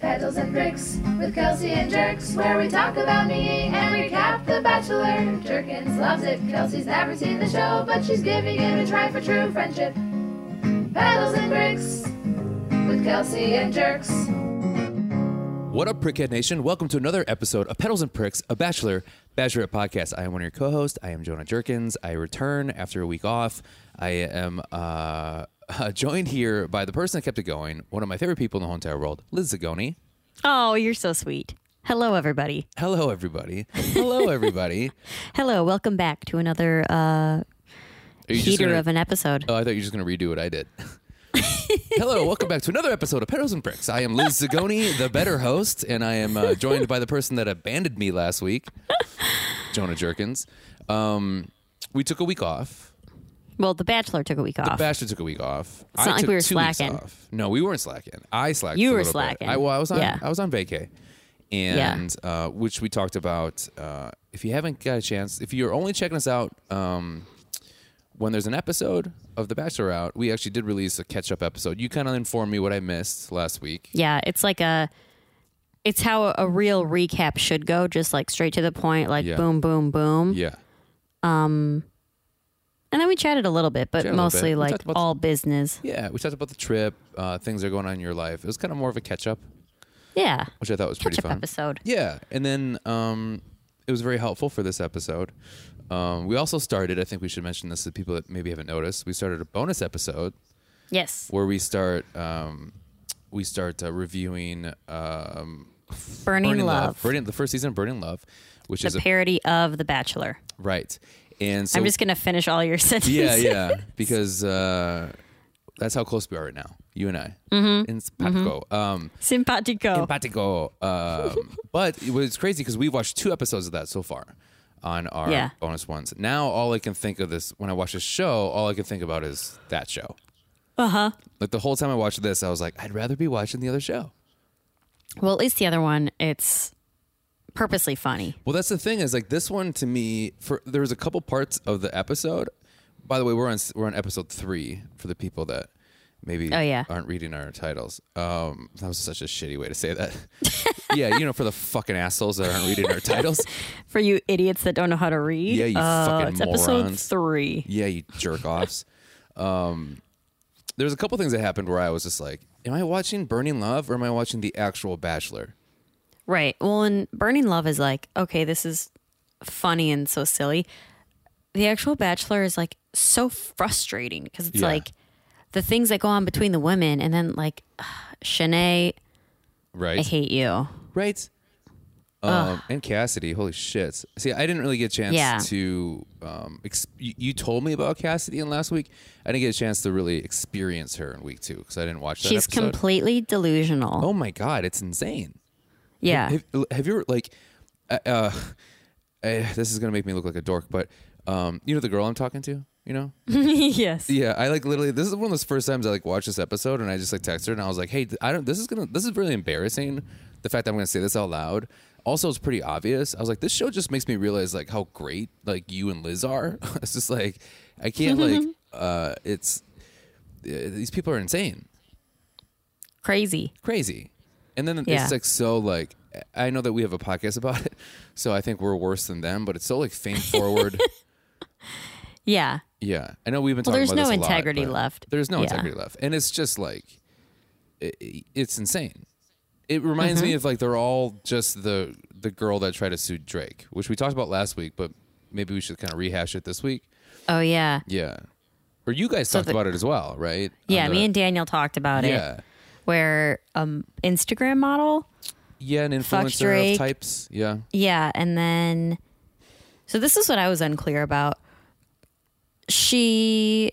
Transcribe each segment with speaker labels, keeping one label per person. Speaker 1: pretzels and bricks with Kelsey and Jerks, where we talk about me and recap The Bachelor. Jerkins loves it. Kelsey's never seen the show, but she's giving it a try for true friendship. Paddles and bricks with Kelsey and Jerks.
Speaker 2: What up, Prickhead Nation? Welcome to another episode of Pedals and Pricks, a Bachelor Bachelorette podcast. I am one of your co-hosts. I am Jonah Jerkins. I return after a week off. I am uh, joined here by the person that kept it going, one of my favorite people in the whole entire world, Liz Zagoni.
Speaker 3: Oh, you're so sweet. Hello, everybody.
Speaker 2: Hello, everybody. Hello, everybody.
Speaker 3: Hello, welcome back to another uh,
Speaker 2: Are you just
Speaker 3: heater
Speaker 2: gonna-
Speaker 3: of an episode.
Speaker 2: Oh, I thought you were just going to redo what I did. Hello, welcome back to another episode of Pedals and Bricks. I am Liz Zagoni, the better host, and I am uh, joined by the person that abandoned me last week, Jonah Jerkins. Um, we took a week off.
Speaker 3: well, The Bachelor took a week off.
Speaker 2: Bachelor took a week off. I
Speaker 3: not like
Speaker 2: took
Speaker 3: we were
Speaker 2: two weeks
Speaker 3: slacking.
Speaker 2: off. No, we weren't slacking. I slacked.
Speaker 3: You
Speaker 2: a
Speaker 3: were
Speaker 2: little bit.
Speaker 3: slacking.
Speaker 2: I, well, I was on.
Speaker 3: Yeah.
Speaker 2: I was on vacay, and uh, which we talked about. Uh, if you haven't got a chance, if you're only checking us out um, when there's an episode of The Bachelor out, we actually did release a catch-up episode. You kind of informed me what I missed last week.
Speaker 3: yeah, it's like a, it's how a real recap should go, just like straight to the point, like
Speaker 2: Yeah.
Speaker 3: boom, boom, boom.
Speaker 2: Yeah.
Speaker 3: And then we chatted a little bit, but
Speaker 2: Chatted a little
Speaker 3: mostly
Speaker 2: bit. We
Speaker 3: like
Speaker 2: talked about-
Speaker 3: all business.
Speaker 2: Yeah, we talked about the trip, uh, things that are going on in your life. It was kind of more of a catch-up,
Speaker 3: Yeah,
Speaker 2: which I thought was pretty
Speaker 3: catch up
Speaker 2: fun.
Speaker 3: episode.
Speaker 2: Yeah, and then um, it was very helpful for this episode. Um, we also started. I think we should mention this to people that maybe haven't noticed. We started a bonus episode
Speaker 3: Yes,
Speaker 2: where we start um, we start uh, reviewing um,
Speaker 3: burning, love,
Speaker 2: Burning the first season of Burning Love, which is
Speaker 3: the
Speaker 2: a,
Speaker 3: parody of The Bachelor.
Speaker 2: right. And so
Speaker 3: I'm just gonna finish all your sentences.
Speaker 2: yeah, yeah, because uh, that's how close we are right now, you and I. Mm-hmm. In Paco. Um,
Speaker 3: Simpatico.
Speaker 2: Simpatico. Um, but it was crazy because we've watched two episodes of that so far on our
Speaker 3: Yeah.
Speaker 2: bonus ones. Now all I can think of this when I watch this show, all I can think about is that show.
Speaker 3: uh huh.
Speaker 2: Like the whole time I watched this, I was like, I'd rather be watching the other show.
Speaker 3: Well, at least the other one, it's purposely funny.
Speaker 2: Well, that's the thing is like this one to me for there was a couple parts of the episode. By the way, we're on we're on episode three for the people that maybe
Speaker 3: Oh, yeah.
Speaker 2: aren't reading our titles. Um, that was such a shitty way to say that. yeah, you know, for the fucking assholes that aren't reading our titles.
Speaker 3: For you idiots that don't know how to read.
Speaker 2: Yeah, you
Speaker 3: Oh,
Speaker 2: fucking
Speaker 3: it's episode
Speaker 2: morons.
Speaker 3: three.
Speaker 2: Yeah, you jerk offs. um, there's a couple things that happened where I was just like, am I watching Burning Love or am I watching The Actual Bachelor?
Speaker 3: Right. Well, and Burning Love is like, okay, this is funny and so silly. The actual Bachelor is like so frustrating because it's
Speaker 2: Yeah.
Speaker 3: like the things that go on between the women and then like, Shanae,
Speaker 2: Right.
Speaker 3: I hate you.
Speaker 2: right. Um, and Cassidy, holy shit. See, I didn't really get a chance
Speaker 3: Yeah.
Speaker 2: to. Um, ex- you, you told me about Cassidy in last week. I didn't get a chance to really experience her in week two because I didn't watch that
Speaker 3: She's
Speaker 2: episode.
Speaker 3: completely delusional.
Speaker 2: oh my God, it's insane.
Speaker 3: yeah.
Speaker 2: Have, have you ever, like, uh, uh, eh, this is going to make me look like a dork, but um, you know the girl I'm talking to? You know?
Speaker 3: yes.
Speaker 2: Yeah, I like literally. This is one of those first times I like watched this episode, and I just like texted her, and I was like, "Hey, th- I don't. This is gonna. This is really embarrassing. The fact that I'm gonna say this out loud. Also, it's pretty obvious. I was like, this show just makes me realize like how great like you and Liz are. it's just like I can't like. uh It's uh, these people are insane,
Speaker 3: Crazy.
Speaker 2: crazy, and then
Speaker 3: Yeah.
Speaker 2: it's like so like. I know that we have a podcast about it, so I think we're worse than them. But it's so like fame forward.
Speaker 3: Yeah.
Speaker 2: Yeah, I know we've been
Speaker 3: Well,
Speaker 2: talking
Speaker 3: there's
Speaker 2: about
Speaker 3: no
Speaker 2: this a lot,
Speaker 3: integrity
Speaker 2: but
Speaker 3: left.
Speaker 2: There's no
Speaker 3: Yeah.
Speaker 2: integrity left, and it's just like i i- it's insane. It reminds
Speaker 3: Mm-hmm.
Speaker 2: me of like they're all just the the girl that tried to sue Drake, which we talked about last week, but maybe we should kind of rehash it this week.
Speaker 3: Oh, yeah.
Speaker 2: Yeah, or you guys talked
Speaker 3: the-
Speaker 2: about it as well, right?
Speaker 3: Yeah.
Speaker 2: On
Speaker 3: Me
Speaker 2: the-
Speaker 3: and Daniel talked about it.
Speaker 2: yeah,
Speaker 3: where um Instagram model.
Speaker 2: yeah, an influencer of
Speaker 3: Drake.
Speaker 2: types. Yeah,
Speaker 3: Yeah, and then so this is what I was unclear about. She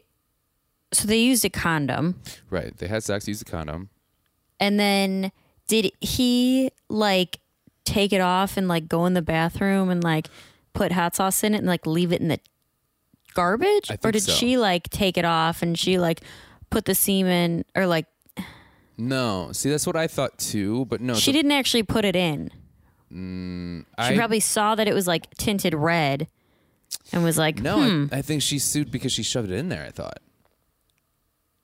Speaker 3: so they used a condom
Speaker 2: right. They had sex, used a condom.
Speaker 3: and then did he like take it off and like go in the bathroom and like put hot sauce in it and like leave it in the garbage
Speaker 2: I
Speaker 3: or
Speaker 2: think
Speaker 3: did
Speaker 2: so.
Speaker 3: she like take it off and she like put the semen or like
Speaker 2: No, see, that's what I thought too, but no, so
Speaker 3: she didn't actually put it in
Speaker 2: I,
Speaker 3: she probably saw that it was like tinted red and was like
Speaker 2: no.
Speaker 3: hmm.
Speaker 2: I, I think she sued because she shoved it in there. I thought.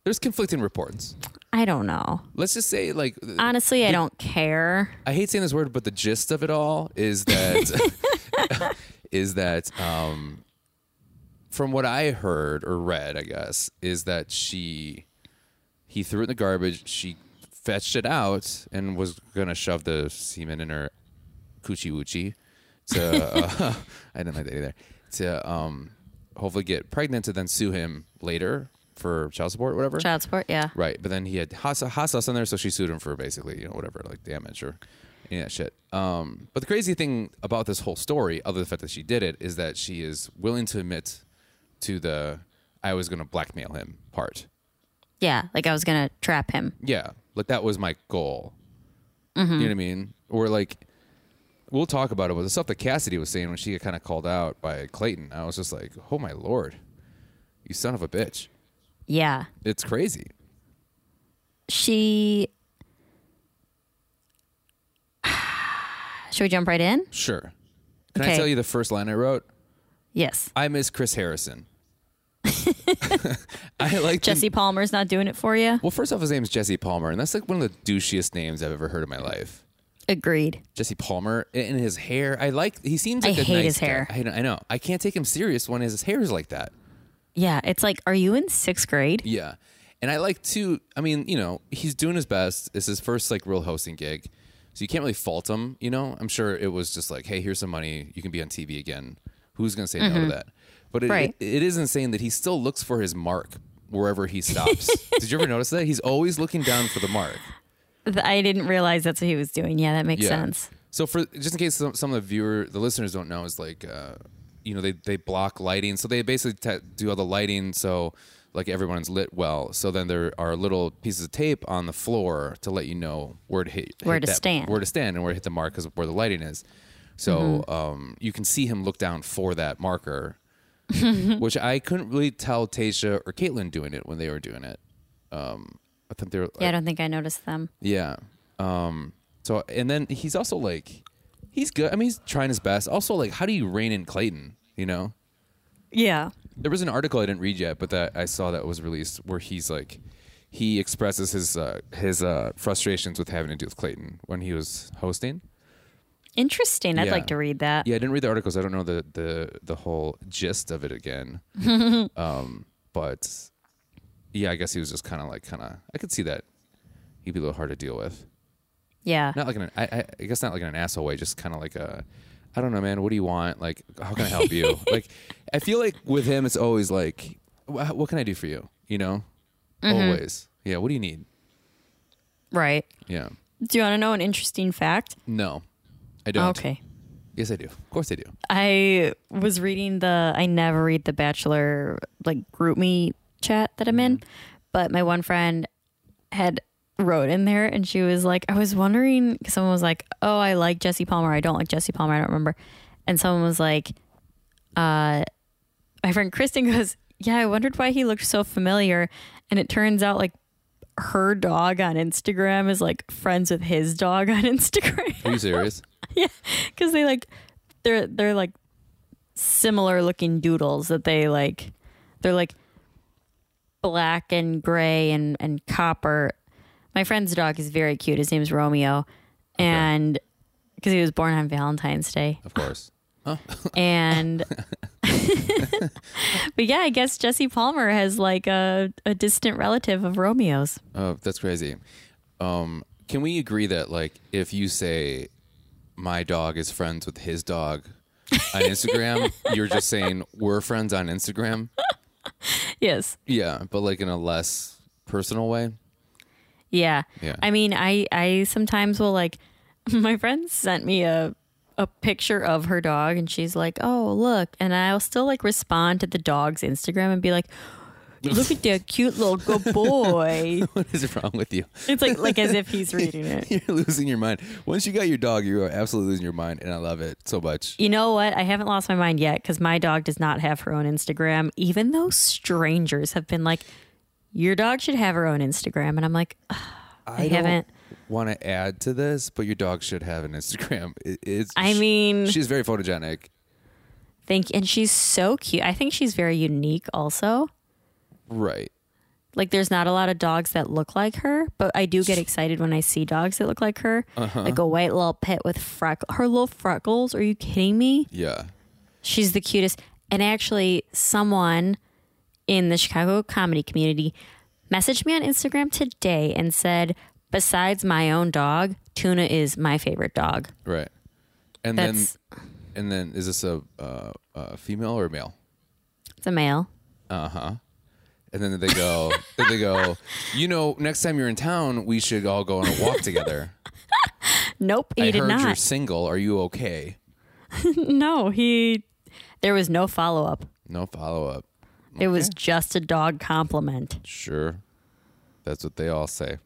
Speaker 2: There's conflicting reports.
Speaker 3: I don't know.
Speaker 2: Let's just say, like, th-
Speaker 3: Honestly, I don't care.
Speaker 2: I hate saying this word, but the gist of it all is that is that um, from what I heard or read, I guess is that she he threw it in the garbage. She fetched it out and was gonna shove the semen in her coochie woochie to uh, I didn't like that either to um, hopefully get pregnant to then sue him later for child support, or whatever.
Speaker 3: Child support, yeah.
Speaker 2: Right, but then he had hot, sau- hot sauce on there, so she sued him for basically, you know, whatever, like damage or any of that shit. Um, but the crazy thing about this whole story, other than the fact that she did it, is that she is willing to admit to the "I was going to blackmail him" part.
Speaker 3: Yeah, like I was gonna trap him.
Speaker 2: Yeah, like that was my goal. You know what I mean? Or like, we'll talk about it. But the stuff that Cassidy was saying when she got kind of called out by Clayton, I was just like, "Oh my lord, you son of a bitch!"
Speaker 3: Yeah,
Speaker 2: It's crazy.
Speaker 3: she. Should we jump right in?
Speaker 2: Sure. Can I
Speaker 3: Okay.
Speaker 2: tell you the first line I wrote?
Speaker 3: Yes.
Speaker 2: I miss Chris Harrison. I like
Speaker 3: Jesse Palmer's not doing it for you.
Speaker 2: Well, first off, his name's Jesse Palmer, and that's like one of the douchiest names I've ever heard in my life.
Speaker 3: Agreed.
Speaker 2: Jesse Palmer and his hair. I like. He seems.
Speaker 3: I
Speaker 2: like a
Speaker 3: hate
Speaker 2: nice
Speaker 3: his
Speaker 2: guy.
Speaker 3: hair.
Speaker 2: I know, I know. I can't take him serious when his hair is like that.
Speaker 3: Yeah, it's like, are you in sixth grade?
Speaker 2: Yeah, and I like to. I mean, you know, he's doing his best. It's his first like real hosting gig, so you can't really fault him. You know, I'm sure it was just like, hey, here's some money. You can be on TV again. Who's gonna say no to that? But it,
Speaker 3: Right.
Speaker 2: it, it is insane that he still looks for his mark wherever he stops. Did you ever notice that he's always looking down for the mark?
Speaker 3: Th- I didn't realize that's what he was doing. Yeah, that makes sense.
Speaker 2: So for just in case some, some of the viewer, the listeners don't know, is like, uh, you know, they they block lighting, so they basically ta do all the lighting so like everyone's lit well. So then there are little pieces of tape on the floor to let you know where to hit,
Speaker 3: Where
Speaker 2: hit
Speaker 3: to
Speaker 2: that-
Speaker 3: stand. Mm-hmm.
Speaker 2: where to stand, and where to hit the mark because where the lighting is. So um, you can see him look down for that marker, which I couldn't really tell Tasha or Caitlin doing it when they were doing it. Um, I think they were.
Speaker 3: Yeah, I don't think I noticed them.
Speaker 2: Yeah. Um. So and then he's also like, he's good. I mean, he's trying his best. Also, like, how do you rein in Clayton? You know,
Speaker 3: Yeah.
Speaker 2: there was an article I didn't read yet, but that I saw that was released where he's like, he expresses his uh, his uh, frustrations with having to do with Clayton when he was hosting.
Speaker 3: Interesting. I'd
Speaker 2: Yeah.
Speaker 3: like to read that.
Speaker 2: Yeah, I didn't read the articles. I don't know the the the whole gist of it again. um, but yeah, I guess he was just kind of like kind of. I could see that he'd be a little hard to deal with.
Speaker 3: Yeah.
Speaker 2: not like an I, I- I guess not like in an asshole way, just kind of like a I don't know, man. What do you want? Like, how can I help you? like, I feel like with him, it's always like, "Wha- what can I do for you? You know, always. Yeah. What do you need?
Speaker 3: Right.
Speaker 2: Yeah.
Speaker 3: Do you want to know an interesting fact?
Speaker 2: No, I don't.
Speaker 3: Okay.
Speaker 2: Yes, I do. Of course, I do.
Speaker 3: I was reading the I never read the Bachelor like group me chat that I'm in, but my one friend had wrote in there and she was like, I was wondering 'cause someone was like, Oh, I like Jesse Palmer, I don't like Jesse Palmer, I don't remember. And someone was like, uh my friend Kristen goes, Yeah, I wondered why he looked so familiar and it turns out like her dog on Instagram is like friends with his dog on Instagram
Speaker 2: Are you serious?
Speaker 3: because they like they're they're like similar looking doodles that they like they're like black and gray and and copper my friend's dog is very cute his name's romeo and because he was born on valentine's day
Speaker 2: of course.
Speaker 3: and but yeah i guess jesse palmer has like a, a distant relative of romeo's
Speaker 2: Oh, that's crazy. Um, can we agree that like if you say my dog is friends with his dog on Instagram, you're just saying we're friends on Instagram?
Speaker 3: yes
Speaker 2: Yeah, but like in a less personal way.
Speaker 3: Yeah.
Speaker 2: Yeah.
Speaker 3: I mean, I I sometimes will like my friend sent me a a picture of her dog and she's like, "Oh, look." And I'll still like respond to the dog's Instagram and be like, "Look at that cute little good boy."
Speaker 2: What is wrong with you?
Speaker 3: it's like like as if he's reading it.
Speaker 2: You're losing your mind. Once you got your dog, you are absolutely losing your mind, and I love it so much.
Speaker 3: You know what? I haven't lost my mind yet cuz my dog does not have her own Instagram even though strangers have been like your dog should have her own Instagram and I'm like, "Ugh,
Speaker 2: I,
Speaker 3: haven't-
Speaker 2: want to add to this, but your dog should have an Instagram. It- it's,
Speaker 3: I mean-
Speaker 2: she's very photogenic.
Speaker 3: "Thank." And she's so cute. I think she's very unique also.
Speaker 2: Right.
Speaker 3: Like there's not a lot of dogs that look like her, but I do get excited when I see dogs that look like her.
Speaker 2: Uh-huh.
Speaker 3: Like a white little pit with freckles. Her little freckles. Are you kidding me?
Speaker 2: Yeah.
Speaker 3: She's the cutest. And actually, someone in the Chicago comedy community messaged me on Instagram today and said, besides my own dog, Tuna is my favorite dog.
Speaker 2: Right. And
Speaker 3: That's-
Speaker 2: then, and then is this a uh, uh, female or male? Uh-huh.
Speaker 3: It's a male.
Speaker 2: And then they go, then they go, you know, next time you're in town, we should all go on a walk together.
Speaker 3: Nope, he
Speaker 2: I
Speaker 3: did
Speaker 2: heard you're
Speaker 3: not.
Speaker 2: single. Are you okay?
Speaker 3: No, he. There was no follow up.
Speaker 2: No follow up.
Speaker 3: It was just a dog compliment.
Speaker 2: Sure. That's what they all say.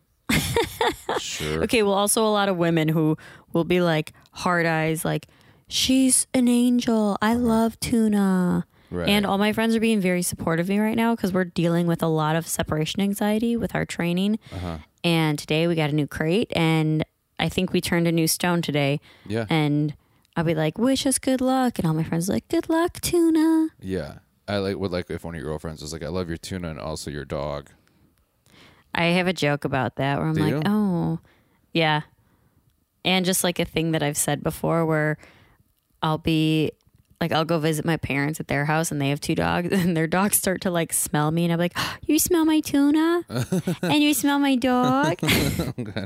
Speaker 2: sure.
Speaker 3: Okay, well, also a lot of women who will be like hard eyes, like, she's an angel. I love tuna.
Speaker 2: Right.
Speaker 3: And all my friends are being very supportive of me right now because we're dealing with a lot of separation anxiety with our training.
Speaker 2: Uh-huh.
Speaker 3: And today we got a new crate, and I think we turned a new stone today.
Speaker 2: Yeah.
Speaker 3: And I'll be like, wish us good luck. And all my friends are like, good luck, tuna.
Speaker 2: yeah. I like would like if one of your girlfriends was like, I love your tuna and also your dog.
Speaker 3: I have a joke about that where I'm
Speaker 2: Do
Speaker 3: like,
Speaker 2: you?
Speaker 3: oh, yeah. And just like a thing that I've said before where I'll be like, I'll go visit my parents at their house and they have two dogs and their dogs start to like smell me. And I'm like, "Oh, you smell my tuna and you smell my dog.
Speaker 2: Oh,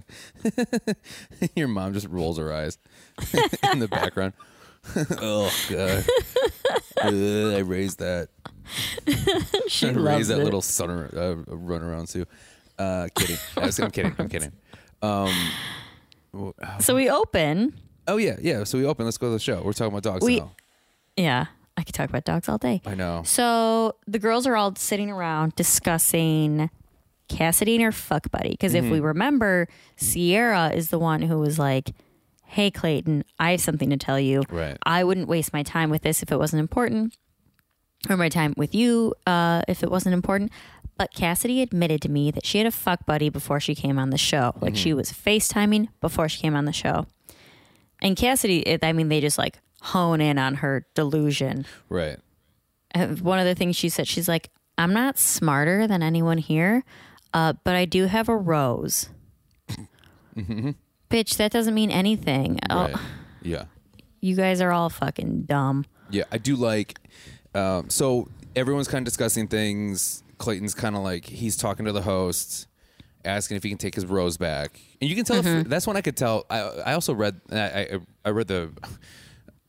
Speaker 2: your mom just rolls her eyes in the background. oh god. Ugh, I raised that.
Speaker 3: she
Speaker 2: I
Speaker 3: loves
Speaker 2: raised that
Speaker 3: it.
Speaker 2: little stunner uh, run around too. Uh kidding. I was, I'm kidding. I'm kidding.
Speaker 3: So we open.
Speaker 2: Oh yeah, yeah. So we open. Let's go to the show. We're talking about dogs
Speaker 3: We-
Speaker 2: now.
Speaker 3: Yeah. I could talk about dogs all day.
Speaker 2: I know.
Speaker 3: So the girls are all sitting around discussing Cassidy and her fuck buddy. Because if we remember, Sierra is the one who was like, Hey, Clayton, I have something to tell you.
Speaker 2: Right.
Speaker 3: I wouldn't waste my time with this if it wasn't important, or my time with you uh, if it wasn't important. But Cassidy admitted to me that she had a fuck buddy before she came on the show. Like she was FaceTiming before she came on the show. And Cassidy, it- I mean, they just like hone in on her delusion
Speaker 2: Right.
Speaker 3: uh, one of the things she said, she's like, I'm not smarter than anyone here, uh, but I do have a rose. Bitch, that doesn't mean anything.
Speaker 2: Mm-hmm. Right.
Speaker 3: Oh,
Speaker 2: Yeah.
Speaker 3: you guys are all fucking dumb.
Speaker 2: Yeah, I do like. Um, so everyone's kind of discussing things. Clayton's kind of like he's talking to the host, asking if he can take his rose back, and you can tell. If, that's when I could tell. I, I also read. I, I, I read the.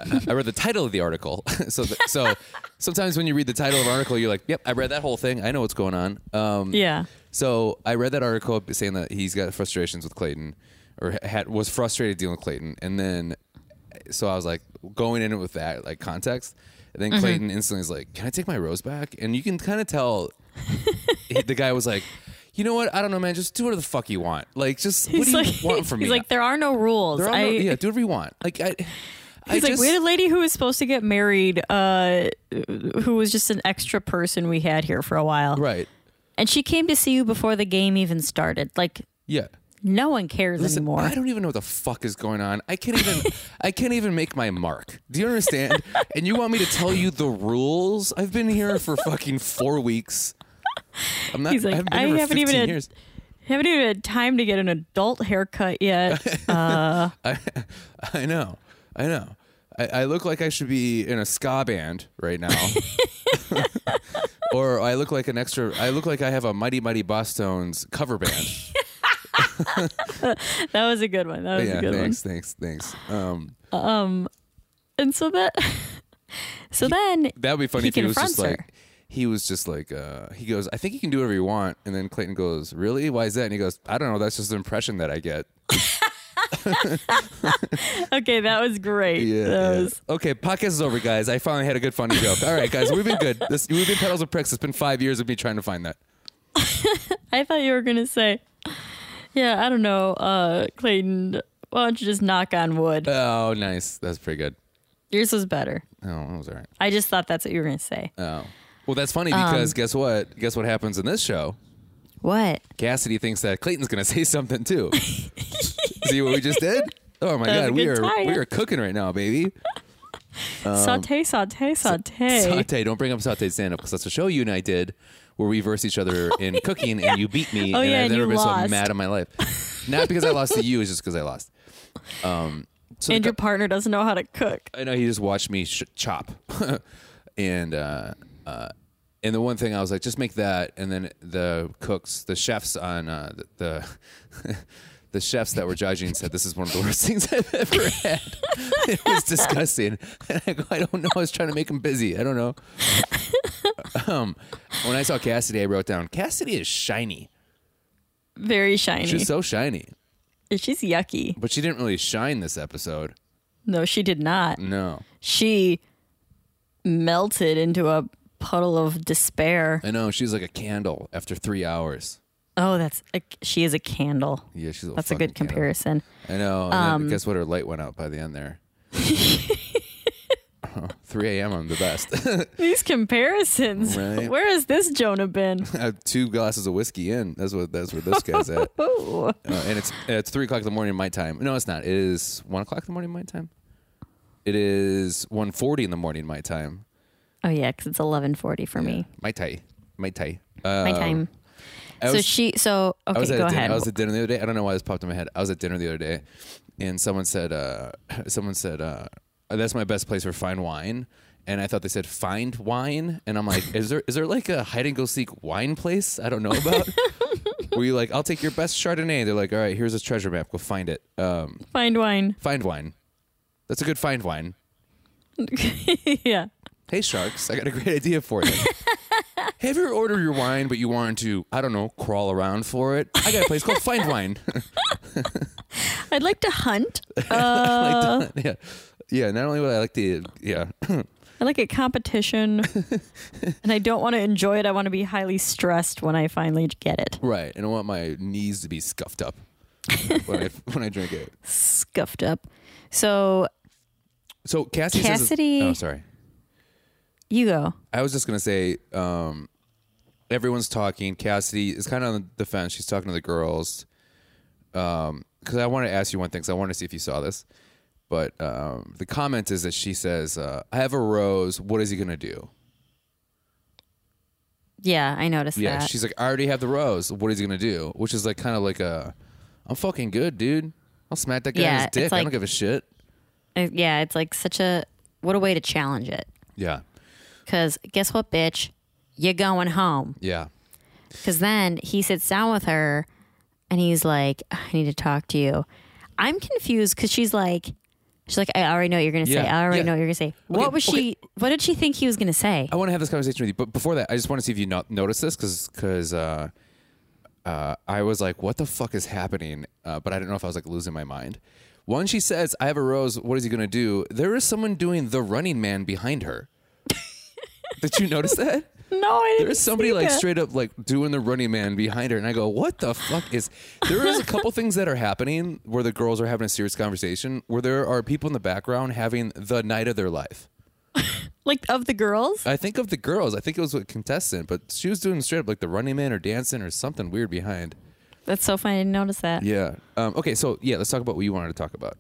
Speaker 2: I I read the title of the article, so th so sometimes when you read the title of an article, you're like, "Yep, I read that whole thing. I know what's going on." Um,
Speaker 3: Yeah.
Speaker 2: so I read that article saying that he's got frustrations with Clayton, or had was frustrated dealing with Clayton, and then so I was like going in with that like context, and
Speaker 3: Mm-hmm.
Speaker 2: then Clayton instantly is like, "Can I take my rose back?" And you can kind of tell he- the guy was like, "You know what? I don't know, man. Just do whatever the fuck you want. Like, just what do
Speaker 3: He's
Speaker 2: you
Speaker 3: like,
Speaker 2: want from
Speaker 3: he's
Speaker 2: me?
Speaker 3: like, there are no rules.
Speaker 2: There are
Speaker 3: I,
Speaker 2: no- yeah, do whatever you want. Like, I." I
Speaker 3: he's like,
Speaker 2: just,
Speaker 3: we had a lady who was supposed to get married, uh, who was just an extra person we had here for a while.
Speaker 2: right.
Speaker 3: And she came to see you before the game even started. Like,
Speaker 2: Yeah.
Speaker 3: no one cares
Speaker 2: Listen,
Speaker 3: anymore.
Speaker 2: I don't even know what the fuck is going on. I can't even I can't even make my mark. Do you understand? and you want me to tell you the rules? I've been here for fucking four weeks. I'm not.
Speaker 3: He's like,
Speaker 2: I haven't, been
Speaker 3: I
Speaker 2: here for
Speaker 3: haven't even
Speaker 2: 15
Speaker 3: had-
Speaker 2: years.
Speaker 3: Haven't even had time to get an adult haircut yet.
Speaker 2: I, I know. I know. I, I look like I should be in a ska band right now. or I look like an extra. I look like I have a Mighty Mighty Boston's cover band.
Speaker 3: That was a good one. That was
Speaker 2: yeah.
Speaker 3: a good
Speaker 2: Thanks. Thanks. Thanks. Um,
Speaker 3: one. And so that, so then
Speaker 2: That would be funny
Speaker 3: He
Speaker 2: if he was just
Speaker 3: confronts her.
Speaker 2: like, he was just like, uh, he goes, I think you can do whatever you want. And then Clayton goes, Really? Why is that? And he goes, I don't know. That's just the impression that I get.
Speaker 3: okay, that was great. that was
Speaker 2: Okay, podcast is over, guys. I finally had a good, funny joke. All right, guys, we've been good. This, we've been pedals of pricks. It's been five years of me trying to find that.
Speaker 3: I thought you were gonna say, yeah, I don't know, uh, Clayton. Why don't you just knock on wood?
Speaker 2: Oh, nice. That's pretty good.
Speaker 3: Yours was better.
Speaker 2: Oh, that was all right.
Speaker 3: I just thought that's what you were gonna say.
Speaker 2: Oh. Well, that's funny
Speaker 3: Um,
Speaker 2: because guess what? Guess what happens in this show?
Speaker 3: What?
Speaker 2: Cassidy thinks that Clayton's going to say something too. See what we just did? Oh my
Speaker 3: That was
Speaker 2: god,
Speaker 3: a
Speaker 2: we
Speaker 3: good
Speaker 2: are
Speaker 3: tie-in.
Speaker 2: we are cooking right now, baby. um,
Speaker 3: saute, saute, saute.
Speaker 2: Saute. Don't bring up saute stand up because that's a show you and I did where we verse each other in cooking, and you beat me,
Speaker 3: Oh,
Speaker 2: and
Speaker 3: yeah,
Speaker 2: I've
Speaker 3: and
Speaker 2: never
Speaker 3: you
Speaker 2: been so
Speaker 3: lost.
Speaker 2: mad in my life. Not because I lost to you, it's just because I lost. Um, so the
Speaker 3: and your partner doesn't know how to cook.
Speaker 2: I know he just watched me sh- chop, and uh, uh, and the one thing I was like, just make that, and then the cooks, the chefs on uh, the. the The chefs that were judging said this is one of the worst things I've ever had. it was disgusting. And I go, I don't know. I was trying to make him busy. I don't know. um, when I saw Cassidy, I wrote down Cassidy is shiny.
Speaker 3: Very shiny.
Speaker 2: She's
Speaker 3: She's,
Speaker 2: so shiny,
Speaker 3: yucky.
Speaker 2: but she didn't really shine this episode.
Speaker 3: No, she did not.
Speaker 2: No,
Speaker 3: She melted into a puddle of despair.
Speaker 2: I know she's like a candle after three hours.
Speaker 3: Oh, that's a, she is a candle.
Speaker 2: Yeah, she's a
Speaker 3: That's a
Speaker 2: fucking
Speaker 3: good um,
Speaker 2: candle.
Speaker 3: comparison.
Speaker 2: I know. And then guess what? Her light went out by the end there. Oh, 3 a.m. I'm the best.
Speaker 3: These comparisons.
Speaker 2: Right.
Speaker 3: Where has this Jonah been?
Speaker 2: I have two glasses of whiskey in. That's what. That's where this guy's at. Uh,
Speaker 3: Oh,
Speaker 2: and it's it's three o'clock in the morning my time. No, it's not. It is one o'clock in the morning my time. It is 1:40 in the morning my time.
Speaker 3: oh yeah, because it's eleven forty for me.
Speaker 2: My time. My time. Uh,
Speaker 3: My time.
Speaker 2: I
Speaker 3: so
Speaker 2: was-
Speaker 3: she. So okay,
Speaker 2: I was at
Speaker 3: go
Speaker 2: a dinner,
Speaker 3: ahead.
Speaker 2: I was at dinner the other day. I don't know why this popped in my head. I was at dinner the other day, and someone said, uh, someone said, uh, that's my best place for fine wine. And I thought they said find wine, and I'm like, is there is there like a hide and go seek wine place I don't know about? Were you like, I'll take your best Chardonnay? They're like, all right, here's a treasure map. Go find it. Um,
Speaker 3: Find wine.
Speaker 2: find wine. That's a good find wine.
Speaker 3: yeah.
Speaker 2: Hey sharks, I got a great idea for you. Have you ever ordered your wine, but you wanted to, I don't know, crawl around for it? I got a place called Find Wine.
Speaker 3: I'd like to hunt. Uh,
Speaker 2: like that. Yeah. Yeah. Not only would I like the, yeah.
Speaker 3: I like a competition, and I don't want to enjoy it. I want to be highly stressed when I finally get it.
Speaker 2: right. And I want my knees to be scuffed up when I, when I drink it.
Speaker 3: Scuffed up. So
Speaker 2: So Cassie
Speaker 3: Cassidy-
Speaker 2: says, oh, sorry.
Speaker 3: you go.
Speaker 2: I was just going to say, um, everyone's talking. Cassidy is kind of on the fence. She's talking to the girls. Um, cause I want to ask you one thing. Cause I want to see if you saw this, but, um, the comment is that she says, uh, I have a rose. What is he going to do?
Speaker 3: Yeah, I noticed
Speaker 2: Yeah,
Speaker 3: that.
Speaker 2: she's like, I already have the rose. What is he gonna do? Which is like kind of like a, I'm fucking good, dude. I'll smack that guy in
Speaker 3: Yeah,
Speaker 2: his
Speaker 3: it's
Speaker 2: dick. I don't
Speaker 3: like-
Speaker 2: give a shit.
Speaker 3: Uh, yeah, it's like such a what a way to challenge it.
Speaker 2: Yeah,
Speaker 3: Because guess what, bitch, you're going home.
Speaker 2: yeah,
Speaker 3: Because then he sits down with her and he's like, I need to talk to you. I'm confused because she's like, she's like, I already know what you're going to say.
Speaker 2: Yeah,
Speaker 3: I already
Speaker 2: yeah.
Speaker 3: know what you're going to say. what was she, what did she think he was going to say?
Speaker 2: I want to have this conversation with you, but before that, I just want to see if you no- notice this because uh, uh, I was like, what the fuck is happening? Uh, but I didn't know if I was like losing my mind. When she says, "I have a rose," what is he gonna do? There is someone doing the Running Man behind her. Did you notice that?
Speaker 3: no, I didn't.
Speaker 2: There is somebody
Speaker 3: see
Speaker 2: like
Speaker 3: that.
Speaker 2: straight up like doing the running man behind her, and I go, "What the fuck is?" There is a couple things that are happening where the girls are having a serious conversation, where there are people in the background having the night of their life.
Speaker 3: Like, of the girls?
Speaker 2: I think of the girls. I think it was a contestant, but she was doing straight up like the running man or dancing or something weird behind.
Speaker 3: That's so funny. I didn't notice that. Yeah.
Speaker 2: Yeah. Um, okay. So yeah, let's talk about what you wanted to talk about.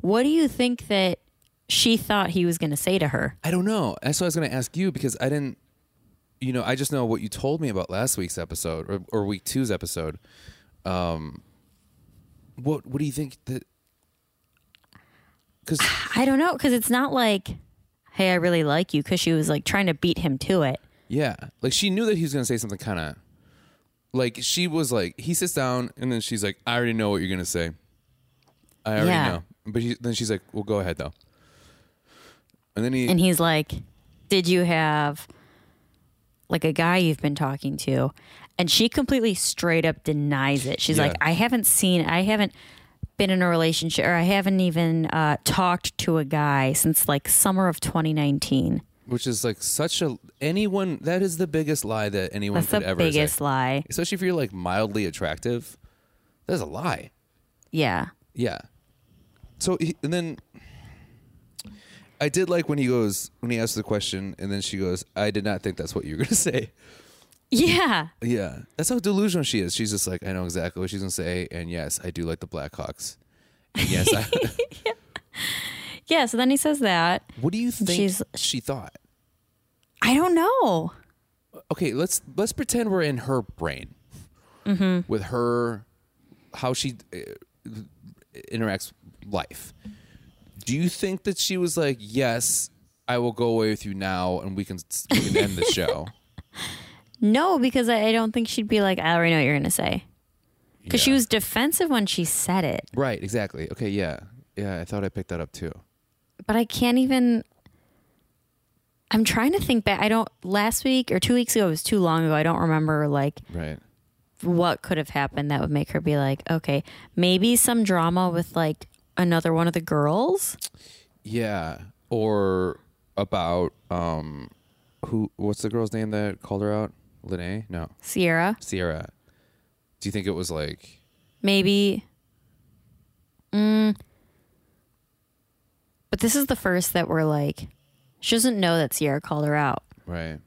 Speaker 3: What do you think that she thought he was going to say to her?
Speaker 2: I don't know. That's what I was going to ask you because I didn't, you know, I just know what you told me about last week's episode or, or week two's episode. Um, what what do you think that? Because
Speaker 3: I don't know. Because it's not like, hey, I really like you. Because she was like trying to beat him to it.
Speaker 2: yeah, like she knew that he was going to say something kind of like she was like he sits down and then she's like, I already know what you're going to say. I already
Speaker 3: Yeah.
Speaker 2: know. But he, then she's like, Well, go ahead though. And then he
Speaker 3: and he's like, "Did you have like a guy you've been talking to?" And she completely straight up denies it. She's
Speaker 2: Yeah.
Speaker 3: like, "I haven't seen, I haven't been in a relationship, or I haven't even uh, talked to a guy since like summer of 2019."
Speaker 2: which is like such a anyone that is the biggest lie that anyone
Speaker 3: That's
Speaker 2: could
Speaker 3: the
Speaker 2: ever say.
Speaker 3: biggest lie.
Speaker 2: especially if you're like mildly attractive. That's a lie.
Speaker 3: Yeah,
Speaker 2: Yeah. So he, and then I did like when he goes when he asks the question and then she goes, "I did not think that's what you were going to say."
Speaker 3: yeah,
Speaker 2: Yeah. That's how delusional she is. She's just like, "I know exactly what she's going to say and yes, I do like the Blackhawks." And yes, I,
Speaker 3: yeah. So then he says that.
Speaker 2: what do you think
Speaker 3: She's-
Speaker 2: she thought?
Speaker 3: I don't know.
Speaker 2: okay, let's let's pretend we're in her brain
Speaker 3: Mm-hmm.
Speaker 2: with her how she uh, interacts with life. Do you think that she was like, "Yes, I will go away with you now, and we can we can end the show"?
Speaker 3: No, because I, I don't think she'd be like, I already know what you're going to say. Because she
Speaker 2: Yeah.
Speaker 3: was defensive when she said it.
Speaker 2: right, exactly. Okay, yeah, yeah. I thought I picked that up too.
Speaker 3: But I can't even. I'm trying to think back. I don't. Last week or two weeks ago, it was too long ago. I don't remember, like,
Speaker 2: Right.
Speaker 3: what could have happened that would make her be like, okay, maybe some drama with, like, another one of the girls?
Speaker 2: Yeah. Or about um, who? What's the girl's name that called her out? Lene? No,
Speaker 3: Sierra?
Speaker 2: Sierra. Do you think it was like?
Speaker 3: maybe mm, but this is the first that we're like she doesn't know that sierra called her out
Speaker 2: Right.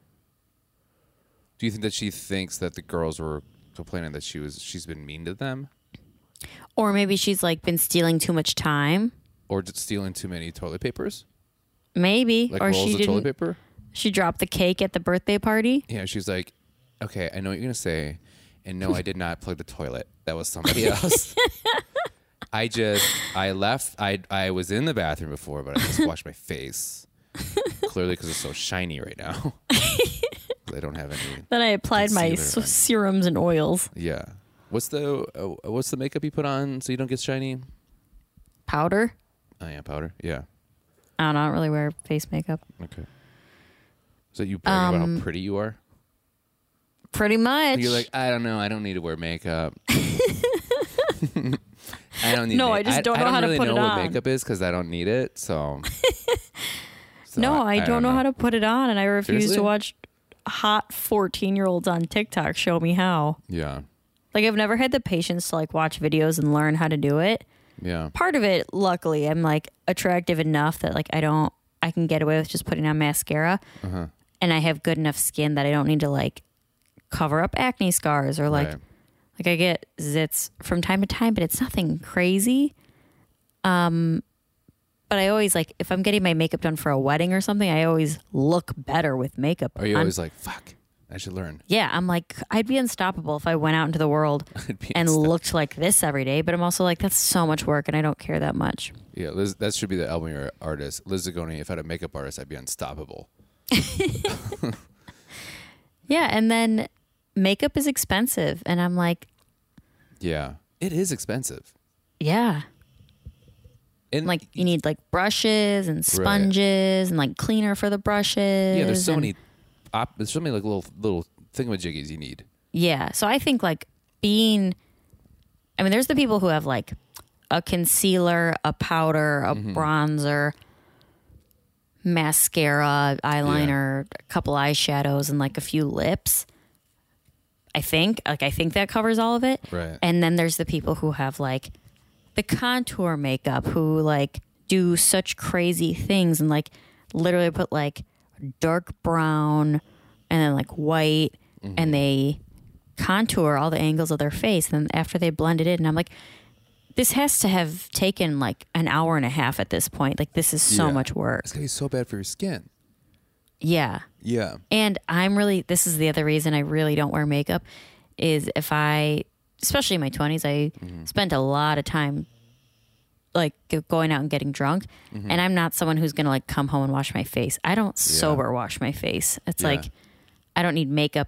Speaker 2: Do you think that she thinks that the girls were complaining that she was she's been mean to them
Speaker 3: or maybe she's like been stealing too much time
Speaker 2: or just stealing too many toilet papers?
Speaker 3: maybe
Speaker 2: Like
Speaker 3: or
Speaker 2: rolls
Speaker 3: she
Speaker 2: of toilet
Speaker 3: didn't
Speaker 2: paper?
Speaker 3: she dropped the cake at the birthday party
Speaker 2: Yeah, she's like, "Okay, I know what you're going to say." And no, I did not plug the toilet. That was somebody else. I just I left I I was in the bathroom before, but I just washed my face. Clearly cuz it's so shiny right now. 'Cause I don't have any.
Speaker 3: then i applied my
Speaker 2: Concealer,
Speaker 3: s- serums and oils
Speaker 2: Yeah. What's the uh, what's the makeup you put on so you don't get shiny?
Speaker 3: powder
Speaker 2: Oh, yeah, powder. Yeah.
Speaker 3: i don't know i don't really wear face makeup
Speaker 2: Okay. So you bragging
Speaker 3: Um,
Speaker 2: about how pretty you are?
Speaker 3: pretty much
Speaker 2: You're like, I don't know, I don't need to wear makeup. I don't need.
Speaker 3: No,
Speaker 2: ma-
Speaker 3: I just don't
Speaker 2: I,
Speaker 3: know
Speaker 2: don't
Speaker 3: how to
Speaker 2: really
Speaker 3: put
Speaker 2: know
Speaker 3: it
Speaker 2: what
Speaker 3: on.
Speaker 2: makeup is because I don't need it. So. So
Speaker 3: no i, don't, know, how to put it on and i refuse
Speaker 2: Seriously?
Speaker 3: to watch hot 14 year olds on tiktok show me how
Speaker 2: Yeah,
Speaker 3: Like I've never had the patience to like watch videos and learn how to do it.
Speaker 2: yeah,
Speaker 3: Part of it, luckily, I'm like attractive enough that like I don't I can get away with just putting on mascara.
Speaker 2: Uh-huh.
Speaker 3: And I have good enough skin that I don't need to like cover up acne scars or like
Speaker 2: Right.
Speaker 3: like I get zits from time to time, but it's nothing crazy. Um but I always like if I'm getting my makeup done for a wedding or something, I always look better with makeup.
Speaker 2: Are you
Speaker 3: on.
Speaker 2: always like, fuck? I should learn.
Speaker 3: Yeah, I'm like, I'd be unstoppable if I went out into the world
Speaker 2: be
Speaker 3: and looked like this every day. But I'm also like, that's so much work, and I don't care that much.
Speaker 2: Yeah, Liz, that should be the album you're artist. Liz Zagoni, if I had a makeup artist, I'd be unstoppable.
Speaker 3: Yeah, and then makeup is expensive, and I'm like,
Speaker 2: Yeah, it is expensive.
Speaker 3: yeah,
Speaker 2: And
Speaker 3: like you need like brushes and sponges and like cleaner for the brushes.
Speaker 2: yeah, there's so
Speaker 3: and-
Speaker 2: many, op- there's so many like little little thingamajiggies you need.
Speaker 3: Yeah, so I think like being, I mean, there's the people who have like a concealer, a powder, a bronzer, mascara, eyeliner, a couple eyeshadows, and like a few lips. I think like I think that covers all of it.
Speaker 2: Right.
Speaker 3: And then there's the people who have like the contour makeup who like do such crazy things and like literally put like dark brown and then like white and they contour all the angles of their face and then after they blend it in and I'm like this has to have taken like an hour and a half at this point like this is so
Speaker 2: Yeah.
Speaker 3: much work
Speaker 2: It's gonna be so bad for your skin.
Speaker 3: yeah
Speaker 2: Yeah.
Speaker 3: and I'm really this is the other reason I really don't wear makeup is if I especially in my 20s I
Speaker 2: Mm-hmm.
Speaker 3: spent a lot of time like g- going out and getting drunk
Speaker 2: Mm-hmm.
Speaker 3: and I'm not someone who's going to like come home and wash my face. I don't sober wash my face. It's
Speaker 2: Yeah.
Speaker 3: like I don't need makeup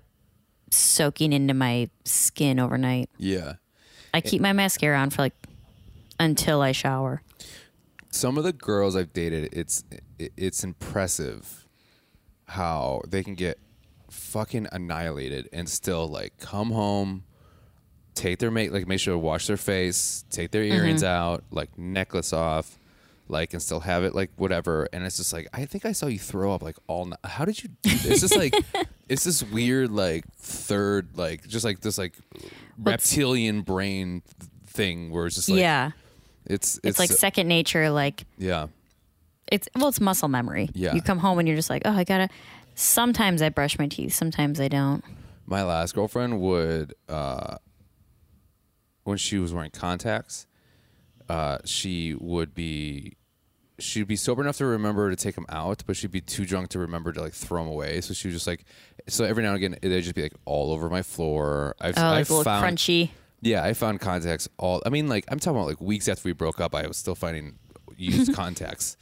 Speaker 3: soaking into my skin overnight.
Speaker 2: Yeah.
Speaker 3: I keep my mascara on for like until I shower.
Speaker 2: Some of the girls I've dated, it's it- it's impressive how they can get fucking annihilated and still like come home, take their make like make sure to wash their face, take their
Speaker 3: Mm-hmm.
Speaker 2: earrings out, like necklace off, like and still have it like whatever. And it's just like I think I saw you throw up like all night. How did you? do this? It's just like it's this weird like third like just like this like reptilian brain thing where it's just like
Speaker 3: yeah.
Speaker 2: It's
Speaker 3: It's, like second nature like
Speaker 2: yeah,
Speaker 3: it's well, it's muscle memory.
Speaker 2: Yeah.
Speaker 3: You come home and you're just like, oh, I gotta. Sometimes I brush my teeth. Sometimes I don't.
Speaker 2: my last girlfriend would uh when she was wearing contacts, uh she would be she'd be sober enough to remember to take him out, but she'd be too drunk to remember to like throw him away. So she was just like, so every now and again they'd just be like all over my floor. I've,
Speaker 3: Oh, like
Speaker 2: I've
Speaker 3: a little
Speaker 2: found,
Speaker 3: crunchy.
Speaker 2: yeah, I found contacts all. I mean, like I'm talking about like weeks after we broke up, I was still finding used contacts.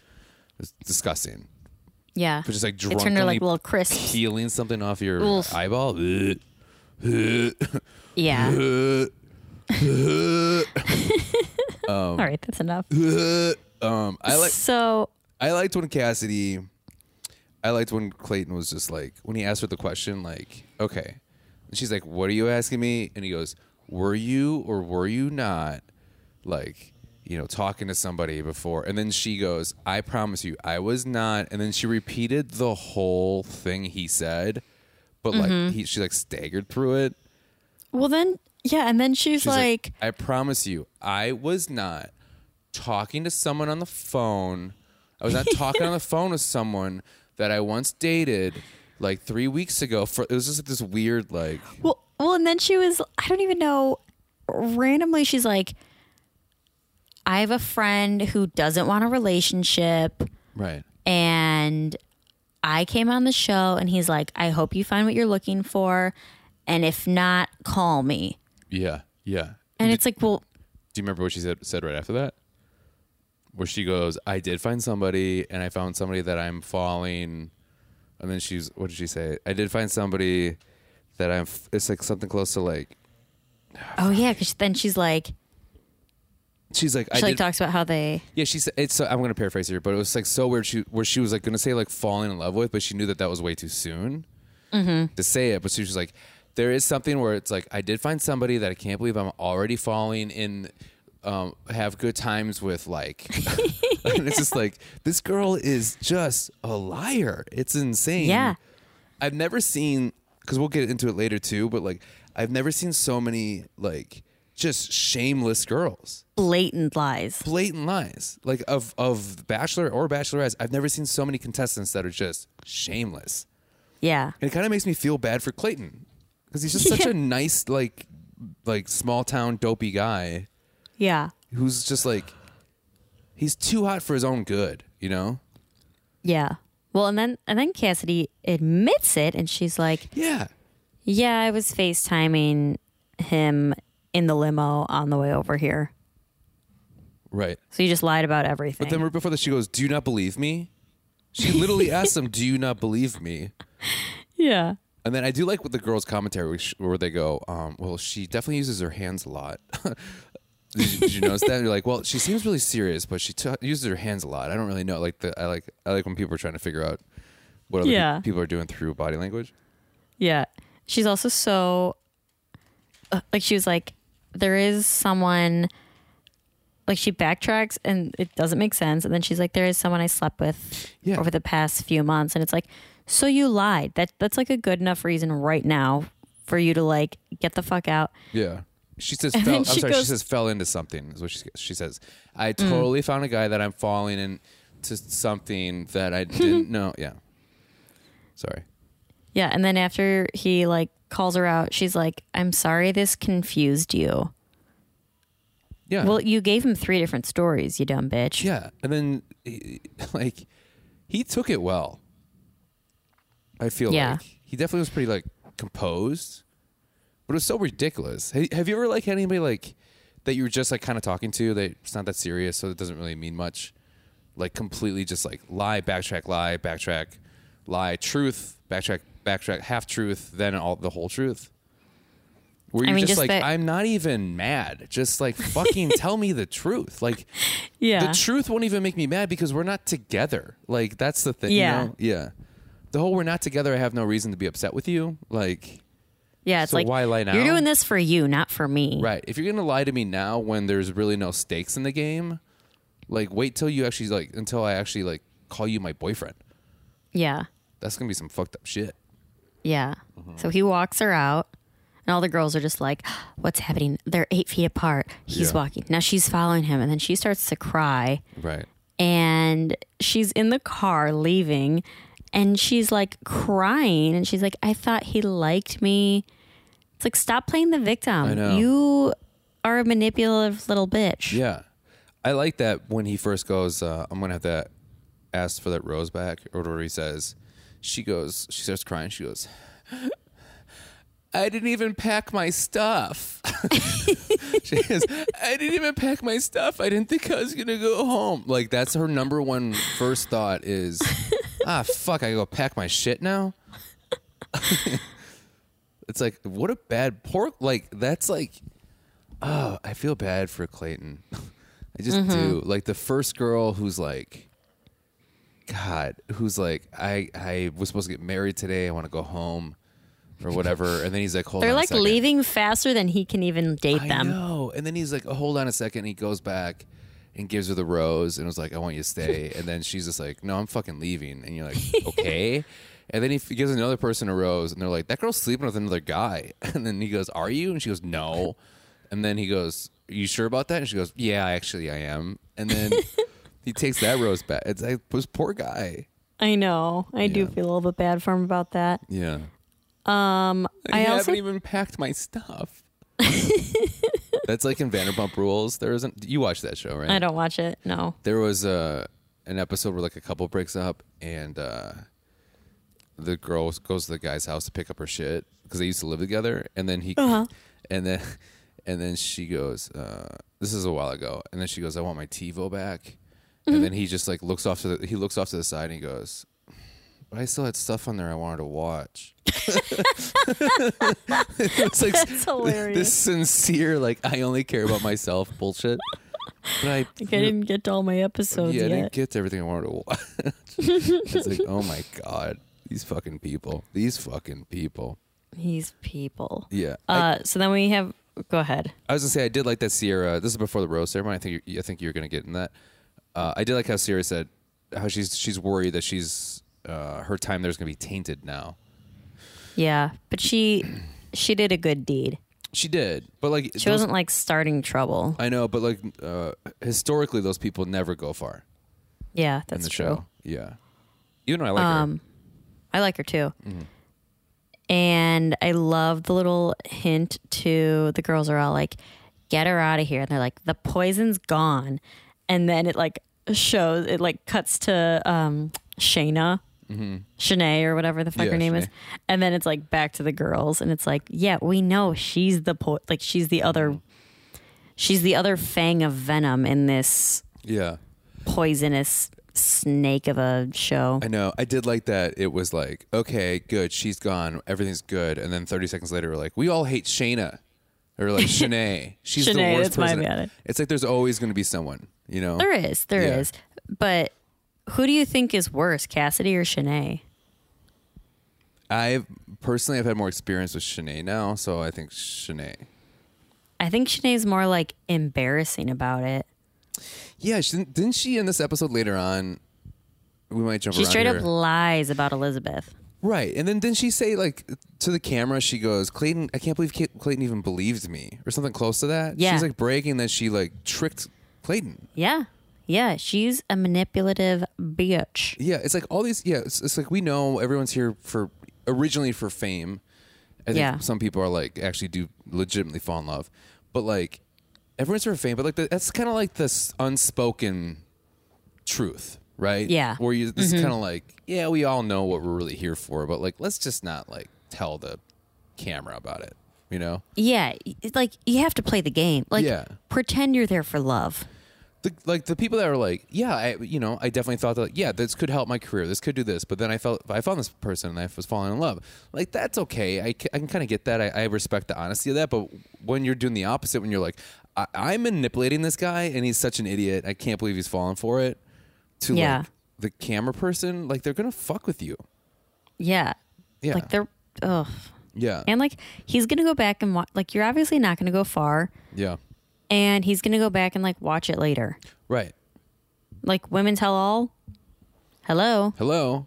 Speaker 2: It's disgusting.
Speaker 3: Yeah.
Speaker 2: But just like
Speaker 3: it turned
Speaker 2: drunkenly
Speaker 3: into like little crisps.
Speaker 2: peeling something off your
Speaker 3: Oof.
Speaker 2: eyeball. Ugh.
Speaker 3: Yeah. All right, that's enough.
Speaker 2: Um, I like
Speaker 3: so
Speaker 2: I liked when Cassidy. I liked when Clayton was just like when he asked her the question, like, okay, and she's like, "What are you asking me?" And he goes, "Were you or were you not, like, you know, talking to somebody before?" And then she goes, "I promise you, I was not." And then she repeated the whole thing he said, but like he, she like staggered through it.
Speaker 3: well then yeah, and then she's,
Speaker 2: She's
Speaker 3: like,
Speaker 2: I promise you, I was not talking to someone on the phone. I was not talking on the phone with someone that I once dated like three weeks ago. For it was just this weird, like,
Speaker 3: Well well and then she was I don't even know randomly she's like I have a friend who doesn't want a relationship.
Speaker 2: right,
Speaker 3: and I came on the show and he's like, I hope you find what you're looking for. And if not, call me.
Speaker 2: yeah, yeah.
Speaker 3: And it's like, well,
Speaker 2: Do you remember what she said, said right after that? Where she goes, I did find somebody, and I found somebody that I'm falling. And then she's, what did she say? I did find somebody that I'm. f- It's like something close to like.
Speaker 3: oh yeah, because then she's like, she
Speaker 2: She's like, I
Speaker 3: like
Speaker 2: did,
Speaker 3: talks about how they,
Speaker 2: Yeah, she said it's. So, I'm going to paraphrase here, but it was like so weird. She where she was like going to say like falling in love with, but she knew that that was way too soon to say it. But she was like, there is something where it's like I did find somebody that I can't believe I'm already falling in. Um, have good times with like, and it's just like this girl is just a liar. It's insane.
Speaker 3: Yeah.
Speaker 2: I've never seen because we'll get into it later too, but like I've never seen so many like just shameless girls
Speaker 3: blatant lies.
Speaker 2: blatant lies like of of bachelor or bachelorette i've never seen so many contestants that are just shameless
Speaker 3: Yeah.
Speaker 2: and it kind of makes me feel bad for clayton because he's just such a nice like like small town dopey guy
Speaker 3: Yeah.
Speaker 2: who's just like he's too hot for his own good you know
Speaker 3: Yeah. Well, and then, and then Cassidy admits it and she's like,
Speaker 2: yeah
Speaker 3: yeah, I was FaceTiming him in the limo on the way over here.
Speaker 2: right
Speaker 3: So you just lied about everything.
Speaker 2: but then right before that she goes do you not believe me she literally asks him do you not believe me
Speaker 3: yeah.
Speaker 2: And then I do like with the girls' commentary where sh- where they go, um, "Well, she definitely uses her hands a lot." did, you, did you notice that? And you're like, "Well, she seems really serious, but she t- uses her hands a lot." I don't really know. Like the I like I like when people are trying to figure out what other pe-
Speaker 3: Yeah.
Speaker 2: people are doing through body language.
Speaker 3: Yeah. She's also so uh, like she was like there is someone like she backtracks and it doesn't make sense and then she's like there is someone I slept with
Speaker 2: Yeah.
Speaker 3: over the past few months and it's like so you lied. That that's like a good enough reason right now for you to like get the fuck out.
Speaker 2: Yeah. She says,
Speaker 3: And
Speaker 2: fell,
Speaker 3: then
Speaker 2: I'm
Speaker 3: she
Speaker 2: sorry, she
Speaker 3: goes- Mm.
Speaker 2: says fell into something is what she, she says. I totally found a guy that I'm falling into something that I didn't know. Yeah. Sorry.
Speaker 3: Yeah, and then after he like calls her out, she's like I'm sorry this confused you.
Speaker 2: Yeah.
Speaker 3: Well, you gave him three different stories, you dumb bitch.
Speaker 2: Uh. Yeah, and then he- like he took it well. I feel
Speaker 3: Yeah.
Speaker 2: like he definitely was pretty like composed, but it was so ridiculous. Ha- Have you ever like had anybody like that you were just like kind of talking to that it's not that serious, so it doesn't really mean much, like completely just like lie, backtrack, lie, backtrack, lie, truth, backtrack, backtrack, half truth, then all the whole truth. Where
Speaker 3: I
Speaker 2: you're
Speaker 3: mean,
Speaker 2: just,
Speaker 3: just
Speaker 2: like,
Speaker 3: that-
Speaker 2: I'm not even mad. Just like fucking tell me the truth. Like
Speaker 3: Yeah.
Speaker 2: the truth won't even make me mad because we're not together. Like that's the thing.
Speaker 3: Yeah.
Speaker 2: You know? Yeah. The whole we're not together. I have no reason to be upset with you. Like
Speaker 3: yeah, it's
Speaker 2: so
Speaker 3: like
Speaker 2: why lie now?
Speaker 3: you're doing this for you, not for me.
Speaker 2: right. If you're gonna lie to me now when there's really no stakes in the game, like wait till you actually like until I actually like call you my boyfriend.
Speaker 3: Yeah.
Speaker 2: That's gonna be some fucked up shit.
Speaker 3: Yeah.
Speaker 2: Mm-hmm.
Speaker 3: So he walks her out, and all the girls are just like, What's happening? They're eight feet apart. He's
Speaker 2: Yeah.
Speaker 3: walking. Now she's following him, and then she starts to cry,
Speaker 2: Right.
Speaker 3: and she's in the car leaving, and she's like crying, and she's like, I thought he liked me. It's like, Stop playing the victim.
Speaker 2: know.
Speaker 3: You are a manipulative little bitch.
Speaker 2: Yeah. I like that when he first goes, uh, I'm gonna have to ask for that rose back or whatever he says. She goes, she starts crying. She goes, I didn't even pack my stuff. she goes, I didn't even pack my stuff. I didn't think I was gonna go home. Like that's her number one first thought is, ah, fuck, I go pack my shit now. it's like what a bad pork. Like that's like, oh, I feel bad for Clayton. I just do.
Speaker 3: Mm-hmm.
Speaker 2: Like the first girl who's like, God, who's like, I I was supposed to get married today. I want to go home, or whatever. And then he's like, hold
Speaker 3: They're
Speaker 2: on a
Speaker 3: like
Speaker 2: second.
Speaker 3: leaving faster than he can even date
Speaker 2: I
Speaker 3: them.
Speaker 2: know. And then he's like, oh, hold on a second. And he goes back and gives her the rose and was like, I want you to stay. and then she's just like, no, I'm fucking leaving. And you're like, okay. And then he f- gives another person a rose and they're like, that girl's sleeping with another guy. And then he goes, are you? And she goes, no. And then he goes, are you sure about that? And she goes, yeah, actually I am. And then he takes that rose back. It's like, this poor guy.
Speaker 3: I know. I do
Speaker 2: Yeah.
Speaker 3: feel a little bit bad for him about that.
Speaker 2: Yeah.
Speaker 3: Um,
Speaker 2: I
Speaker 3: I
Speaker 2: haven't
Speaker 3: also
Speaker 2: even packed my stuff. That's like in Vanderpump Rules. There isn't. You watch that show, right?
Speaker 3: I don't watch it. No.
Speaker 2: there was uh, an episode where like a couple breaks up and uh, the girl goes to the guy's house to pick up her shit because they used to live together and then he
Speaker 3: Uh-huh.
Speaker 2: and then and then she goes uh, this is a while ago and then she goes i want my tivo back
Speaker 3: Mm-hmm.
Speaker 2: and then he just like looks off to the he looks off to the side and he goes but i still had stuff on there i wanted to watch it's like
Speaker 3: That's hilarious.
Speaker 2: this sincere like i only care about myself bullshit but i
Speaker 3: Like I didn't get to all my episodes
Speaker 2: yeah, I
Speaker 3: yet.
Speaker 2: didn't get to everything I wanted to watch. it's like, oh my god, these fucking people, these fucking people.
Speaker 3: These people.
Speaker 2: Yeah, I,
Speaker 3: Uh, so then we have. Go ahead.
Speaker 2: I was gonna say I did like that Sierra. This is before the rose ceremony. I think you, I think you're gonna get in that. Uh, I did like how Sierra said how she's she's worried that she's uh, her time there's gonna be tainted now.
Speaker 3: Yeah, but she she did a good deed.
Speaker 2: She did, but like
Speaker 3: She
Speaker 2: those-
Speaker 3: wasn't like starting trouble.
Speaker 2: I know, but like uh, historically, those people never go far
Speaker 3: Yeah,
Speaker 2: in
Speaker 3: that's
Speaker 2: the
Speaker 3: true. Um,
Speaker 2: show. Yeah, even though I like her.
Speaker 3: I like her too.
Speaker 2: Mm-hmm.
Speaker 3: And I love the little hint to the girls are all like, get her out of here. And they're like, the poison's gone. And then it like shows, it like cuts to um, Shayna, Shanae or whatever the fuck
Speaker 2: Mm-hmm. Yeah,
Speaker 3: her name is.
Speaker 2: Shanae.
Speaker 3: And then it's like back to the girls. And it's like, yeah, we know she's the, po- like, she's the other,
Speaker 2: Mm-hmm.
Speaker 3: she's the other fang of venom in this
Speaker 2: Yeah,
Speaker 3: poisonous snake of a show.
Speaker 2: I know. I did like that. It was like, okay, good. She's gone. Everything's good. And then 30 seconds later, we're like, we all hate Shayna. Or like Shanae. She's the
Speaker 3: Shanae,
Speaker 2: worst
Speaker 3: that's my
Speaker 2: person.
Speaker 3: bad.
Speaker 2: It's like there's always going to be someone, you know?
Speaker 3: There is, there is,
Speaker 2: Yeah.
Speaker 3: But who do you think is worse, Cassidy or Shanae?
Speaker 2: I've personally, I've had more experience with Shanae now. So I think Shanae.
Speaker 3: I think Shanae's more like embarrassing about it.
Speaker 2: Yeah. She, didn't- didn't she in this episode later on? We might jump
Speaker 3: She
Speaker 2: around
Speaker 3: straight
Speaker 2: here.
Speaker 3: up lies about Elizabeth.
Speaker 2: Right. And then didn't she say, like, to the camera, she goes, Clayton, I can't believe Ca- Clayton even believed me or something close to that?
Speaker 3: Yeah.
Speaker 2: She's like breaking that she, like, tricked Clayton.
Speaker 3: Yeah. Yeah. She's a manipulative bitch.
Speaker 2: Yeah, it's like all these. Yeah, it's, it's like we know everyone's here for originally for fame. I think
Speaker 3: Yeah.
Speaker 2: some people are like actually do legitimately fall in love, but like everyone's here for fame. But like the, that's kind of like this unspoken truth, right?
Speaker 3: Yeah. Mm-hmm.
Speaker 2: where you this is kind of like yeah, we all know what we're really here for, but like let's just not like tell the camera about it, you know?
Speaker 3: Yeah. It's like you have to play the game. Like
Speaker 2: Yeah.
Speaker 3: pretend you're there for love.
Speaker 2: the, like the people that are like, yeah, I, you know, I definitely thought that, like, yeah, this could help my career, this could do this, but then I felt I found this person and I was falling in love. Like that's okay, I, ca- I can kind of get that. I, I respect the honesty of that, but when you're doing the opposite, when you're like, I, I'm manipulating this guy and he's such an idiot, I can't believe he's falling for it. To
Speaker 3: Yeah.
Speaker 2: like the camera person, like they're gonna fuck with you.
Speaker 3: Yeah.
Speaker 2: Yeah,
Speaker 3: Like they're ugh.
Speaker 2: yeah,
Speaker 3: And like he's gonna go back and watch like you're obviously not gonna go far
Speaker 2: yeah,
Speaker 3: and he's gonna go back and like watch it later.
Speaker 2: right.
Speaker 3: Like women tell all. Hello.
Speaker 2: Hello.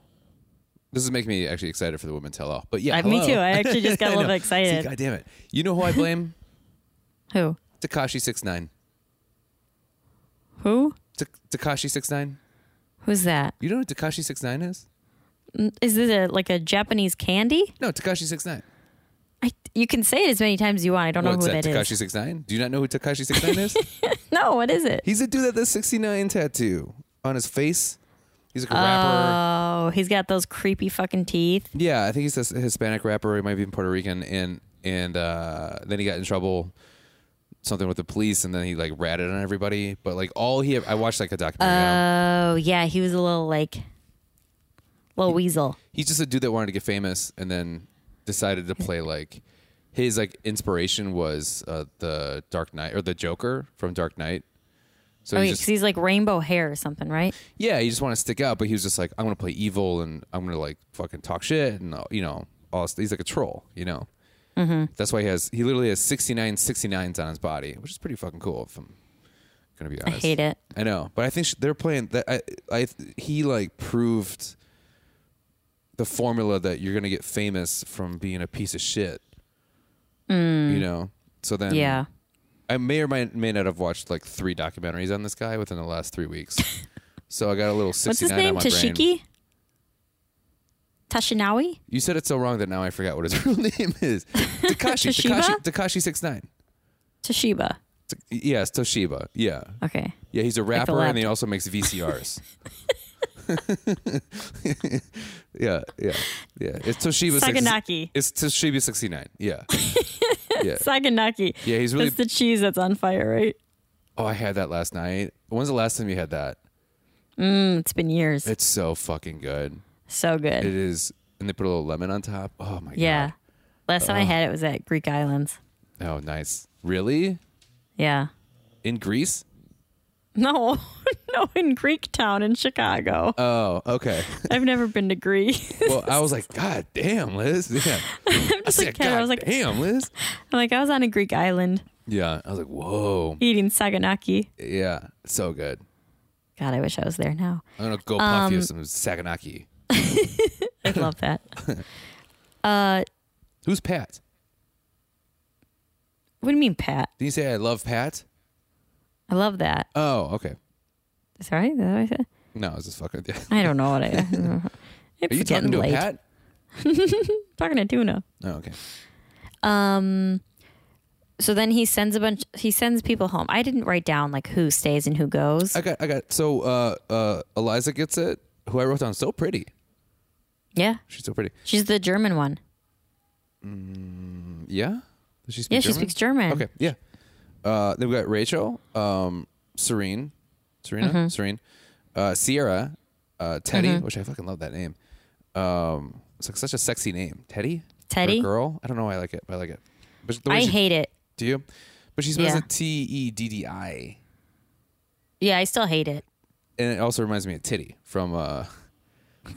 Speaker 2: This is making me actually excited for the women tell all. But yeah,
Speaker 3: I, Uh, me
Speaker 2: Uh, hello.
Speaker 3: too. I actually just got
Speaker 2: I
Speaker 3: a little
Speaker 2: know.
Speaker 3: bit excited.
Speaker 2: See, God damn it! You know who I blame?
Speaker 3: Who?
Speaker 2: Takashi six nine.
Speaker 3: Who?
Speaker 2: Takashi six nine.
Speaker 3: Who's that?
Speaker 2: You know who Takashi six nine is?
Speaker 3: Is this a, like a Japanese candy?
Speaker 2: No, Takashi six nine.
Speaker 3: I, you can say it as many times as you want. I don't know
Speaker 2: What's
Speaker 3: who
Speaker 2: that?
Speaker 3: that is.
Speaker 2: Takashi six nine? Do you not know who Takashi six nine is?
Speaker 3: No, what is it?
Speaker 2: He's a dude that has 69 tattoo on his face. He's like a rapper.
Speaker 3: Oh, he's got those creepy fucking teeth.
Speaker 2: Yeah, I think he's a Hispanic rapper. He might be in Puerto Rican. And and uh, then he got in trouble, something with the police, and then he like ratted on everybody. But like all he, I watched like a documentary. on him.
Speaker 3: Oh yeah, he was a little like little weasel.
Speaker 2: He's just a dude that wanted to get famous, and then decided to play like his like inspiration was uh, the Dark Knight or the Joker from Dark Knight. So
Speaker 3: Oh,
Speaker 2: he
Speaker 3: yeah,
Speaker 2: just-
Speaker 3: 'cause he's like rainbow hair or something, right?
Speaker 2: yeah, you just want to stick out, but he was just like, I'm gonna play evil and I'm gonna like fucking talk shit and uh, you know, all this- he's like a troll, you know. Mm-hmm. That's why he has he literally has 69 69s on his body, which is pretty fucking cool. If I'm gonna be honest,
Speaker 3: hate it.
Speaker 2: I know, but I think sh- they're playing that. I, I he like proved the formula that you're gonna get famous from being a piece of shit, you know. So then,
Speaker 3: Mm. yeah.
Speaker 2: I may or may, may not have watched like three documentaries on this guy within the last three weeks. so I got a little
Speaker 3: What's his
Speaker 2: 69
Speaker 3: name?
Speaker 2: on my brain.
Speaker 3: Tashiki? Tashinawi?
Speaker 2: You said it so wrong that now I forgot what his real name is. Takashi.
Speaker 3: Toshiba?
Speaker 2: Takashi. Takashi six nine.
Speaker 3: Toshiba.
Speaker 2: Yes, Toshiba. Yeah,
Speaker 3: Okay.
Speaker 2: yeah. He's a rapper
Speaker 3: lab.
Speaker 2: and he also makes VCRs. yeah, yeah, yeah. It's Toshiba.
Speaker 3: Saganaki.
Speaker 2: Six, it's Toshiba sixty nine. Yeah, yeah,
Speaker 3: Saganaki.
Speaker 2: yeah. He's really.
Speaker 3: That's the cheese that's on fire, right?
Speaker 2: oh, I had that last night. When's the last time you had that?
Speaker 3: Mm, it's been years.
Speaker 2: It's so fucking good.
Speaker 3: so good.
Speaker 2: It is, and they put a little lemon on top. Oh my
Speaker 3: yeah. Last time I
Speaker 2: Uh-huh.
Speaker 3: had it was at Greek Islands.
Speaker 2: god! Oh, nice. Really?
Speaker 3: Yeah.
Speaker 2: In Greece?
Speaker 3: No, no, in Greek town in Chicago.
Speaker 2: Oh, okay.
Speaker 3: I've never been to Greece.
Speaker 2: well, I was like, God damn, Liz. Yeah. i
Speaker 3: just
Speaker 2: said,
Speaker 3: like, Ken, I
Speaker 2: God
Speaker 3: was like-
Speaker 2: damn, Liz.
Speaker 3: I'm like, I was on a Greek island
Speaker 2: Yeah. I was like, whoa.
Speaker 3: eating saganaki.
Speaker 2: Yeah. So good.
Speaker 3: God, I wish I was there now.
Speaker 2: I'm gonna go puff
Speaker 3: Um,
Speaker 2: you some Saganaki.
Speaker 3: I love that. Uh,
Speaker 2: Who's Pat?
Speaker 3: what do you mean, Pat?
Speaker 2: Did you say I love Pat?
Speaker 3: I love that.
Speaker 2: Oh, okay.
Speaker 3: Sorry, is that what I said?
Speaker 2: No, I was just fucking. Yeah.
Speaker 3: I don't know what I. it's
Speaker 2: Are you
Speaker 3: getting
Speaker 2: talking to
Speaker 3: late.
Speaker 2: a Pat?
Speaker 3: Talking to tuna.
Speaker 2: Oh, okay.
Speaker 3: Um. So then he sends a bunch. He sends people home. I didn't write down like who stays and who goes.
Speaker 2: I got. I got. So, uh, uh, Eliza gets it. Who I wrote down. So pretty.
Speaker 3: yeah,
Speaker 2: She's so pretty.
Speaker 3: she's the German one.
Speaker 2: Yeah. Does she speak
Speaker 3: Yeah, she
Speaker 2: German?
Speaker 3: speaks German.
Speaker 2: Okay, yeah. Uh, then we got Rachel, um, Serene, Serena,
Speaker 3: Mm-hmm.
Speaker 2: Serene, uh, Sierra, uh, Teddy, which I fucking love that name. Um, it's like such a sexy name, Teddy. For a
Speaker 3: Teddy?
Speaker 2: girl. I don't know why I like it, but I like it. But the way
Speaker 3: I
Speaker 2: she-
Speaker 3: hate it.
Speaker 2: Do you? But she spells
Speaker 3: Yeah.
Speaker 2: it T E D D I,
Speaker 3: Yeah, I still hate it.
Speaker 2: and it also reminds me of Titty from uh,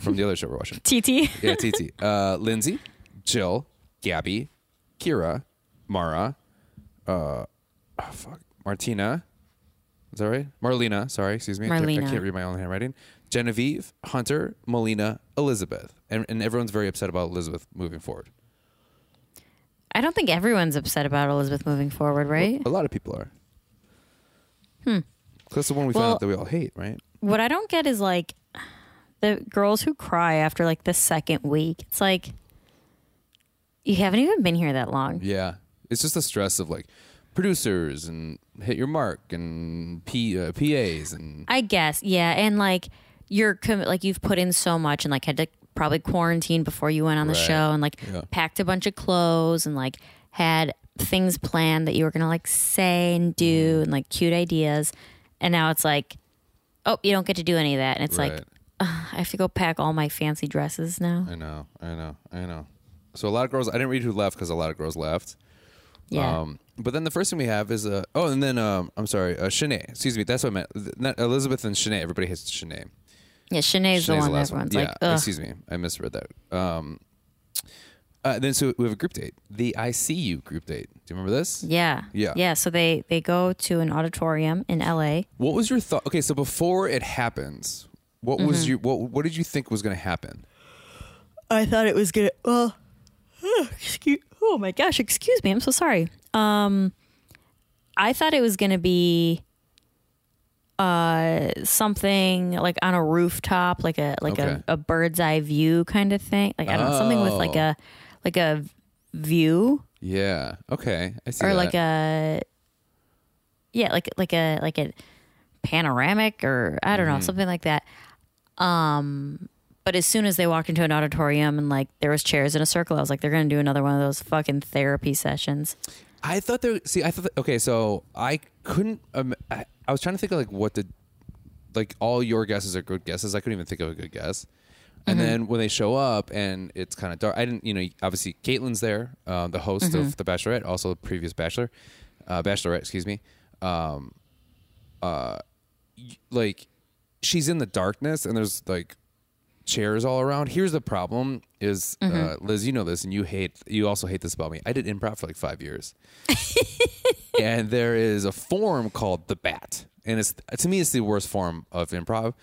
Speaker 2: from the other show we're watching.
Speaker 3: TT.
Speaker 2: Yeah, TT. Uh, Lindsay, Jill, Gabby, Kira, Mara, uh, oh, fuck, Martina. Is that right? Marlena. Sorry, excuse me. I can't- I
Speaker 3: Marlena.
Speaker 2: can't read my own handwriting. Genevieve, Hunter, Molina, Elizabeth, and, and everyone's very upset about Elizabeth moving forward.
Speaker 3: I don't think everyone's upset about Elizabeth moving forward, right?
Speaker 2: A lot of people are. Hmm. That's the one we found
Speaker 3: Well-
Speaker 2: out that we all hate, right?
Speaker 3: What I don't get is like the girls who cry after like the second week. It's like you haven't even been here that long.
Speaker 2: Yeah, it's just the stress of like producers and hit your mark and P, uh, PAs and
Speaker 3: I guess, yeah, and like you're com- like you've put in so much and like had to probably quarantine before you went on the
Speaker 2: Right.
Speaker 3: show and like
Speaker 2: Yeah.
Speaker 3: packed a bunch of clothes and like had things planned that you were gonna like say and
Speaker 2: Mm-hmm.
Speaker 3: do and like cute ideas, and now it's like, oh, you don't get to do any of that, and it's like
Speaker 2: Right.
Speaker 3: I have to go pack all my fancy dresses now.
Speaker 2: I know, I know, I know. So a lot of girls. I didn't read who left because a lot of girls left.
Speaker 3: Yeah,
Speaker 2: Um, but then the first thing we have is uh, oh, and then um, I'm sorry, uh, Shanae. Excuse me, that's what I meant. Th- Not Elizabeth and Shanae. Everybody hates Shanae.
Speaker 3: yeah. Shanae's the
Speaker 2: Shanae's
Speaker 3: one that everyone's
Speaker 2: Yeah,
Speaker 3: like, Ugh.
Speaker 2: excuse me, I misread that. Um, uh, then so we have a group date, the ICU group date. Do you remember this?
Speaker 3: yeah,
Speaker 2: Yeah.
Speaker 3: yeah. So they they go to an auditorium in L.A.
Speaker 2: What was your thought? Okay, so before it happens, what was your what What did you think was going to happen?
Speaker 3: I thought it was gonna. Well, excuse. Oh my gosh! Excuse me. I'm so sorry. Um, I thought it was gonna be, uh, something like on a rooftop, like a like
Speaker 2: Okay.
Speaker 3: a, a bird's eye view kind of thing. Like I don't know, something with like
Speaker 2: Oh.
Speaker 3: a like a view
Speaker 2: Yeah. Okay. I see.
Speaker 3: or
Speaker 2: that.
Speaker 3: like a yeah, like like a like a panoramic or I don't
Speaker 2: Mm-hmm.
Speaker 3: know something like that. Um, but as soon as they walked into an auditorium and like there was chairs in a circle, I was like, they're gonna do another one of those fucking therapy sessions.
Speaker 2: I thought there. See, I thought. that- okay, so I couldn't. Um, I, I was trying to think of like what the, like all your guesses are good guesses. I couldn't even think of a good guess. And then when they show up and it's kind of dark, I didn't. You know, obviously Caitlin's there, uh, the host of The Bachelorette, also the previous Bachelor, uh, Bachelorette, excuse me. Um, uh, y- like she's in the darkness and there's like chairs all around. Here's the problem: is uh, Liz, you know this, and you hate. You also hate this about me. I did improv for like five years, and there is a form called the Bat, and it's to me it's the worst form of improv.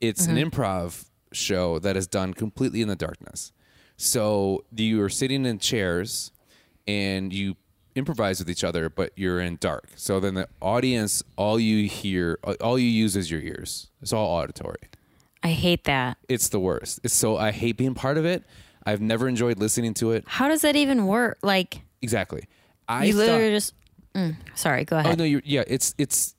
Speaker 2: It's an
Speaker 3: Mm-hmm.
Speaker 2: improv show that is done completely in the darkness. So you are sitting in chairs, and you improvise with each other, but you're in dark. So then the audience, all you hear, all you use is your ears. It's all auditory
Speaker 3: I hate that.
Speaker 2: it's the worst. It's so I hate being part of it. I've never enjoyed listening to it.
Speaker 3: How does that even work? Like
Speaker 2: Exactly. I
Speaker 3: you
Speaker 2: thought-
Speaker 3: literally just. Mm, sorry, go
Speaker 2: Oh
Speaker 3: ahead.
Speaker 2: no, you're, yeah, it's it's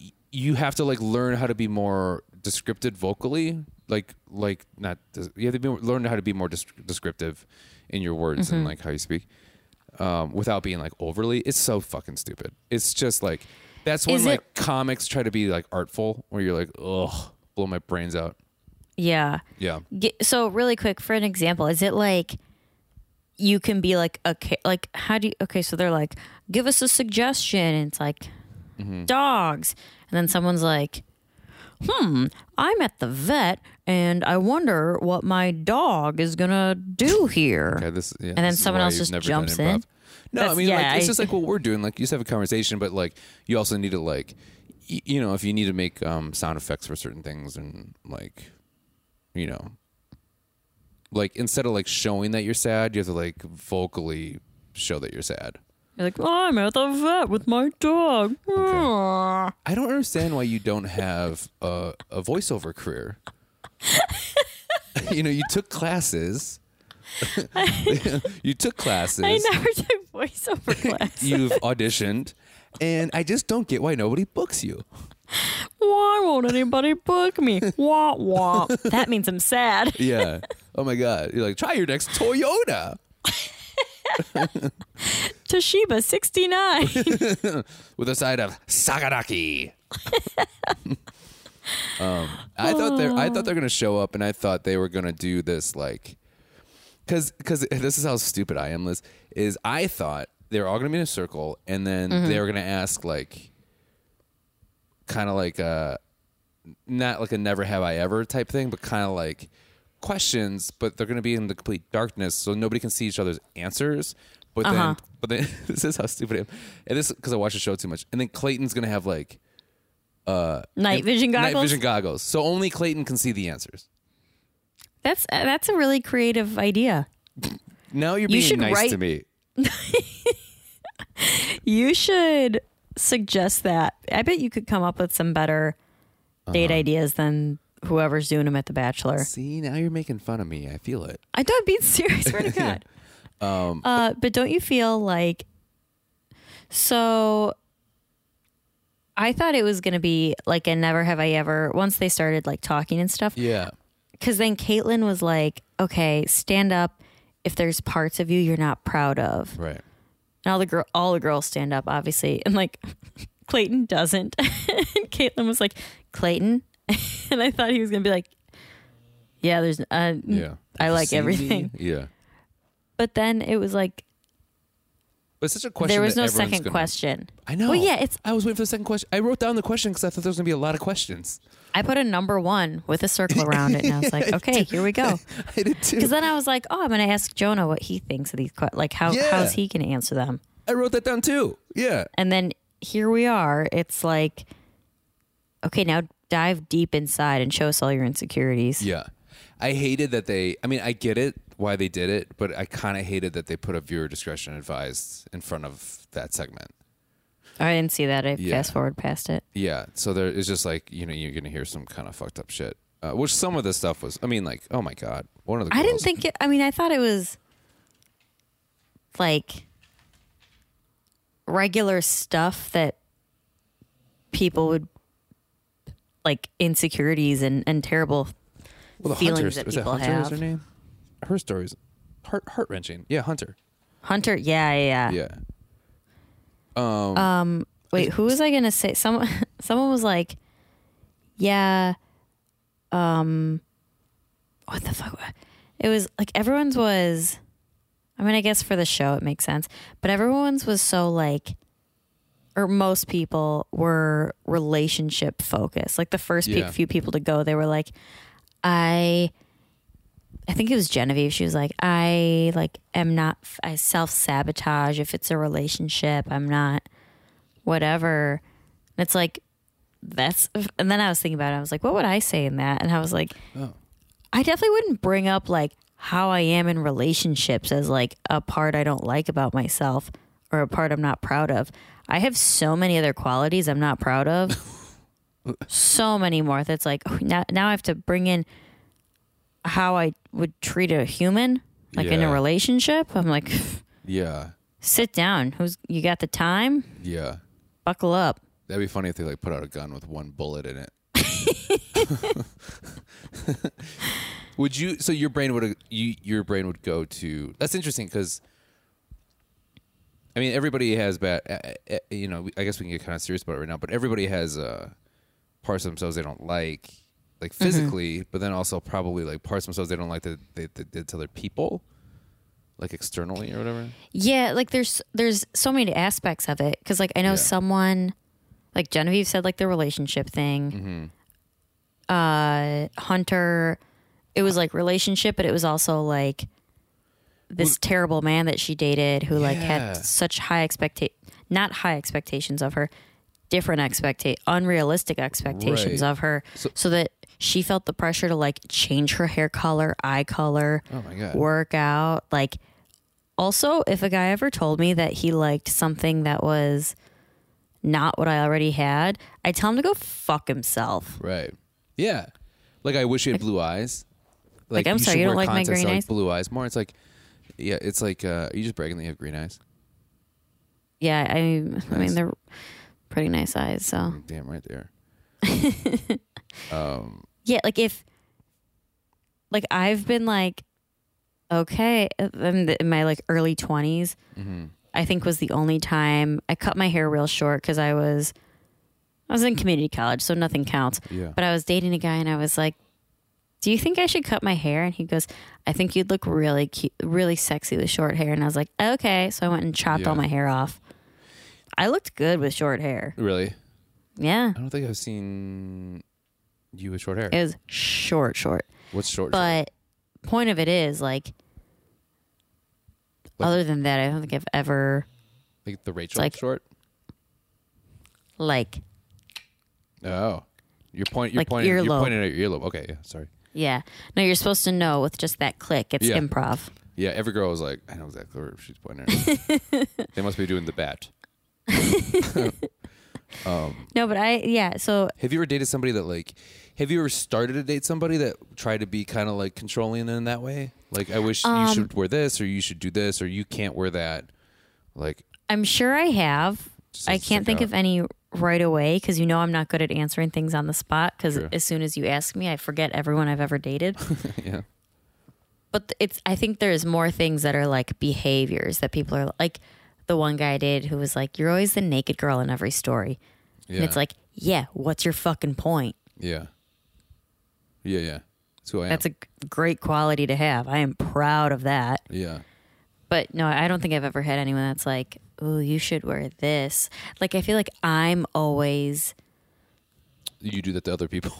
Speaker 2: y- you have to like learn how to be more descriptive vocally, like like not des- you have to be, learn how to be more des- descriptive in your words
Speaker 3: Mm-hmm.
Speaker 2: and like how you speak, um, without being like overly. It's so fucking stupid. It's just like that's when
Speaker 3: Is it-
Speaker 2: like comics try to be like artful, where you're like, ugh, blow my brains out.
Speaker 3: Yeah.
Speaker 2: Yeah.
Speaker 3: Ge- so really quick for an example is it like you can be like okay like how do you okay so they're like give us a suggestion and it's like
Speaker 2: Mm-hmm.
Speaker 3: dogs and then someone's like hmm i'm at the vet and i wonder what my dog is gonna do here
Speaker 2: Yeah, this, yeah,
Speaker 3: then
Speaker 2: this is
Speaker 3: someone
Speaker 2: why
Speaker 3: else
Speaker 2: you've
Speaker 3: just
Speaker 2: never done
Speaker 3: jumps
Speaker 2: improv.
Speaker 3: in.
Speaker 2: No, I
Speaker 3: That's-
Speaker 2: mean,
Speaker 3: yeah,
Speaker 2: like, it's
Speaker 3: I-
Speaker 2: just like what we're doing. Like, you just have a conversation, but like, you also need to like, y- you know, if you need to make um, sound effects for certain things, and like, you know, like instead of like showing that you're sad, you have to like vocally show that you're sad.
Speaker 3: you're like oh, i'm at the vet with my dog
Speaker 2: I don't understand why you don't have a, a voiceover career. you know, you took classes. you took classes.
Speaker 3: i never took voiceover class
Speaker 2: you've auditioned, and I just don't get why nobody books you.
Speaker 3: why won't anybody book me wah wah that means i'm sad
Speaker 2: Yeah. Oh my God. You're like, try your next Toyota
Speaker 3: toshiba 69
Speaker 2: with a side of Sagaraki. um, I thought they I thought they're gonna show up, and I thought they were gonna do this like, cause cause this is how stupid I am. Liz is I thought they were all gonna be in a circle, and then they were gonna ask like, kind of like uh, a, not like a never have I ever type thing, but kind of like questions, but they're going to be in the complete darkness, so nobody can see each other's answers.
Speaker 3: Uh-huh.
Speaker 2: But then, but then this is how stupid I am, and this because I watch the show too much. And then Clayton's going to have like
Speaker 3: night vision goggles.
Speaker 2: night vision goggles, so only Clayton can see the answers.
Speaker 3: That's uh, that's a really creative idea.
Speaker 2: Now you're being
Speaker 3: should
Speaker 2: nice
Speaker 3: write-
Speaker 2: to me.
Speaker 3: You should suggest that. I bet you could come up with some better date ideas than whoever's doing them at The Bachelor.
Speaker 2: See, now you're making fun of me. I feel it.
Speaker 3: I don't being serious. Swear to God. uh, but don't you feel like so? I thought it was gonna be like a never have I ever. Once they started like talking and stuff,
Speaker 2: Yeah.
Speaker 3: because then Caitlyn was like, "Okay, stand up if there's parts of you you're not proud of."
Speaker 2: Right.
Speaker 3: And all the girl, all the girls stand up, obviously, and like Clayton doesn't. and Caitlin was like, "Clayton," and I thought he was gonna be like, "Yeah, there's, uh,
Speaker 2: Yeah.
Speaker 3: I
Speaker 2: You
Speaker 3: like
Speaker 2: see me?
Speaker 3: everything."
Speaker 2: Yeah.
Speaker 3: But then it was like
Speaker 2: But it's such a question.
Speaker 3: there was
Speaker 2: that
Speaker 3: no
Speaker 2: everyone's
Speaker 3: 2nd
Speaker 2: gonna-
Speaker 3: question.
Speaker 2: I know.
Speaker 3: Well, yeah, it's.
Speaker 2: I was waiting for the second question. I wrote down the question because I thought there was gonna be a lot of questions.
Speaker 3: I put a number one with a circle around it, and I was like, "Okay, here we go."
Speaker 2: I did too.
Speaker 3: Because then I was like, "Oh, I'm gonna ask Jonah what he thinks of these questions. Like, how
Speaker 2: Yeah.
Speaker 3: how's he gonna answer them?"
Speaker 2: I wrote that down too. Yeah.
Speaker 3: And then here we are. It's like, okay, now dive deep inside and show us all your insecurities.
Speaker 2: Yeah. I hated that they, I mean, I get it why they did it, but I kind of hated that they put a viewer discretion advised in front of that segment.
Speaker 3: I didn't see that. I
Speaker 2: Yeah.
Speaker 3: fast forward past it.
Speaker 2: Yeah. So there is just like, you know, you're going to hear some kind of fucked up shit, uh, which some of this stuff was, I mean, like, oh my God. One of the
Speaker 3: I didn't
Speaker 2: girls-
Speaker 3: think it. I mean, I thought it was like regular stuff that people would like insecurities and and terrible
Speaker 2: Well, the
Speaker 3: feelings
Speaker 2: Hunter's-
Speaker 3: that
Speaker 2: is that
Speaker 3: people
Speaker 2: Hunter
Speaker 3: have.
Speaker 2: is her name? Her story's heart heart wrenching. Yeah, Hunter.
Speaker 3: Hunter, yeah, yeah, yeah.
Speaker 2: Yeah. Um,
Speaker 3: Wait, who was I gonna say? Someone, someone was like, "Yeah, um, what the fuck?" wa- It was like everyone's was. I mean, I guess for the show it makes sense, but everyone's was so like, or most people were relationship focused. Like the first pe-
Speaker 2: Yeah.
Speaker 3: few people to go, they were like, "I." I think it was Genevieve. She was like, "I like am not. I self sabotage if it's a relationship. I'm not." whatever. And it's like, that's, and then I was thinking about it. I was like, what would I say in that? And I was like,
Speaker 2: oh.
Speaker 3: I definitely wouldn't bring up like how I am in relationships as like a part I don't like about myself or a part I'm not proud of. I have so many other qualities I'm not proud of. so many more that's like oh, now now I have to bring in how I would treat a human like in a
Speaker 2: Yeah.
Speaker 3: relationship. I'm like
Speaker 2: Yeah.
Speaker 3: sit down. Who's you got the time?
Speaker 2: Yeah.
Speaker 3: Buckle up.
Speaker 2: That'd be funny if they like put out a gun with one bullet in it. would you? So your brain would you your brain would go to? That's interesting because. I mean, everybody has bad. eh, eh, You know, I guess we can get kind of serious about it right now, but everybody has uh, parts of themselves they don't like, like physically, but then also probably like parts of themselves they don't like that they, they did to other people, like externally or whatever.
Speaker 3: Yeah, like there's there's so many aspects of it because like I know
Speaker 2: Yeah.
Speaker 3: someone, like Genevieve said, like the relationship thing.
Speaker 2: Mm-hmm.
Speaker 3: Uh, Hunter, it was like relationship, but it was also like this terrible man that she dated who like
Speaker 2: Yeah.
Speaker 3: had such high expecta not high expectations of her, different expecta unrealistic expectations
Speaker 2: Right.
Speaker 3: of her, so, that she felt the pressure to like change her hair color, eye color,
Speaker 2: Oh my God.
Speaker 3: work out, like also, if a guy ever told me that he liked something that was not what I already had, I tell him to go fuck himself.
Speaker 2: Right. Yeah. Like I wish he had blue eyes.
Speaker 3: Like, I'm
Speaker 2: should
Speaker 3: sorry, you don't
Speaker 2: wear
Speaker 3: like my
Speaker 2: contest
Speaker 3: green
Speaker 2: that like
Speaker 3: eyes?
Speaker 2: Blue eyes more. It's like, yeah, it's like uh, are you just bragging that you have green eyes.
Speaker 3: Yeah, I, I
Speaker 2: Nice.
Speaker 3: mean they're pretty nice eyes, so
Speaker 2: Damn right there. Um,
Speaker 3: yeah, like if like I've been like okay, in the- in my like early 20s, I think was the only time I cut my hair real short cuz I was I was in community college, so nothing counts.
Speaker 2: Yeah.
Speaker 3: But I was dating a guy and I was like, Do you think I should cut my hair? And he goes, I think you'd look really cute, really sexy with short hair. And I was like, Okay. So I went and chopped all
Speaker 2: Yeah.
Speaker 3: my hair off. I looked good with short hair.
Speaker 2: Really?
Speaker 3: Yeah.
Speaker 2: I don't think I've seen you with short hair.
Speaker 3: It was short, short.
Speaker 2: What's short?
Speaker 3: But point of it is like, other than that, I don't think I've ever
Speaker 2: like the Rachel
Speaker 3: like-
Speaker 2: short.
Speaker 3: like
Speaker 2: Oh, you're point. You're
Speaker 3: Like
Speaker 2: pointing. You're
Speaker 3: earlobe.
Speaker 2: pointing at your earlobe. Okay. Yeah. Sorry.
Speaker 3: yeah. No, you're supposed to know with just that click. It's
Speaker 2: Yeah.
Speaker 3: improv.
Speaker 2: Yeah. Every girl was like, I know exactly where she's pointing. At. they must be doing the bat.
Speaker 3: No, but I yeah. So
Speaker 2: Have you ever dated somebody that like? Have you ever started to date somebody that tried to be kind of like controlling in that way? Like, I wish you should
Speaker 3: Um,
Speaker 2: wear this, or you should do this, or you can't wear that. Like,
Speaker 3: I'm sure I have.
Speaker 2: Just
Speaker 3: I
Speaker 2: doesn't
Speaker 3: can't
Speaker 2: stick
Speaker 3: think
Speaker 2: out.
Speaker 3: of any right away because you know I'm not good at answering things on the spot because
Speaker 2: True.
Speaker 3: as soon as you ask me, I forget everyone I've ever dated.
Speaker 2: yeah,
Speaker 3: but th- it's I think there's more things that are like behaviors that people are like the one guy I dated who was like, You're always the naked girl in every story.
Speaker 2: yeah,
Speaker 3: And it's like, Yeah, what's your fucking point?
Speaker 2: yeah, yeah, yeah. That's who I am.
Speaker 3: That's a g- great quality to have. I am proud of that.
Speaker 2: yeah,
Speaker 3: But no, I don't think I've ever had anyone that's like, oh, you should wear this. Like, I feel like I'm always
Speaker 2: you do that to other people.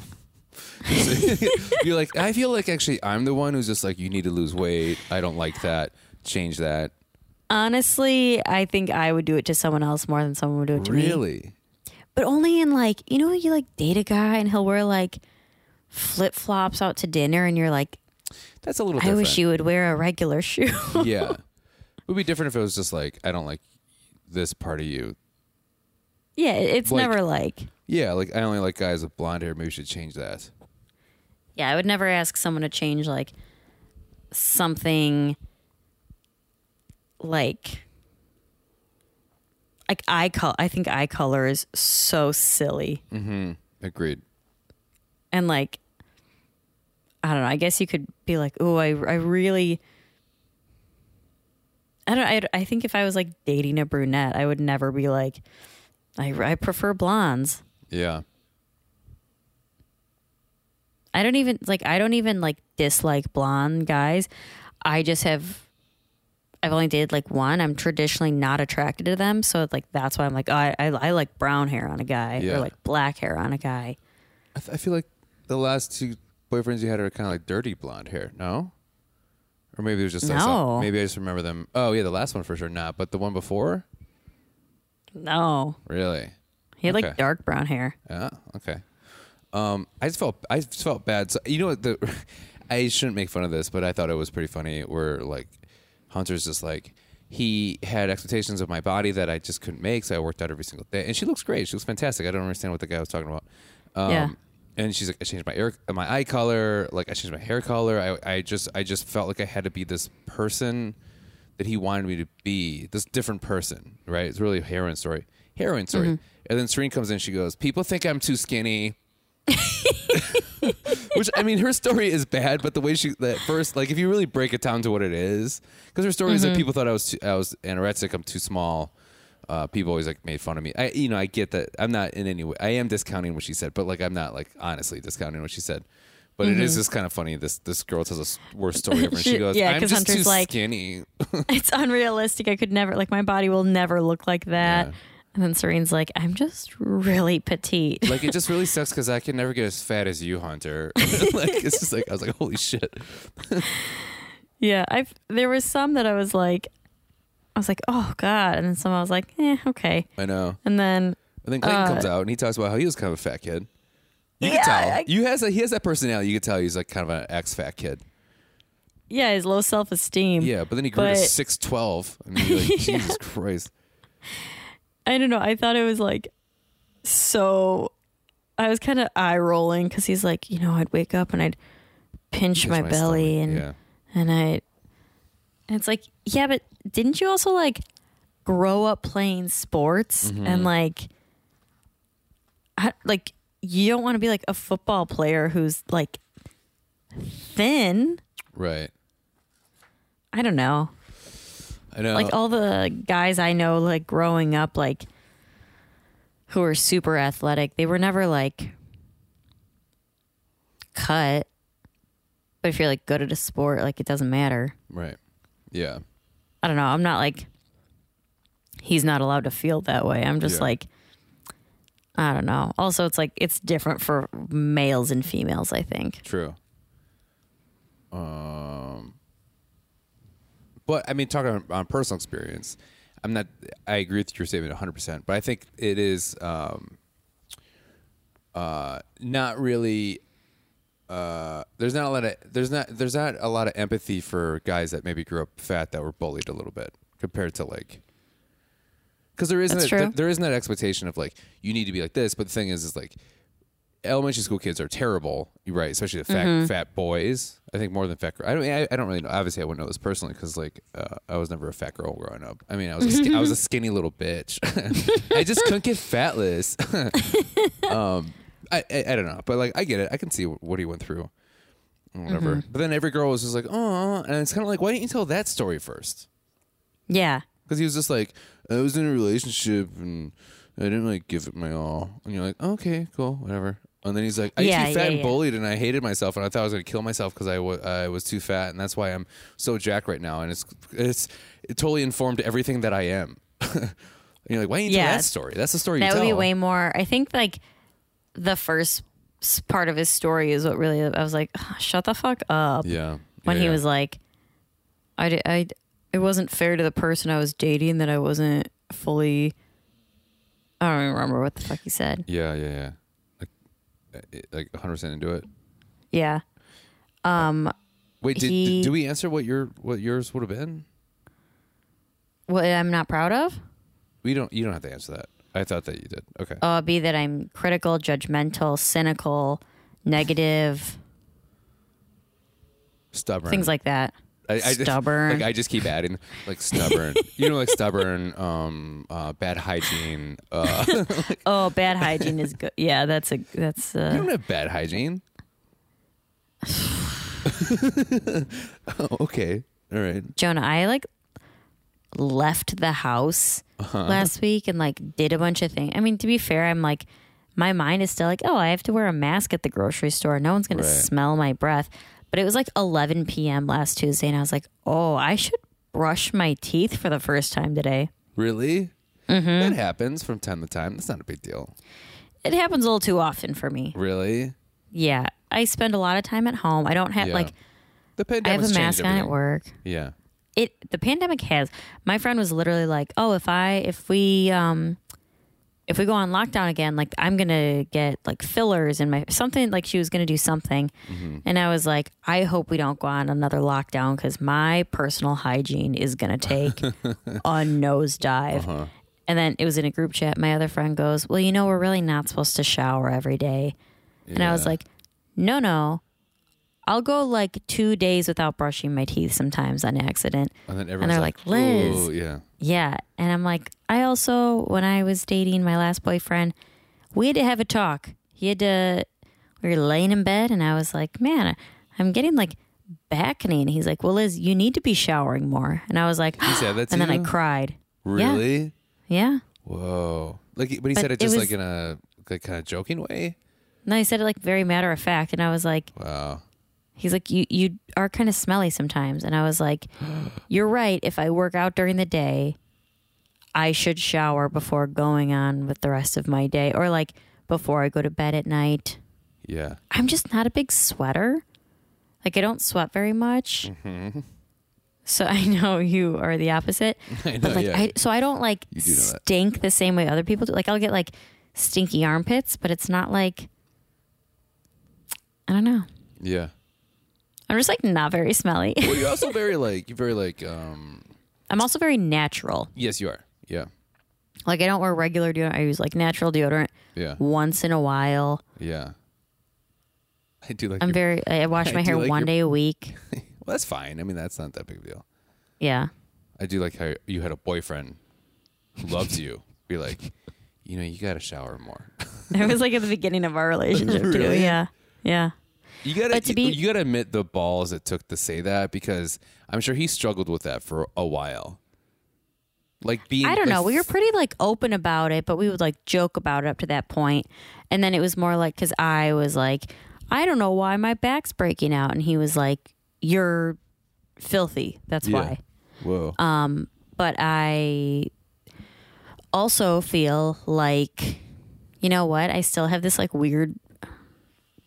Speaker 2: You're like, I feel like actually I'm the one who's just like, you need to lose weight. I don't like that. Change that.
Speaker 3: Honestly, I think I would do it to someone else more than someone would do it to me.
Speaker 2: Really?
Speaker 3: But only in like, you know, you like date a guy and he'll wear like flip flops out to dinner and you're like,
Speaker 2: That's a little.
Speaker 3: I
Speaker 2: different.
Speaker 3: wish you would wear a regular shoe.
Speaker 2: yeah. It would be different if it was just like, I don't like this part of you.
Speaker 3: yeah, it- it's
Speaker 2: Like-
Speaker 3: never like,
Speaker 2: Yeah, like I only like guys with blonde hair. Maybe we should change that.
Speaker 3: yeah, I would never ask someone to change like something like like eye color. I think eye color is so silly,
Speaker 2: Agreed.
Speaker 3: and like I don't know. I guess you could be like, oh, I I really. I don't. I, I think if I was like dating a brunette, I would never be like, I I prefer blondes.
Speaker 2: Yeah.
Speaker 3: I don't even like I don't even like dislike blonde guys. I just have I've only dated like one. I'm traditionally not attracted to them, so like that's why I'm like oh, I, I I like brown hair on a guy
Speaker 2: Yeah.
Speaker 3: or like black hair on a guy.
Speaker 2: I, th- I feel like the last two boyfriends you had are kind of like dirty blonde hair, no? Or maybe it was just I saw-
Speaker 3: No.
Speaker 2: maybe I just remember them. Oh yeah, the last one for sure not, but the one before,
Speaker 3: No,
Speaker 2: really?
Speaker 3: he had
Speaker 2: Okay.
Speaker 3: like dark brown hair.
Speaker 2: Yeah. Okay. Um, I just felt I just felt bad. So you know what? The I shouldn't make fun of this, but I thought it was pretty funny. Where like Hunter's just like he had expectations of my body that I just couldn't make, so I worked out every single day, and she looks great. She looks fantastic. I don't understand what the guy was talking about. Um,
Speaker 3: Yeah.
Speaker 2: And she's like, I changed my air, my eye color, like I changed my hair color. I, I just, I just felt like I had to be this person that he wanted me to be, this different person, right? It's really a heroin story, heroin story. And then Serene comes in, she goes, people think I'm too skinny. Which I mean, her story is bad, but the way she that first, like, if you really break it down to what it is, because her story is
Speaker 3: Mm-hmm.
Speaker 2: that people thought I was too, I was anorexic, I'm too small. Uh, people always like made fun of me. I, you know, I get that. I'm not in any way. I am discounting what she said, but like, I'm not like honestly discounting what she said. But it is just kind of funny. This this girl tells us worse story ever, and she
Speaker 3: Mm-hmm. She-
Speaker 2: goes,
Speaker 3: yeah,
Speaker 2: "I'm
Speaker 3: 'cause
Speaker 2: just too
Speaker 3: Hunter's like-
Speaker 2: skinny."
Speaker 3: it's unrealistic. I could never like my body will never look like that.
Speaker 2: Yeah.
Speaker 3: And then Serene's like, I'm just really petite.
Speaker 2: like it just really sucks because I can never get as fat as you, Hunter. like it's just like I was like, holy shit.
Speaker 3: Yeah, I've there was some that I was like, I was like, oh god, and then some I was like, eh, okay,
Speaker 2: I know.
Speaker 3: and then
Speaker 2: And then Clayton
Speaker 3: Uh,
Speaker 2: comes out and he talks about how he was kind of a fat kid. You can
Speaker 3: Yeah,
Speaker 2: tell.
Speaker 3: I-
Speaker 2: you has a, he has that personality. You could tell he's like kind of an ex fat kid.
Speaker 3: yeah, his low self esteem.
Speaker 2: Yeah, but then he grew to
Speaker 3: But-
Speaker 2: six twelve. I mean, you're like Jesus Christ.
Speaker 3: I don't know. I thought it was like so. I was kind of eye rolling because he's like, you know, I'd wake up and I'd pinch,
Speaker 2: Pinch
Speaker 3: my, belly
Speaker 2: stomach.
Speaker 3: and and I. And it's like, yeah, but didn't you also like grow up playing sports and like, I, like you don't want to be like a football player who's like thin.
Speaker 2: yeah, right.
Speaker 3: I don't know.
Speaker 2: I know.
Speaker 3: like oh. all the guys I know, like growing up, like who are super athletic, they were never like cut. But if you're like good at a sport, like it doesn't matter.
Speaker 2: right. Yeah.
Speaker 3: I don't know. I'm not like he's not allowed to feel that way. I'm just
Speaker 2: Yeah.
Speaker 3: like I don't know. Also, it's like it's different for males and females. I think.
Speaker 2: True. Um, but I mean, talking on, on personal experience, I'm not. I agree with your statement 100, percent but I think it is um, uh, not really. Uh, there's not a lot of there's not there's not a lot of empathy for guys that maybe grew up fat that were bullied a little bit compared to like because there isn't
Speaker 3: That's
Speaker 2: that,
Speaker 3: true.
Speaker 2: there isn't that expectation of like you need to be like this but the thing is is like elementary school kids are terrible, you're right? Especially the fat,
Speaker 3: Mm-hmm.
Speaker 2: fat boys. I think more than fat girl. I don't. I, I don't really know. Obviously, I wouldn't know this personally because like uh, I was never a fat girl growing up. I mean, I was a sk- I was a skinny little bitch. I just couldn't get fatless. um, I, I I don't know, but like I get it. I can see what he went through, and whatever.
Speaker 3: Mm-hmm.
Speaker 2: But then every girl was just like, oh, and it's kind of like, why didn't you tell that story first?
Speaker 3: Yeah.
Speaker 2: Because he was just like, I was in a relationship and I didn't like give it my all. And you're like, okay, cool, whatever. And then he's like, I used
Speaker 3: Yeah,
Speaker 2: to be fat
Speaker 3: yeah,
Speaker 2: and
Speaker 3: yeah.
Speaker 2: bullied and I hated myself and I thought I was going to kill myself because I wa- I was too fat and that's why I'm so jacked right now. And it's it's it totally informed everything that I am. and you're like, why didn't you tell
Speaker 3: Yeah.
Speaker 2: that story? That's the story you
Speaker 3: That
Speaker 2: tell.
Speaker 3: would be way more. I think like the first s- part of his story is what really I was like, "Ugh, shut the fuck up.
Speaker 2: yeah.
Speaker 3: When
Speaker 2: Yeah,
Speaker 3: he
Speaker 2: yeah.
Speaker 3: was like, I, di- I, it wasn't fair to the person I was dating that I wasn't fully. I don't even remember what the fuck he said.
Speaker 2: Yeah, yeah, yeah. Like, uh, it- like 100% into it.
Speaker 3: Yeah.
Speaker 2: Wait, did,
Speaker 3: He-
Speaker 2: do we answer what your what yours would have been?
Speaker 3: What I'm not proud of?
Speaker 2: We don't. You don't have to answer that. I thought that you did. Okay.
Speaker 3: Oh, it'd be that I'm critical, judgmental, cynical, negative,
Speaker 2: Stubborn.
Speaker 3: things like that.
Speaker 2: I, I just,
Speaker 3: Stubborn.
Speaker 2: Like I just keep adding like stubborn. you know, like stubborn, um, uh, bad hygiene. Uh,
Speaker 3: Oh, bad hygiene is good. Yeah, that's a that's
Speaker 2: you
Speaker 3: uh
Speaker 2: don't have bad hygiene. oh, okay. All right.
Speaker 3: Jonah. I like left the house last week and like did a bunch of things. I mean, to be fair, I'm like my mind is still like, oh, I have to wear a mask at the grocery store. No one's gonna
Speaker 2: Right.
Speaker 3: smell my breath. But it was like 11 p.m. last Tuesday, and I was like, oh, I should brush my teeth for the first time today.
Speaker 2: Really?
Speaker 3: Mm-hmm.
Speaker 2: That happens from time to time. That's not a big deal.
Speaker 3: It happens a little too often for me.
Speaker 2: Really?
Speaker 3: Yeah, I spend a lot of time at home. I don't have
Speaker 2: Yeah.
Speaker 3: like
Speaker 2: The
Speaker 3: I
Speaker 2: pandemic
Speaker 3: have a mask on at
Speaker 2: everything.
Speaker 3: work.
Speaker 2: Yeah.
Speaker 3: It the pandemic has. My friend was literally like, "Oh, if I if we um if we go on lockdown again, like I'm going to get like fillers in my something like she was going to do something."
Speaker 2: Mm-hmm.
Speaker 3: And I was like, "I hope we don't go on another lockdown cuz my personal hygiene is going to take a nosedive."
Speaker 2: Uh-huh.
Speaker 3: And then it was in a group chat. My other friend goes, "Well, you know, we're really not supposed to shower every day." And I was
Speaker 2: Yeah.
Speaker 3: like, no, no. I'll go like two days without brushing my teeth sometimes on accident.
Speaker 2: And then
Speaker 3: they're
Speaker 2: everyone's
Speaker 3: like, "Liz."
Speaker 2: "Ooh, yeah.
Speaker 3: Yeah. And I'm like, I also, when I was dating my last boyfriend, we had to have a talk. He had to, we were laying in bed and I was like, man, I'm getting like back knee. And he's like, well, Liz, you need to be showering more. And I was like,
Speaker 2: He said that to
Speaker 3: and then I
Speaker 2: you?
Speaker 3: cried.
Speaker 2: Really?
Speaker 3: Yeah.
Speaker 2: Whoa. Like, but he
Speaker 3: But
Speaker 2: said it
Speaker 3: it
Speaker 2: just
Speaker 3: was-
Speaker 2: like in a like kind of joking way.
Speaker 3: And then he said it like very matter of fact. And I was like,
Speaker 2: Wow.
Speaker 3: He's like, you you are kind of smelly sometimes, and I was like, you're right. If I work out during the day, I should shower before going on with the rest of my day, or like before I go to bed at night.
Speaker 2: Yeah.
Speaker 3: I'm just not a big sweater. Like I don't sweat very much.
Speaker 2: Mm-hmm.
Speaker 3: So I know you are the opposite.
Speaker 2: I know.
Speaker 3: But like
Speaker 2: yeah.
Speaker 3: I so I don't like
Speaker 2: You do know that.
Speaker 3: stink the same way other people do. Like I'll get like stinky armpits, but it's not like I don't know.
Speaker 2: yeah.
Speaker 3: I'm just like not very smelly.
Speaker 2: Well, you're also very like you're very like um.
Speaker 3: I'm also very natural.
Speaker 2: Yes, you are. Yeah.
Speaker 3: Like I don't wear regular deodorant. I use like natural deodorant
Speaker 2: Yeah.
Speaker 3: once in a while.
Speaker 2: Yeah. I do like.
Speaker 3: I'm
Speaker 2: your-
Speaker 3: very. I wash
Speaker 2: I
Speaker 3: my
Speaker 2: do
Speaker 3: hair
Speaker 2: like
Speaker 3: one
Speaker 2: your-
Speaker 3: day a week.
Speaker 2: well, that's fine. I mean, that's not that big of a deal.
Speaker 3: Yeah.
Speaker 2: I do like how you had a boyfriend who loves you. Be like, you know, you got to shower more.
Speaker 3: It was like at the beginning of our relationship too.
Speaker 2: Really?
Speaker 3: Yeah. Yeah.
Speaker 2: You gotta
Speaker 3: But to be-
Speaker 2: you gotta admit the balls it took to say that because I'm sure he struggled with that for a while. Like being
Speaker 3: I don't
Speaker 2: like,
Speaker 3: know. We were pretty like open about it, but we would like joke about it up to that point. And then it was more like cuz I was like, I don't know why my back's breaking out and he was like, you're filthy. That's
Speaker 2: Yeah.
Speaker 3: why.
Speaker 2: Whoa.
Speaker 3: Um, but I also feel like you know what? I still have this like weird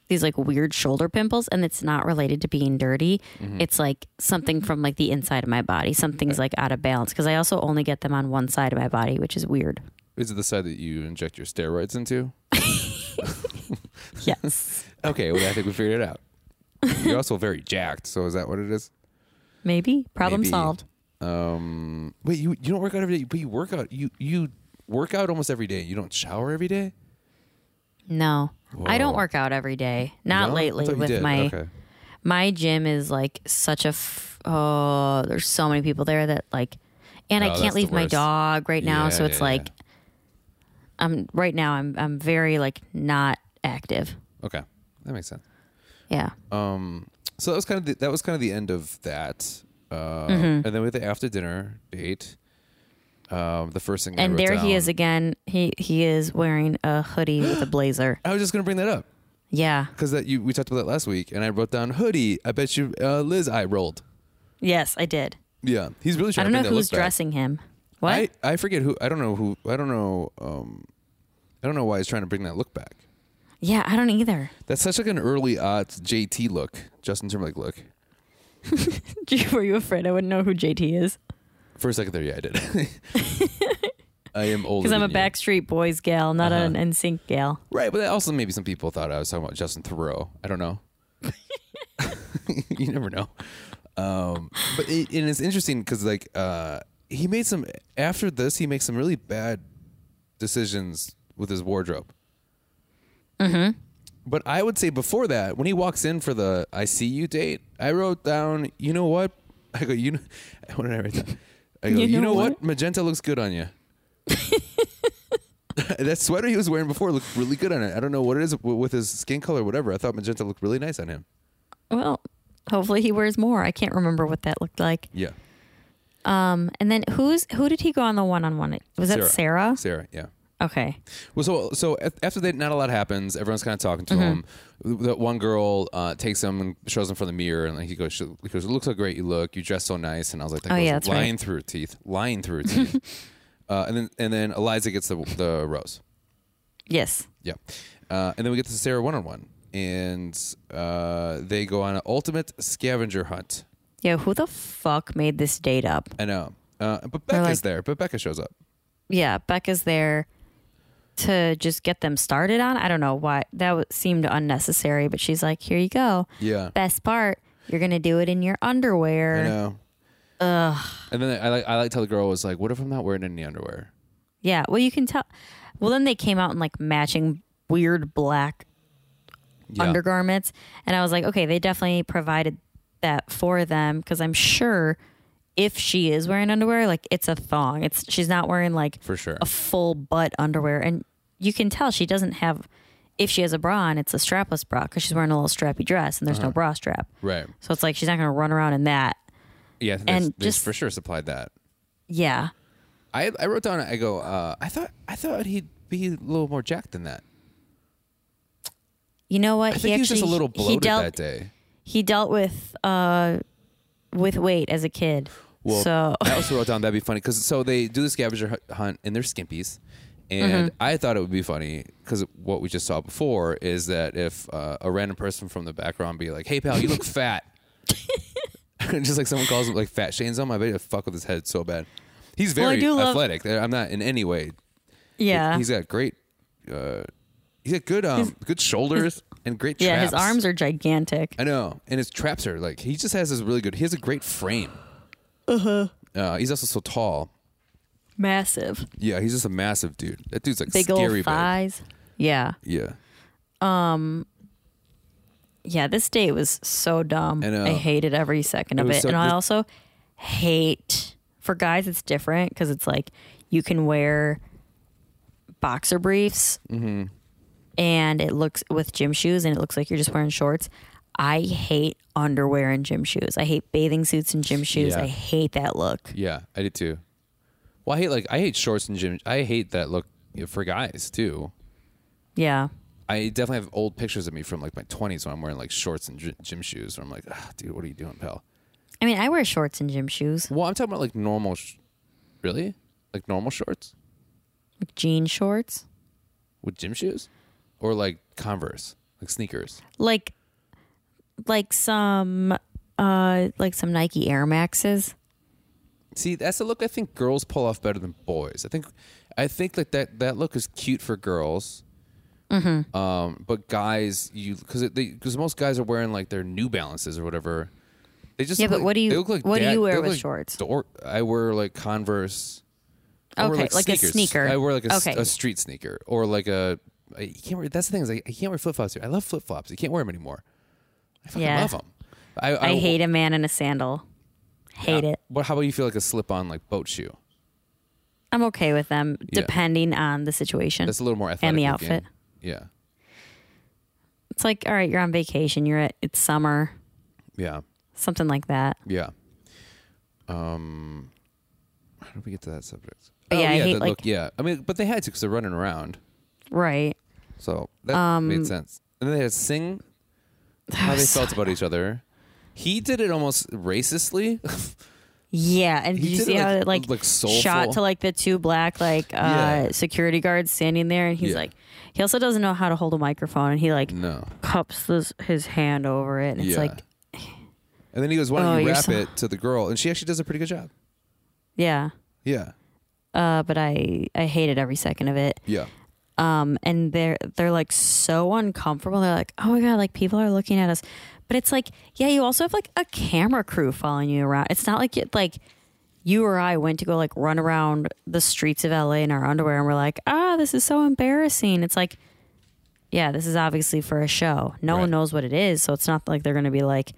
Speaker 3: these like weird shoulder pimples and it's not related to being dirty.
Speaker 2: Mm-hmm.
Speaker 3: It's like something from like the inside of my body. Something's like out of balance because I also only get them on one side of my body, which is weird.
Speaker 2: Is it the side that you inject your steroids into?
Speaker 3: Yes.
Speaker 2: Okay, well I think we figured it out. You're also very jacked, so is that what it is?
Speaker 3: Maybe problem
Speaker 2: Maybe.
Speaker 3: solved.
Speaker 2: Um wait, you you don't work out every day, but you work out you you work out almost every day. You don't shower every day?
Speaker 3: No. I don't
Speaker 2: Whoa.
Speaker 3: work out every day. Not
Speaker 2: No? I
Speaker 3: lately
Speaker 2: thought you
Speaker 3: with
Speaker 2: did.
Speaker 3: my
Speaker 2: Okay.
Speaker 3: my gym is like such a f- oh there's so many people there that like and
Speaker 2: Oh,
Speaker 3: i can't
Speaker 2: that's the
Speaker 3: leave my
Speaker 2: worst.
Speaker 3: dog right now
Speaker 2: Yeah,
Speaker 3: so it's
Speaker 2: yeah,
Speaker 3: like i'm right now i'm i'm very like not active
Speaker 2: Okay. That makes sense.
Speaker 3: yeah
Speaker 2: Oh, Um, so that was kind of the, that was kind of the end of that, uh,
Speaker 3: Mm-hmm.
Speaker 2: and then we had the after dinner date. Um, the first thing, I
Speaker 3: and
Speaker 2: wrote
Speaker 3: there he
Speaker 2: down-
Speaker 3: is again he he is wearing a hoodie with a blazer
Speaker 2: I was just gonna bring that up
Speaker 3: yeah
Speaker 2: because that you we talked about that last week, and I wrote down hoodie. I bet you, uh, Liz, I rolled.
Speaker 3: yes i did
Speaker 2: Yeah, he's really.
Speaker 3: i
Speaker 2: Trying
Speaker 3: don't
Speaker 2: to
Speaker 3: know
Speaker 2: make that
Speaker 3: who's
Speaker 2: look bad.
Speaker 3: dressing him what
Speaker 2: I I forget who. I don't know who. I don't know. Um, I don't know why he's trying to bring that look back.
Speaker 3: yeah i don't either
Speaker 2: That's such like an early uh, JT look, Justin Timberlake look.
Speaker 3: were you afraid i wouldn't know who jt is
Speaker 2: For a second there, yeah, I did. I am older
Speaker 3: because i'm a
Speaker 2: than you. Uh-huh.
Speaker 3: backstreet boys gal not an nsync gal
Speaker 2: Right, but also maybe some people thought I was talking about Justin Thoreau. I don't know. you never know. Um, but it, and it's interesting because like uh, he made some after this, he makes some really bad decisions with his wardrobe. Mm-hmm. But I would say before that, when he walks in for the "I see you" date, I wrote down, you know what, I go, you know, what did I write that? I go, you know, what? Magenta looks good on you. that sweater he was wearing before looked really good on it. I don't know what it is w- with his skin color, whatever. I thought magenta looked really nice on him.
Speaker 3: Well, hopefully he wears more. I can't remember what that looked like.
Speaker 2: Yeah.
Speaker 3: Um, and then who's who did he go on the one on one? Was that Sarah?
Speaker 2: Sarah, yeah.
Speaker 3: Okay.
Speaker 2: Well, so so af- after that, not a lot happens. Everyone's kind of talking
Speaker 3: Mm-hmm.
Speaker 2: to him. That one girl uh, takes him and shows him from the mirror, and like, he goes, she, he goes, "It looks so great you look. You dress so nice." And I was like, that
Speaker 3: Oh,
Speaker 2: girl's
Speaker 3: yeah, that's
Speaker 2: lying
Speaker 3: right.
Speaker 2: through her teeth, lying through her teeth." uh, and then and then Eliza gets the the rose.
Speaker 3: Yes.
Speaker 2: Yeah, uh, and then we get to Sarah one on one, and uh, they go on an ultimate scavenger hunt.
Speaker 3: Yeah. Who the fuck made this date up?
Speaker 2: I know, uh, but Becca's
Speaker 3: like-
Speaker 2: there. But Becca shows up.
Speaker 3: Yeah, Becca's there to just get them started on. I don't know why that w- seemed unnecessary, but she's like, "Here you go."
Speaker 2: Yeah,
Speaker 3: Best part, you're gonna do it in your underwear.
Speaker 2: I know. Ugh. And then I like I liked how the girl was like, "What if I'm not wearing any underwear?"
Speaker 3: Yeah. Well, you can tell. Well, then they came out in like matching weird black
Speaker 2: Yeah.
Speaker 3: undergarments. And I was like, okay, they definitely provided that for them because I'm sure if she is wearing underwear, like it's a thong. It's she's not wearing like
Speaker 2: For sure.
Speaker 3: a full butt underwear, and you can tell she doesn't have. If she has a bra on, it's a strapless bra because she's wearing a little strappy dress, and there's no bra strap.
Speaker 2: Uh-huh. Right.
Speaker 3: So it's like she's not going to run around in that.
Speaker 2: Yeah, I think and
Speaker 3: And
Speaker 2: they
Speaker 3: just-
Speaker 2: for sure supplied that.
Speaker 3: Yeah.
Speaker 2: I I wrote down. I go. Uh, I thought I thought he'd be a little more jacked than that.
Speaker 3: You know what?
Speaker 2: I think he, was just a little bloated
Speaker 3: he dealt,
Speaker 2: that day.
Speaker 3: He dealt with uh, with weight as a kid.
Speaker 2: Well,
Speaker 3: so
Speaker 2: I also wrote down that'd be funny because so they do the scavenger hu- hunt in their skimpies,
Speaker 3: Mm-hmm.
Speaker 2: and I thought it would be funny because what we just saw before is that if uh, a random person from the background be like, "Hey pal, you look fat," just like someone calls him like fat Shane's on my bed, I'd fuck with his head so bad. He's
Speaker 3: Well, I
Speaker 2: very
Speaker 3: do love-
Speaker 2: athletic. Uh, I'm not in any way
Speaker 3: yeah,
Speaker 2: He's got great. Uh, he's got good um good shoulders and great.
Speaker 3: Yeah,
Speaker 2: traps.
Speaker 3: his arms are gigantic.
Speaker 2: I know, and his traps are like he just has this really good. He has a great frame. Uh huh. He's also so tall.
Speaker 3: Massive.
Speaker 2: Yeah, he's just a massive dude. That dude's like
Speaker 3: Big
Speaker 2: scary
Speaker 3: old thighs. Yeah.
Speaker 2: big. Yeah,
Speaker 3: Yeah, this date was so dumb.
Speaker 2: I know.
Speaker 3: hated every second of
Speaker 2: was
Speaker 3: it.
Speaker 2: so-
Speaker 3: and I
Speaker 2: this-
Speaker 3: also hate for guys it's different cuz it's like you can wear boxer briefs.
Speaker 2: Mm-hmm.
Speaker 3: And it looks with gym shoes and it looks like you're just wearing shorts. I hate underwear and gym shoes. I hate bathing suits and gym shoes.
Speaker 2: Yeah.
Speaker 3: I hate that look.
Speaker 2: yeah. I did too. Well, I hate like I hate shorts and gym. I hate that look you know, for guys too.
Speaker 3: Yeah.
Speaker 2: I definitely have old pictures of me from like my twenties when I'm wearing like shorts and gy- gym shoes. Where I'm like, ah, dude, what are you doing, pal?
Speaker 3: I mean, I wear shorts and gym shoes,
Speaker 2: Well, I'm talking about like normal, sh- really, like normal shorts.
Speaker 3: like jean shorts.
Speaker 2: with gym shoes or like converse like sneakers
Speaker 3: like like some uh like some Nike Air Maxes.
Speaker 2: see that's the look i think girls pull off better than boys i think i think like that that look is cute for girls
Speaker 3: Mm-hmm.
Speaker 2: um but guys you because because most guys are wearing like their new balances or whatever they just
Speaker 3: Yeah,
Speaker 2: look
Speaker 3: but
Speaker 2: like-
Speaker 3: what do you-
Speaker 2: they look like
Speaker 3: what do
Speaker 2: dad-
Speaker 3: you wear
Speaker 2: they look
Speaker 3: with
Speaker 2: like
Speaker 3: shorts?
Speaker 2: dor- i wear like converse I wear,
Speaker 3: Okay, like a
Speaker 2: sneakers.
Speaker 3: sneaker.
Speaker 2: i wear like a, s-
Speaker 3: Okay.
Speaker 2: a street sneaker or like a I- you can't wear that's the thing is like, i can't wear flip-flops here. i love flip-flops you can't wear them anymore i fucking
Speaker 3: Yeah.
Speaker 2: love them I,
Speaker 3: I, hate a man in a sandal. Hate it.
Speaker 2: What? How about you feel like a slip-on like boat shoe?
Speaker 3: I'm okay with them
Speaker 2: Yeah.
Speaker 3: depending on the situation.
Speaker 2: That's a little more athletic.
Speaker 3: And the
Speaker 2: looking.
Speaker 3: outfit.
Speaker 2: Yeah,
Speaker 3: It's like, all right, you're on vacation, you're at it's summer,
Speaker 2: yeah,
Speaker 3: something like that.
Speaker 2: yeah. Um, how did we get to that subject?
Speaker 3: But yeah, I hate,
Speaker 2: the
Speaker 3: like-
Speaker 2: look, yeah. I mean, but they had to because they're running around,
Speaker 3: Right.
Speaker 2: so that
Speaker 3: Um,
Speaker 2: made sense. And then they had to sing how they felt about each other. He did it almost racistly.
Speaker 3: Yeah, and
Speaker 2: He
Speaker 3: did you
Speaker 2: did
Speaker 3: see
Speaker 2: it,
Speaker 3: how
Speaker 2: like-
Speaker 3: it like,
Speaker 2: like soulful.
Speaker 3: shot to like the two black like uh
Speaker 2: Yeah.
Speaker 3: security guards standing there and he's
Speaker 2: Yeah.
Speaker 3: like he also doesn't know how to hold a microphone and he like
Speaker 2: no,
Speaker 3: cups this, his hand over it and
Speaker 2: yeah.
Speaker 3: it's like
Speaker 2: and then he goes, "Why don't
Speaker 3: Oh,
Speaker 2: you
Speaker 3: you're
Speaker 2: rap
Speaker 3: so-
Speaker 2: it to the girl?" And she actually does a pretty good job.
Speaker 3: yeah.
Speaker 2: Yeah,
Speaker 3: uh, but I I hated every second of it.
Speaker 2: yeah,
Speaker 3: Um, and they're they're like so uncomfortable. They're like, oh my god, like people are looking at us. But it's like, yeah, you also have like a camera crew following you around. It's not like it like you or I went to go like run around the streets of LA in our underwear and we're like, ah, this is so embarrassing. It's like, yeah, this is obviously for a show. No
Speaker 2: Right.
Speaker 3: one knows what it is, so it's not like they're gonna be like,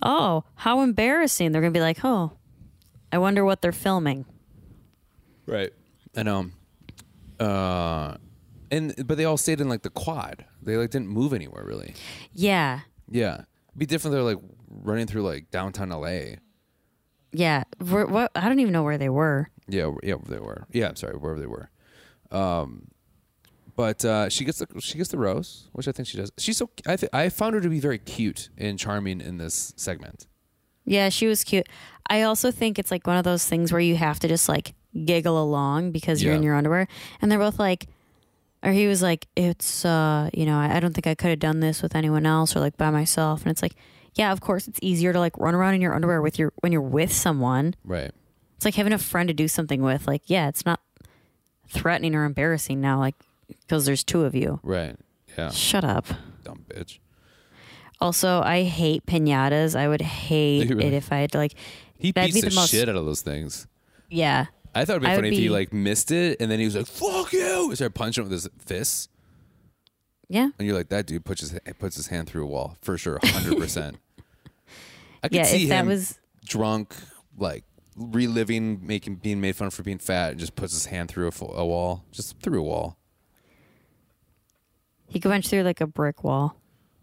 Speaker 3: oh, how embarrassing. They're going to be like, oh, I wonder what they're filming.
Speaker 2: Right. I know. Uh, and but they all stayed in like the quad. They like didn't move anywhere really.
Speaker 3: Yeah.
Speaker 2: Yeah. It'd be different. if They're like running through like downtown LA.
Speaker 3: Yeah. Where, what, I don't even know where they were.
Speaker 2: Yeah. wh- Yeah. They were. Yeah. I'm sorry. Wherever they were. Um, but uh, she gets the she gets the rose, which I think she does. She's so I th- I found her to be very cute and charming in this segment.
Speaker 3: Yeah, she was cute. I also think it's like one of those things where you have to just like giggle along because you're
Speaker 2: Yeah.
Speaker 3: in your underwear. And they're both like, or he was like, it's, uh, you know, I, I don't think I could have done this with anyone else or like by myself. And it's like, yeah, of course it's easier to like run around in your underwear with your, when you're with someone.
Speaker 2: Right.
Speaker 3: It's like having a friend to do something with. Like, yeah, it's not threatening or embarrassing now, like, because there's two of you.
Speaker 2: Right. Yeah.
Speaker 3: Shut up.
Speaker 2: Dumb bitch.
Speaker 3: Also, I hate pinatas. I would hate
Speaker 2: Do you really?
Speaker 3: it if I had to, like,
Speaker 2: He
Speaker 3: That'd
Speaker 2: beats
Speaker 3: be
Speaker 2: the,
Speaker 3: the most-
Speaker 2: shit out of those things.
Speaker 3: yeah.
Speaker 2: I thought it'd be
Speaker 3: I would
Speaker 2: funny if he
Speaker 3: be-
Speaker 2: like missed it and then he was like, "Fuck you!" and started punching him with his fists.
Speaker 3: Yeah.
Speaker 2: And you're like, that dude puts his puts his hand through a wall for sure, hundred percent. I could
Speaker 3: Yeah,
Speaker 2: see
Speaker 3: if that
Speaker 2: him
Speaker 3: was-
Speaker 2: drunk, like reliving, making being made fun of for being fat, and just puts his hand through a, fo- a wall, just through a wall.
Speaker 3: He could punch through like a brick wall.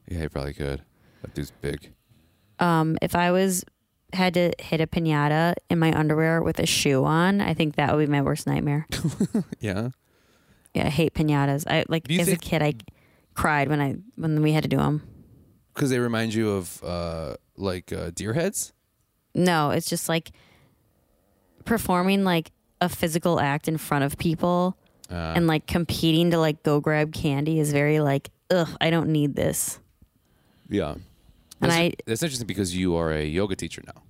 Speaker 2: Yeah, he probably could. That dude's big.
Speaker 3: Um, if I was had to hit a pinata in my underwear with a shoe on, I think that would be my worst nightmare.
Speaker 2: Yeah,
Speaker 3: yeah, I hate pinatas. I like
Speaker 2: Do you
Speaker 3: as
Speaker 2: think-
Speaker 3: a kid, I cried when I when we had to do them.
Speaker 2: because they remind you of uh, like uh, deer heads.
Speaker 3: No, it's just like performing like a physical act in front of people
Speaker 2: Uh.
Speaker 3: and like competing to like go grab candy is very like ugh, I don't need this.
Speaker 2: Yeah,
Speaker 3: And
Speaker 2: that's,
Speaker 3: I-
Speaker 2: that's interesting because you are a yoga teacher now.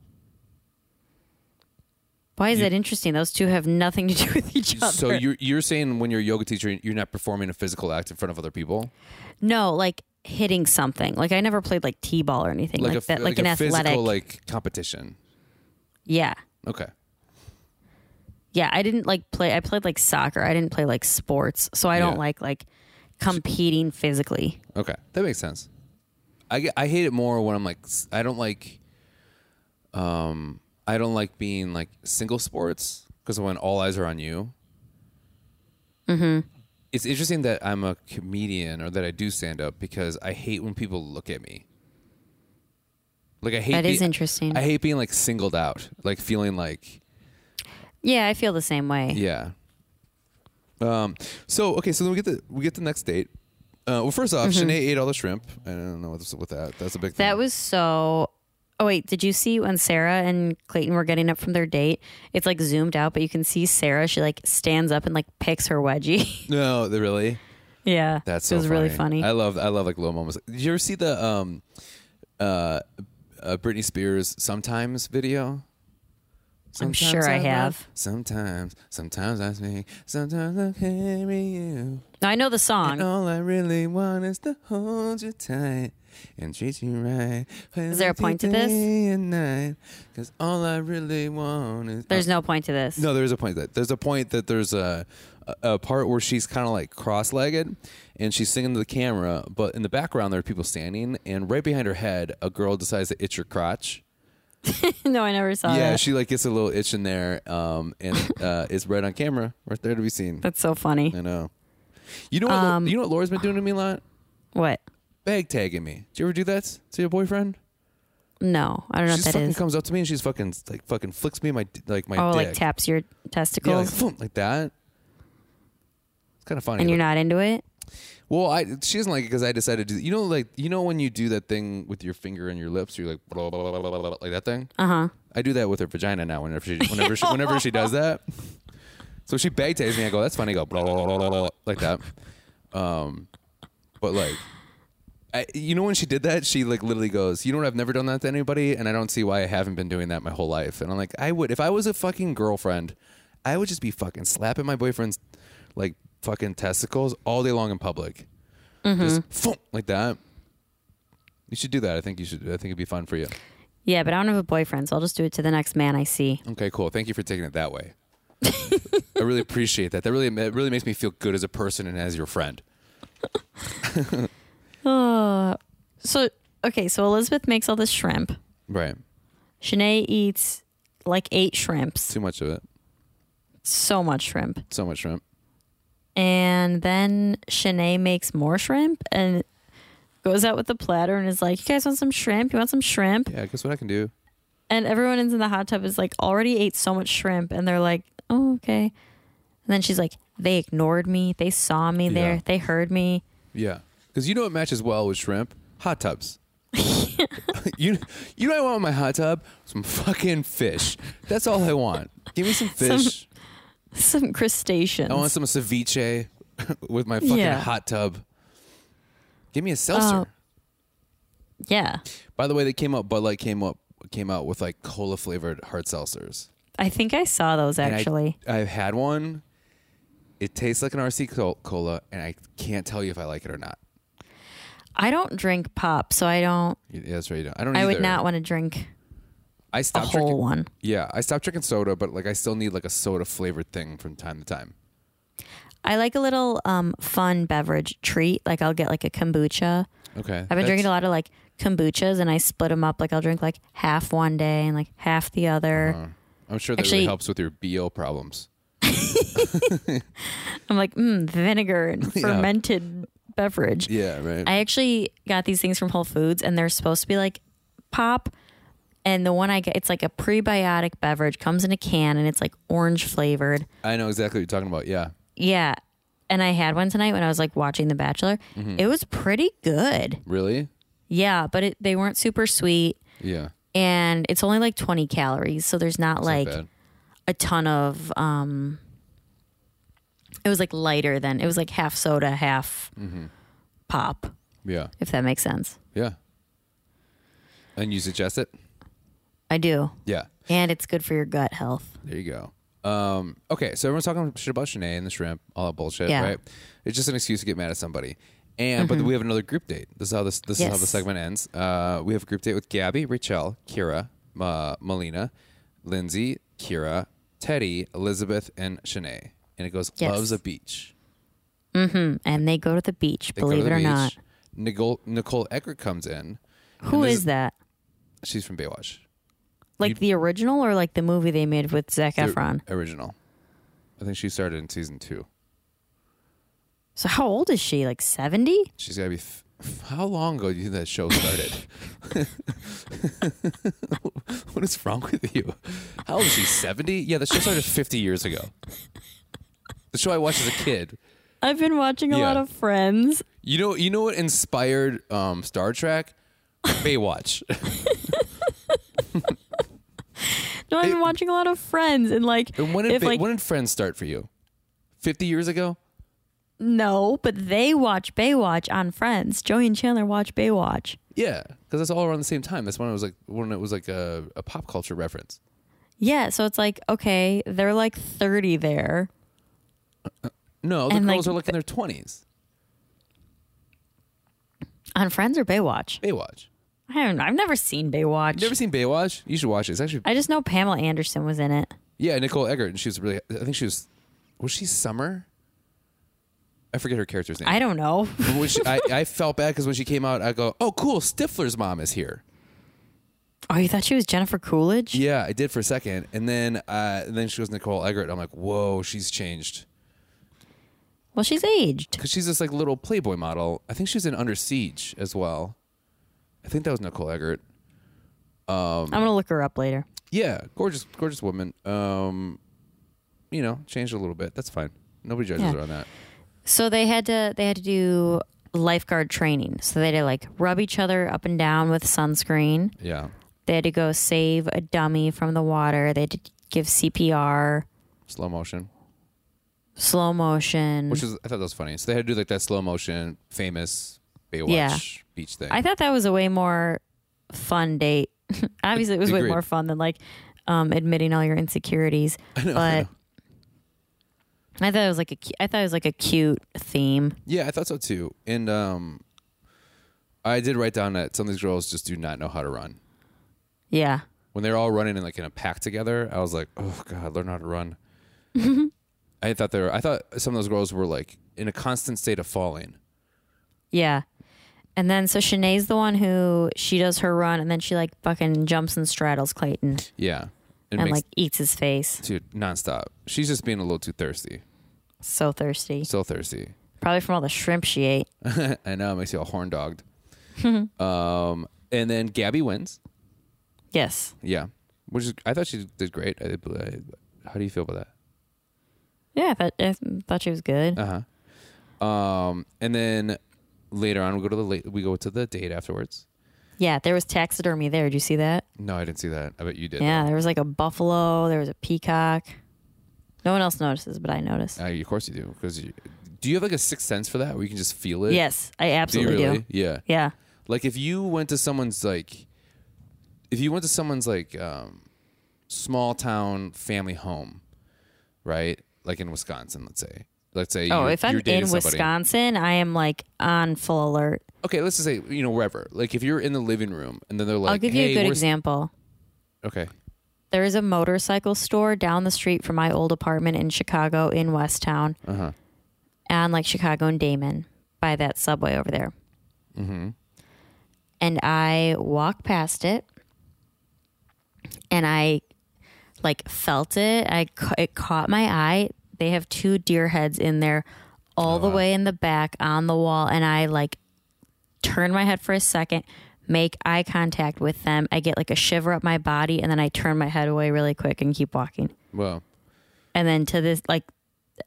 Speaker 3: Why is
Speaker 2: You-
Speaker 3: that interesting? Those two have nothing to do with each other.
Speaker 2: So you're you're saying when you're a yoga teacher, you're not performing a physical act in front of other people,
Speaker 3: No, like hitting something. Like I never played like t-ball or anything like,
Speaker 2: a
Speaker 3: that. Like, an
Speaker 2: a
Speaker 3: athletic.
Speaker 2: physical like competition.
Speaker 3: yeah,
Speaker 2: Okay,
Speaker 3: yeah. I didn't like play. I played like soccer. I didn't play like sports. So I
Speaker 2: Yeah.
Speaker 3: don't like like competing physically.
Speaker 2: Okay, that makes sense. I, get- I hate it more when I'm like s- I don't like um I don't like being like single sports because when all eyes are on you. Mm-hmm.
Speaker 3: Mm-hmm.
Speaker 2: It's interesting that I'm a comedian or that I do stand up because I hate when people look at me. Like I hate
Speaker 3: That is
Speaker 2: be-
Speaker 3: interesting.
Speaker 2: I hate being like singled out, like feeling like
Speaker 3: yeah, I feel the same way.
Speaker 2: yeah. Um. So okay. So then we get the we get the next date. Uh, well, first off, Shanae ate all the shrimp. I don't know what's with that. That's a big thing.
Speaker 3: Mm-hmm. That was so. Oh wait, did you see when Sarah and Clayton were getting up from their date? It's like zoomed out, but you can see Sarah. She like stands up and like picks her wedgie.
Speaker 2: no, they really.
Speaker 3: yeah,
Speaker 2: That's
Speaker 3: it
Speaker 2: so
Speaker 3: was really funny.
Speaker 2: I love I love like little moments. Did you ever see the um, uh, uh Britney Spears sometimes video?
Speaker 3: I'm sure I
Speaker 2: love-
Speaker 3: have.
Speaker 2: Sometimes, sometimes I sing. Sometimes I carry you.
Speaker 3: Now, I know the song.
Speaker 2: All I really want is to hold you tight and treat you right. Is
Speaker 3: there a point to this?
Speaker 2: Because all I really want is. oh,
Speaker 3: There's no point to this.
Speaker 2: No, there's a point that there's a point that there's a a part where she's kind of like cross-legged and she's singing to the camera, but in the background there are people standing, and right behind her head, a girl decides to itch her crotch.
Speaker 3: no, I never saw
Speaker 2: yeah,
Speaker 3: that.
Speaker 2: she like gets a little itch in there, um, and uh, it's right on camera, right there to be seen.
Speaker 3: That's so funny.
Speaker 2: I know. You know what? Lo-
Speaker 3: Um,
Speaker 2: you know what Laura's been doing to me a lot.
Speaker 3: What?
Speaker 2: Bag tagging me. Do you ever do that to your boyfriend?
Speaker 3: No, I don't know
Speaker 2: She
Speaker 3: what that
Speaker 2: fucking
Speaker 3: is.
Speaker 2: comes up to me and she's fucking like fucking flicks me my d- like my
Speaker 3: Oh,
Speaker 2: dick.
Speaker 3: like taps your
Speaker 2: yeah, like,
Speaker 3: testicles,
Speaker 2: boom, like that. It's kind of funny.
Speaker 3: and you're
Speaker 2: but-
Speaker 3: not into it.
Speaker 2: Well, I she doesn't like it because I decided to. You know, like you know when you do that thing with your finger and your lips, you're like blah, blah, blah, blah, blah, blah, like that thing.
Speaker 3: Uh huh.
Speaker 2: I do that with her vagina now. Whenever she, whenever she, whenever she does that, so she bag tags me. I go, "That's funny." I go blah, blah, blah, blah, blah, like that. Um, but like, I, you know, when she did that, she like literally goes, "You know what? I've never done that to anybody, and I don't see why I haven't been doing that my whole life." And I'm like, I would if I was a fucking girlfriend, I would just be fucking slapping my boyfriend's like fucking testicles all day long in public, just "Phoom," like that. You should do that. I think you should. I think it'd be fun for you.
Speaker 3: Yeah, but I don't have a boyfriend, so I'll just do it to the next man I see.
Speaker 2: Okay, cool. Thank you for taking it that way. I really appreciate that. That really it really makes me feel good as a person and as your friend.
Speaker 3: Ah. So okay, so Elizabeth makes all this shrimp.
Speaker 2: Right.
Speaker 3: Shanae eats like eight shrimps,
Speaker 2: Too much of it.
Speaker 3: so much shrimp.
Speaker 2: So much shrimp.
Speaker 3: And then Shanae makes more shrimp and goes out with the platter and is like, You guys want some shrimp? You want some shrimp?
Speaker 2: Yeah, guess what I can do?
Speaker 3: And everyone in the hot tub is like, Already ate so much shrimp. And they're like, Oh, okay. And then she's like, They ignored me. They saw me there.
Speaker 2: Yeah.
Speaker 3: They heard me.
Speaker 2: Yeah, because you know what matches well with shrimp? Hot tubs. you you know what I want in my hot tub? Some fucking fish. That's all I want. Give me some fish.
Speaker 3: Some crustaceans.
Speaker 2: I want some ceviche with my fucking
Speaker 3: Yeah.
Speaker 2: hot tub. Give me a seltzer.
Speaker 3: Oh. yeah.
Speaker 2: By the way, they came up. Bud Light came up came out with like cola flavored hard seltzers.
Speaker 3: I think I saw those
Speaker 2: And I-
Speaker 3: actually.
Speaker 2: I've had one. It tastes like an RC co- cola, and I can't tell you if I like it or not.
Speaker 3: I, don't drink pop, so I don't.
Speaker 2: Yeah, that's right. You don't. I don't.
Speaker 3: I would
Speaker 2: either.
Speaker 3: not want to drink
Speaker 2: I
Speaker 3: a
Speaker 2: stopped
Speaker 3: whole
Speaker 2: drinking.
Speaker 3: one.
Speaker 2: Yeah, I stopped drinking soda, but like I still need like a soda flavored thing from time to time.
Speaker 3: I like a little um, fun beverage treat. Like I'll get like a kombucha.
Speaker 2: Okay.
Speaker 3: I've been drinking a lot of like kombuchas, and I split them up. Like I'll drink like half one day and like half the other.
Speaker 2: I'm sure that really
Speaker 3: Actually-
Speaker 2: helps with your BO problems.
Speaker 3: I'm like, mm, vinegar and fermented beverage.
Speaker 2: Yeah, right.
Speaker 3: I actually got these things from Whole Foods, and they're supposed to be like pop. And the one I get, it's like a prebiotic beverage, comes in a can, and it's like orange flavored.
Speaker 2: I, know exactly what you're talking about. Yeah.
Speaker 3: Yeah. And I had one tonight when I was like watching The Bachelor. It was pretty good.
Speaker 2: Really?
Speaker 3: Yeah, but it, they weren't super sweet.
Speaker 2: Yeah.
Speaker 3: And it's only like 20 calories. So there's not
Speaker 2: Not
Speaker 3: like
Speaker 2: bad.
Speaker 3: a ton of. um It was like lighter than. It was like half soda, half
Speaker 2: Mm-hmm.
Speaker 3: pop,
Speaker 2: Yeah.
Speaker 3: if that makes sense.
Speaker 2: Yeah. And you suggest it?
Speaker 3: I do.
Speaker 2: Yeah.
Speaker 3: And it's good for your gut health.
Speaker 2: There you go. Um, okay, so everyone's talking shit about Shanae and the shrimp, all that bullshit,
Speaker 3: Yeah. Mm-hmm.
Speaker 2: right? It's just an excuse to get mad at somebody. And but we have another group date. This is how this this is how the
Speaker 3: Yes.
Speaker 2: segment ends. Uh, we have a group date with Gabby, Rachel, Kira, Ma, Melina, Lindsay, Kira, Teddy, Elizabeth, and Shanae. And it goes
Speaker 3: Yes.
Speaker 2: loves a beach.
Speaker 3: And they go to the beach,
Speaker 2: They go to
Speaker 3: believe
Speaker 2: the
Speaker 3: it or
Speaker 2: beach.
Speaker 3: not.
Speaker 2: Nicole Nicole Eckert comes in.
Speaker 3: Who
Speaker 2: this
Speaker 3: is
Speaker 2: is-
Speaker 3: that?
Speaker 2: She's from Baywatch.
Speaker 3: Like the original or like the movie they made with Zac
Speaker 2: The
Speaker 3: Efron?
Speaker 2: original. I think she started in season two.
Speaker 3: So how old is she? Like 70?
Speaker 2: She's got to be. F- how long ago do you think that show started? what is wrong with you? How old is she? 70? Yeah, the show started 50 years ago. The show I watched as a kid.
Speaker 3: I've been watching a
Speaker 2: Yeah.
Speaker 3: lot of Friends.
Speaker 2: You know, you know what inspired um, Star Trek? Baywatch.
Speaker 3: No, I've been watching a lot of Friends, and like,
Speaker 2: and when did,
Speaker 3: if
Speaker 2: Ba-
Speaker 3: like
Speaker 2: when did Friends start for you? 50 years ago?
Speaker 3: no, but they watch Baywatch on Friends. Joey and Chandler watch Baywatch.
Speaker 2: Yeah, because that's all around the same time. That's when it was like when it was like a, a pop culture reference.
Speaker 3: Yeah, so it's like okay, they're like thirty there.
Speaker 2: No, the
Speaker 3: And, like,
Speaker 2: girls are like in their 20s.
Speaker 3: On Friends or Baywatch?
Speaker 2: Baywatch.
Speaker 3: I haven't. I've never seen Baywatch.
Speaker 2: You ever seen Baywatch? You should watch it. It's actually
Speaker 3: I just know Pamela Anderson was in it.
Speaker 2: Yeah, Nicole Eggert, and she was really. I think she was. Was she Summer? I forget her character's name.
Speaker 3: I don't know.
Speaker 2: But when she- I, I felt bad because when she came out, I go, "Oh, cool! Stifler's mom is here."
Speaker 3: Oh, you thought she was Jennifer Coolidge?
Speaker 2: Yeah, I did for a second, and then uh, and then she was Nicole Eggert. I'm like, "Whoa, she's changed."
Speaker 3: Well, she's aged.
Speaker 2: Because she's this like little Playboy model. I think she's in Under Siege as well. I think that was Nicole Eggert.
Speaker 3: I'm gonna look her up later.
Speaker 2: Yeah, gorgeous, gorgeous woman. Um, you know, changed a little bit. That's fine. Nobody judges
Speaker 3: Yeah.
Speaker 2: her on that.
Speaker 3: So they had to they had to do lifeguard training. So they had to like rub each other up and down with sunscreen.
Speaker 2: Yeah,
Speaker 3: They had to go save a dummy from the water. They had to give CPR,
Speaker 2: slow motion.
Speaker 3: slow motion.
Speaker 2: which is I thought that was funny. So they had to do like that slow motion, famous Baywatch
Speaker 3: Yeah.
Speaker 2: beach thing.
Speaker 3: I thought that was a way more fun date. Obviously, it was way
Speaker 2: Agreed.
Speaker 3: more fun than like um, admitting all your insecurities. but I, thought it was like a cu- I thought it was like a cute theme.
Speaker 2: yeah, I thought so too. And um, I did write down that some of these girls just do not know how to run.
Speaker 3: Yeah,
Speaker 2: When they're all running in like in a pack together, I was like, oh god, learn how to run. I thought they were, I thought some of those girls were like in a constant state of falling.
Speaker 3: yeah. And then so Shanae's the one who she does her run and then she like fucking jumps and straddles Clayton
Speaker 2: Yeah. It
Speaker 3: and
Speaker 2: makes
Speaker 3: like eats his face.
Speaker 2: dude nonstop. She's just being a little too thirsty.
Speaker 3: So thirsty.
Speaker 2: So thirsty.
Speaker 3: Probably from all the shrimp she ate.
Speaker 2: I know it makes you all horn dogged. um, and then Gabby wins.
Speaker 3: Yes.
Speaker 2: Yeah, which is I thought she did great. I, I, how do you feel about
Speaker 3: Yeah, I thought, I thought she was good.
Speaker 2: that? Uh huh. Um, and then later on we go to the late, we go to the date afterwards.
Speaker 3: yeah, there was taxidermy there. Did you see that?
Speaker 2: No, I didn't see that. I bet you did.
Speaker 3: Yeah, there was like a buffalo. There was a peacock. No one else notices, but I noticed.
Speaker 2: though. Uh, of course you do. Because do you have like a sixth sense for that, where you can just feel it?
Speaker 3: yes, I
Speaker 2: Do you
Speaker 3: absolutely do.
Speaker 2: really? Yeah.
Speaker 3: Yeah.
Speaker 2: Like if you went to someone's like, if you went to someone's like um, small town family home, right? Like in Wisconsin, let's say. Let's say.
Speaker 3: Oh,
Speaker 2: you're,
Speaker 3: if I'm
Speaker 2: you're dating
Speaker 3: in
Speaker 2: somebody.
Speaker 3: Wisconsin, I am like on full alert.
Speaker 2: Okay, let's just say you know wherever. Like if you're in the living room and then they're like,
Speaker 3: I'll give
Speaker 2: hey,
Speaker 3: you a good
Speaker 2: we're-
Speaker 3: example.
Speaker 2: Okay.
Speaker 3: There is a motorcycle store down the street from my old apartment in Chicago in Westtown.
Speaker 2: Uh-huh.
Speaker 3: On like Chicago and Damon by that subway over there. Mm-hmm. And I walk past it and I like felt it. I ca- it caught my eye. They have two deer heads in there all the way in the back on the wall and I like turn my head for a second, make eye contact with them. I get like a shiver up my body, and then I turn my head away really quick and keep walking.
Speaker 2: Well,
Speaker 3: And then to this, like,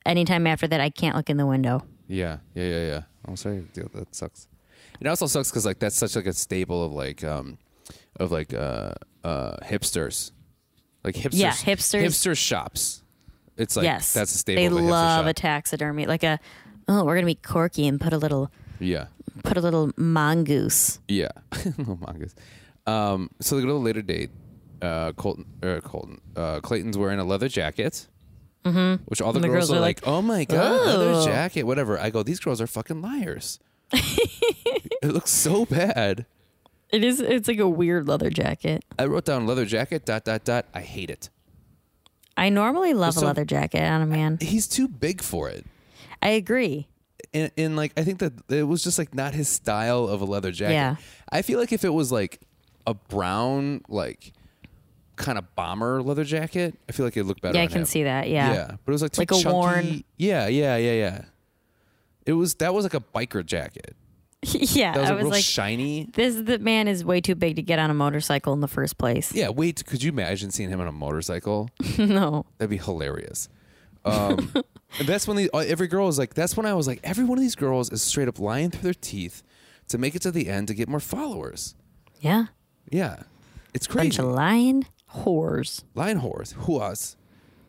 Speaker 3: anytime after that, I can't look in the window.
Speaker 2: yeah, yeah, yeah, yeah. I'm sorry, dude. That sucks. It also sucks because like that's such like a staple of like um, of like uh uh hipsters, like hipsters.
Speaker 3: Yeah, hipsters-
Speaker 2: Hipster shops. It's like
Speaker 3: yes,
Speaker 2: that's a staple.
Speaker 3: They
Speaker 2: of a hipster
Speaker 3: love
Speaker 2: shop.
Speaker 3: a taxidermy, like a oh, we're gonna be quirky and put a little
Speaker 2: Yeah.
Speaker 3: put a little mongoose.
Speaker 2: Yeah. Little mongoose. Um, so they go to the later date. Uh, Colton, or Colton, uh, Clayton's wearing a leather jacket. Mm-hmm. Which all the,
Speaker 3: And the
Speaker 2: girls,
Speaker 3: girls
Speaker 2: are
Speaker 3: are
Speaker 2: like,
Speaker 3: like,
Speaker 2: oh my God, leather
Speaker 3: "Oh."
Speaker 2: jacket, whatever. I go, these girls are fucking liars. it looks so bad.
Speaker 3: It is. It's like a weird leather jacket.
Speaker 2: I wrote down leather jacket, dot, dot, dot. I hate it.
Speaker 3: I normally love
Speaker 2: so-
Speaker 3: a leather jacket on a man.
Speaker 2: He's too big for it.
Speaker 3: I agree.
Speaker 2: and, and like I think that it was just like not his style of a leather jacket.
Speaker 3: Yeah.
Speaker 2: I feel like if it was like a brown like kind of bomber leather jacket, I feel like it looked better.
Speaker 3: Yeah, I
Speaker 2: on
Speaker 3: can
Speaker 2: him.
Speaker 3: see that. Yeah.
Speaker 2: yeah, but it was like too
Speaker 3: Like a
Speaker 2: chunky.
Speaker 3: worn-
Speaker 2: Yeah, yeah, yeah, yeah. It was that was like a biker jacket.
Speaker 3: yeah.
Speaker 2: That was,
Speaker 3: I
Speaker 2: like,
Speaker 3: was
Speaker 2: real
Speaker 3: like,
Speaker 2: shiny.
Speaker 3: this the man is way too big to get on a motorcycle in the first place.
Speaker 2: Yeah, wait, could you imagine seeing him on a motorcycle?
Speaker 3: no.
Speaker 2: That'd be hilarious. Um, and that's when the, uh, every girl is like, that's when I was like, every one of these girls is straight up lying through their teeth to make it to the end to get more followers.
Speaker 3: Yeah.
Speaker 2: Yeah. It's
Speaker 3: Bunch
Speaker 2: crazy.
Speaker 3: of lying whores.
Speaker 2: Lion horse. Huas.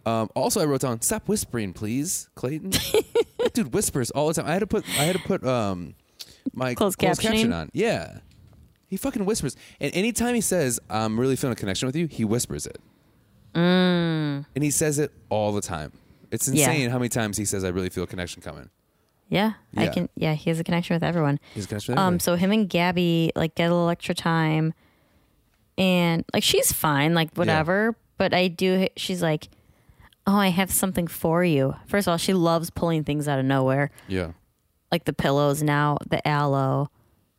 Speaker 2: Um, also, I wrote down, stop whispering, please, Clayton. that dude whispers all the time. I had to put, I had to put um, my
Speaker 3: Closed
Speaker 2: caption
Speaker 3: captioning?
Speaker 2: on. Yeah. He fucking whispers. And anytime he says, I'm really feeling a connection with you, he whispers it. And he says it all the time. It's
Speaker 3: Mm. Yeah.
Speaker 2: insane how many times he says, I really feel a connection coming.
Speaker 3: Yeah, I
Speaker 2: Yeah.
Speaker 3: can. Yeah, he has a connection with everyone.
Speaker 2: He's a connection with everyone.
Speaker 3: Um, so him and Gabby like get a little extra time, and like she's fine, like whatever. But I do. She's like, oh, I have something for you. First of all, she loves pulling things out of nowhere,
Speaker 2: Yeah.
Speaker 3: like the pillows now, the aloe,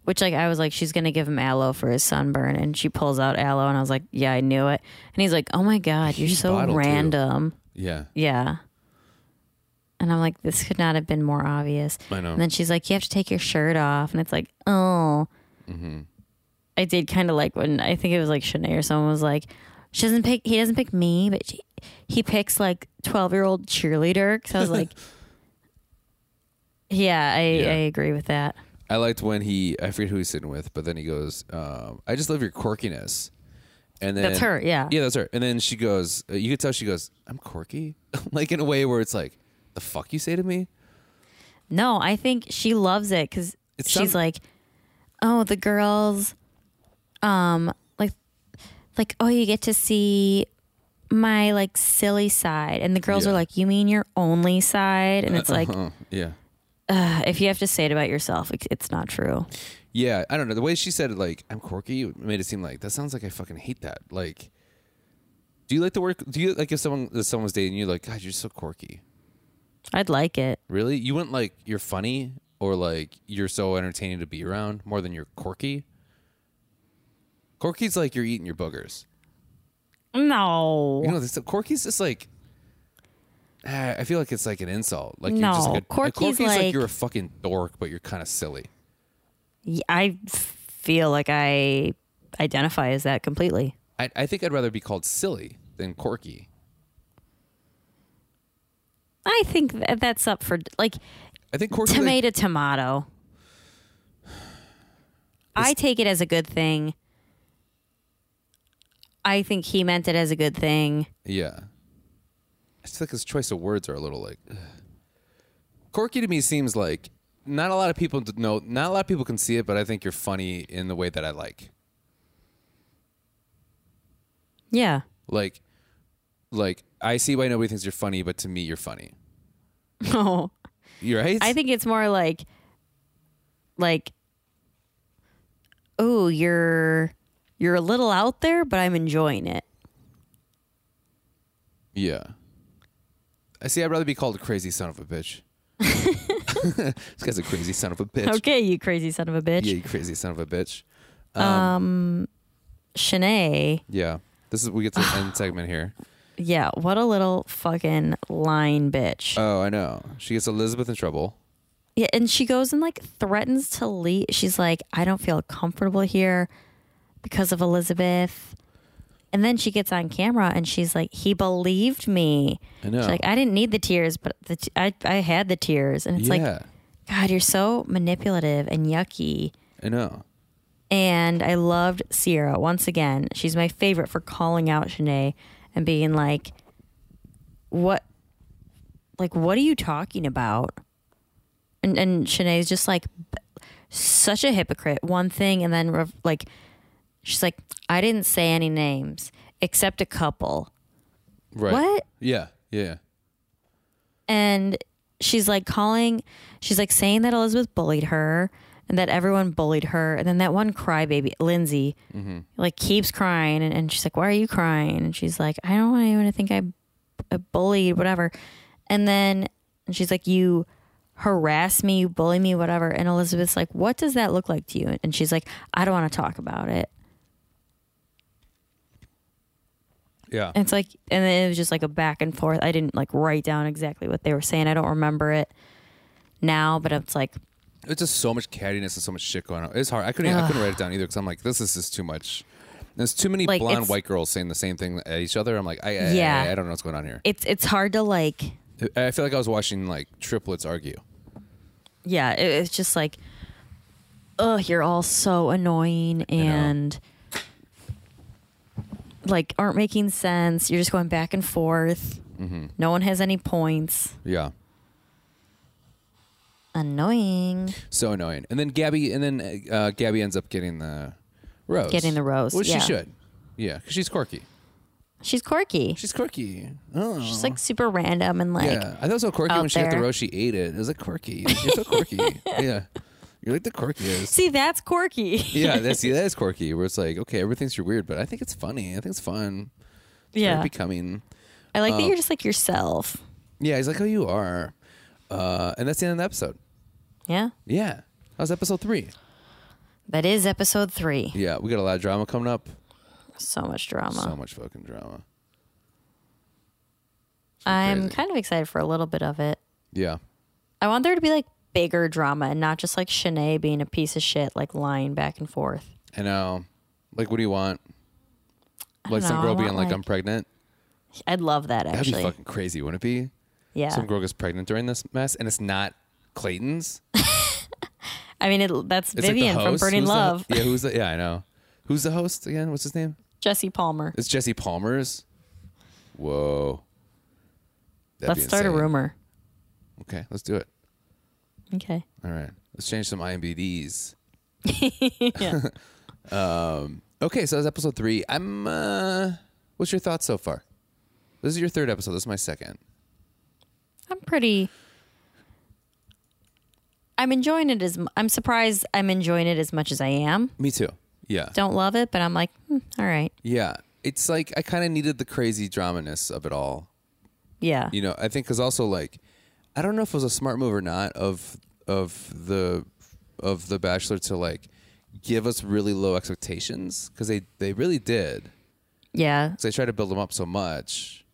Speaker 3: which like I was like, she's gonna give him aloe for his sunburn, and she pulls out aloe, and I was like, yeah, I knew it. And he's like, oh my god, you're
Speaker 2: Huge
Speaker 3: so
Speaker 2: bottle, too.
Speaker 3: random.
Speaker 2: Yeah.
Speaker 3: Yeah. And I'm like, this could not have been more obvious.
Speaker 2: I know.
Speaker 3: And then she's like, you have to take your shirt off. And it's like, oh.
Speaker 2: Mm-hmm.
Speaker 3: I did kind of like when I think it was like Shanae or someone was like, she doesn't pick, he doesn't pick me, but she, he picks like 12 year old cheerleader. Cause I was like, yeah, I,
Speaker 2: Yeah.
Speaker 3: I agree with that.
Speaker 2: I liked when he, I forget who he's sitting with, but then he goes, um, I just love your quirkiness. And then
Speaker 3: That's her, yeah.
Speaker 2: Yeah, that's her. And then she goes, uh, you could tell she goes, I'm quirky. like in a way where it's like, the fuck you say to me?
Speaker 3: No, I think she loves it because
Speaker 2: It
Speaker 3: she's
Speaker 2: sound-
Speaker 3: like, oh, the girls, um, like, like oh, you get to see my like silly side, and the girls
Speaker 2: Yeah.
Speaker 3: are like, you mean your only side? And it's like,
Speaker 2: Oh, yeah.
Speaker 3: uh, if you have to say it about yourself, it's- it's not true.
Speaker 2: Yeah, I don't know. The way she said it, like, I'm quirky, made it seem like that sounds like I fucking hate that. Like, do you like the work? Do you like if someone if someone's dating you, like, God, you're so quirky?
Speaker 3: I'd like it.
Speaker 2: Really? You wouldn't like, you're funny? or like you're so entertaining to be around more than you're quirky. Quirky's like you're eating your boogers.
Speaker 3: No.
Speaker 2: You know, this, Corky's just like. ah, I feel like it's like an insult. Like you're just
Speaker 3: No,
Speaker 2: like a,
Speaker 3: Corky's
Speaker 2: Corky's like,
Speaker 3: like-
Speaker 2: you're a fucking dork, but you're kind of silly.
Speaker 3: Y- I feel like I identify as that completely.
Speaker 2: I, I think I'd rather be called silly than Corky.
Speaker 3: I think that that's up for like
Speaker 2: I think Corky. like-
Speaker 3: tomato tomato. I take it as a good thing. I think he meant it as a good thing.
Speaker 2: yeah. I just feel like his choice of words are a little like. ugh. Corky to me seems like not a lot of people d- know. Not a lot of people can see it, but I think you're funny in the way that I like.
Speaker 3: Yeah.
Speaker 2: Like, like I see why nobody thinks you're funny, but to me you're funny.
Speaker 3: No.
Speaker 2: You're right.
Speaker 3: I think it's more like like oh, you're you're a little out there, but I'm enjoying it.
Speaker 2: Yeah. I see. I'd rather be called a crazy son of a bitch. this guy's a crazy son of a bitch.
Speaker 3: Okay, you crazy son of a bitch.
Speaker 2: Yeah, you crazy son of a bitch.
Speaker 3: Shanae.
Speaker 2: Yeah. This is we get to the end segment here.
Speaker 3: Yeah, what a little fucking line bitch.
Speaker 2: Oh, I know. She gets Elizabeth in trouble.
Speaker 3: yeah, and she goes and like threatens to leave. She's like, I don't feel comfortable here because of Elizabeth. And then she gets on camera and she's like, he believed me.
Speaker 2: I know.
Speaker 3: She's like, I didn't need the tears, but the t- I, I had the tears. And it's
Speaker 2: yeah,
Speaker 3: like, God, you're so manipulative and yucky.
Speaker 2: I know.
Speaker 3: And I loved Sierra once again. She's my favorite for calling out Shanae and being like, "What? Like, what are you talking about?" And and Shanae's just like b- such a hypocrite. One thing, and then rev- like she's like, "I didn't say any names except a couple."
Speaker 2: Right.
Speaker 3: What?
Speaker 2: Yeah. Yeah.
Speaker 3: and she's like calling she's like saying that elizabeth bullied her and that everyone bullied her and then that one crybaby lindsay like keeps crying and, and she's like why are you crying and she's like i don't want anyone to think i, I bullied whatever and then and she's like you harass me you bully me whatever and elizabeth's like what does that look like to you and she's like i don't want to talk about it
Speaker 2: Yeah.
Speaker 3: And it's like, and then it was just like a back and forth. I didn't like write down exactly what they were saying. I don't remember it now, but it's like,
Speaker 2: It's just so much cattiness and so much shit going on. It's hard. I couldn't. I couldn't write it down either because I'm like, this is just too much. There's too many
Speaker 3: Like,
Speaker 2: blonde
Speaker 3: it's-
Speaker 2: white girls saying the same thing at each other. I'm like, I, I,
Speaker 3: Yeah.
Speaker 2: I, I don't know what's going on here.
Speaker 3: it's it's hard to like,
Speaker 2: I feel like I was watching like triplets argue.
Speaker 3: yeah, it, it's just like, oh, you're all so annoying and like aren't making sense. You're just going back and forth.
Speaker 2: Mm-hmm.
Speaker 3: No one has any points.
Speaker 2: Yeah.
Speaker 3: Annoying.
Speaker 2: So annoying. And then Gabby, and then uh, Gabby ends up getting the rose.
Speaker 3: Getting the rose,
Speaker 2: Well,
Speaker 3: yeah.
Speaker 2: she should. Yeah, 'cause she's quirky.
Speaker 3: She's quirky. She's,
Speaker 2: She's quirky. Oh,
Speaker 3: like super random and like,
Speaker 2: yeah. I thought it was so quirky
Speaker 3: out
Speaker 2: when she got the
Speaker 3: there.
Speaker 2: rose. She ate it. It was like quirky. You're so quirky. yeah, you're like the quirkiest.
Speaker 3: see, that's quirky.
Speaker 2: Yeah, that's see, that is quirky. Where it's like, okay, everything thinks you're weird, but I think it's funny. I think it's fun. It's very
Speaker 3: yeah.
Speaker 2: becoming.
Speaker 3: I like
Speaker 2: oh.
Speaker 3: that you're just like yourself.
Speaker 2: Yeah, he's like, oh, you are, uh, and that's the end of the episode.
Speaker 3: Yeah.
Speaker 2: Yeah, that was episode three.
Speaker 3: That is episode three.
Speaker 2: Yeah, we got a lot of drama coming up.
Speaker 3: So much drama.
Speaker 2: So much fucking drama.
Speaker 3: I'm
Speaker 2: crazy.
Speaker 3: kind of excited for a little bit of it.
Speaker 2: Yeah.
Speaker 3: I want there to be like bigger drama and not just like Shanae being a piece of shit, like lying back and forth.
Speaker 2: I know. Like, what do you want? Like
Speaker 3: know,
Speaker 2: some
Speaker 3: I
Speaker 2: girl being
Speaker 3: want,
Speaker 2: like,
Speaker 3: like-
Speaker 2: "I'm pregnant."
Speaker 3: I'd love that
Speaker 2: That'd
Speaker 3: actually.
Speaker 2: be fucking crazy, wouldn't it be?
Speaker 3: yeah.
Speaker 2: Some girl gets pregnant during this mess, and it's not Clayton's.
Speaker 3: I mean, it, that's
Speaker 2: It's like
Speaker 3: Vivian
Speaker 2: the
Speaker 3: from
Speaker 2: host.
Speaker 3: Burning
Speaker 2: Who's uh, the ho-
Speaker 3: Love.
Speaker 2: yeah, who's the? Yeah, I know. Who's the host again? What's his name?
Speaker 3: Jesse Palmer.
Speaker 2: It's Jesse Palmer's. Whoa. That'd
Speaker 3: Let's
Speaker 2: be
Speaker 3: start a
Speaker 2: insane.
Speaker 3: rumor.
Speaker 2: Okay, let's do it.
Speaker 3: Okay.
Speaker 2: All right, let's change some IMDb's.
Speaker 3: Yeah.
Speaker 2: Um, Okay, so that's episode three. I'm. uh What's your thoughts so far? This is your third episode. This is my second.
Speaker 3: I'm pretty. I'm enjoying it as. mu- I'm surprised I'm enjoying it as much as I am.
Speaker 2: Me too. Yeah.
Speaker 3: Don't love it, but I'm like, hmm, all right.
Speaker 2: Yeah. It's like I kind of needed the crazy dramaness of it all.
Speaker 3: Yeah.
Speaker 2: You know, I think because also like I don't know if it was a smart move or not of of the of the Bachelor to like give us really low expectations because they they really did.
Speaker 3: Yeah.
Speaker 2: because I try to build them up so much.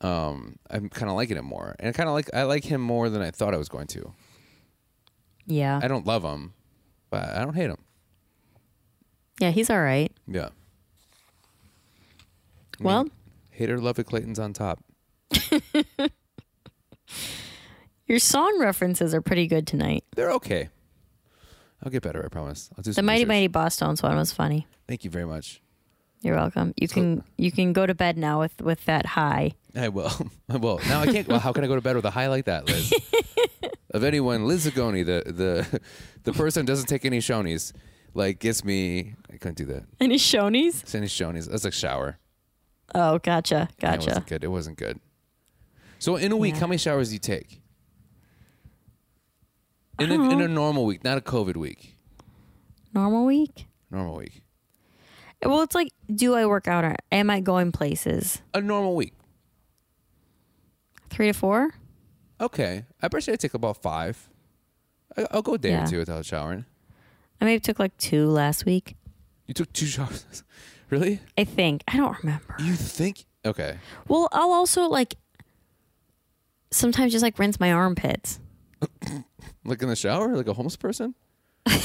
Speaker 2: Um, I'm kind of liking him more, and kind of like I like him more than I thought I was going to.
Speaker 3: Yeah.
Speaker 2: I don't love him, but I don't hate him.
Speaker 3: Yeah, he's all right.
Speaker 2: Yeah,
Speaker 3: Well,
Speaker 2: hater love it. Clayton's on top.
Speaker 3: your song references are pretty good tonight.
Speaker 2: They're okay. I'll get better. I promise. I'll do
Speaker 3: The
Speaker 2: some
Speaker 3: Mighty
Speaker 2: research.
Speaker 3: Mighty Boss Stones one was funny.
Speaker 2: Thank you very much.
Speaker 3: You're welcome. You can you can go to bed now with with that high.
Speaker 2: I will. I will. Now I can't. well, how can I go to bed with a high like that, Liz? of anyone, Liz Zagoni, the the the person who doesn't take any shonies, like gets me. I couldn't do that.
Speaker 3: Any Shonies?
Speaker 2: Any shonies? That's like shower.
Speaker 3: Oh, gotcha,
Speaker 2: Yeah, It
Speaker 3: gotcha.
Speaker 2: wasn't good. It wasn't good. So in a week,
Speaker 3: Yeah.
Speaker 2: how many showers do you take? In a, in a normal week, not a COVID week.
Speaker 3: Normal week.
Speaker 2: Normal week.
Speaker 3: Well, it's like, do I work out or am I going places?
Speaker 2: A normal week.
Speaker 3: Three to four.
Speaker 2: Okay. I bet you I take about five. I, I'll go a day
Speaker 3: Yeah.
Speaker 2: or two without showering.
Speaker 3: I maybe took like two last week.
Speaker 2: You took two showers. really?
Speaker 3: I think I don't remember.
Speaker 2: You think? Okay.
Speaker 3: Well, I'll also like sometimes just like rinse my armpits.
Speaker 2: Like in the shower, like a homeless person? yeah.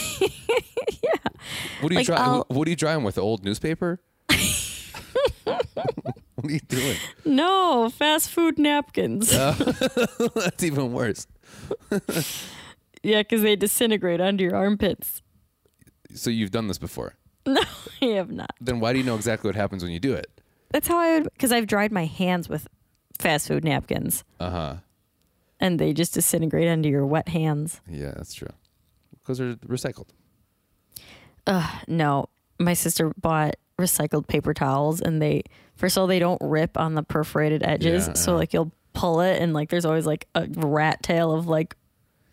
Speaker 2: What do you
Speaker 3: Like,
Speaker 2: try?
Speaker 3: I'll-
Speaker 2: What do you dry 'em with? Old newspaper? what are you doing?
Speaker 3: No, fast food napkins. Yeah, 'cause
Speaker 2: That's even worse.
Speaker 3: yeah, because they disintegrate under your armpits.
Speaker 2: So you've done this before.
Speaker 3: No, I have not.
Speaker 2: then why do you know exactly what happens when you do it?
Speaker 3: That's how I would, because I've dried my hands with fast food napkins
Speaker 2: Uh huh.
Speaker 3: and they just disintegrate under your wet hands.
Speaker 2: Yeah, that's true. Because they're recycled.
Speaker 3: No, my sister bought recycled paper towels and they, first of all, they don't rip on the perforated edges.
Speaker 2: Yeah,
Speaker 3: so,
Speaker 2: yeah.
Speaker 3: like, you'll pull it and, like, there's always like a rat tail of like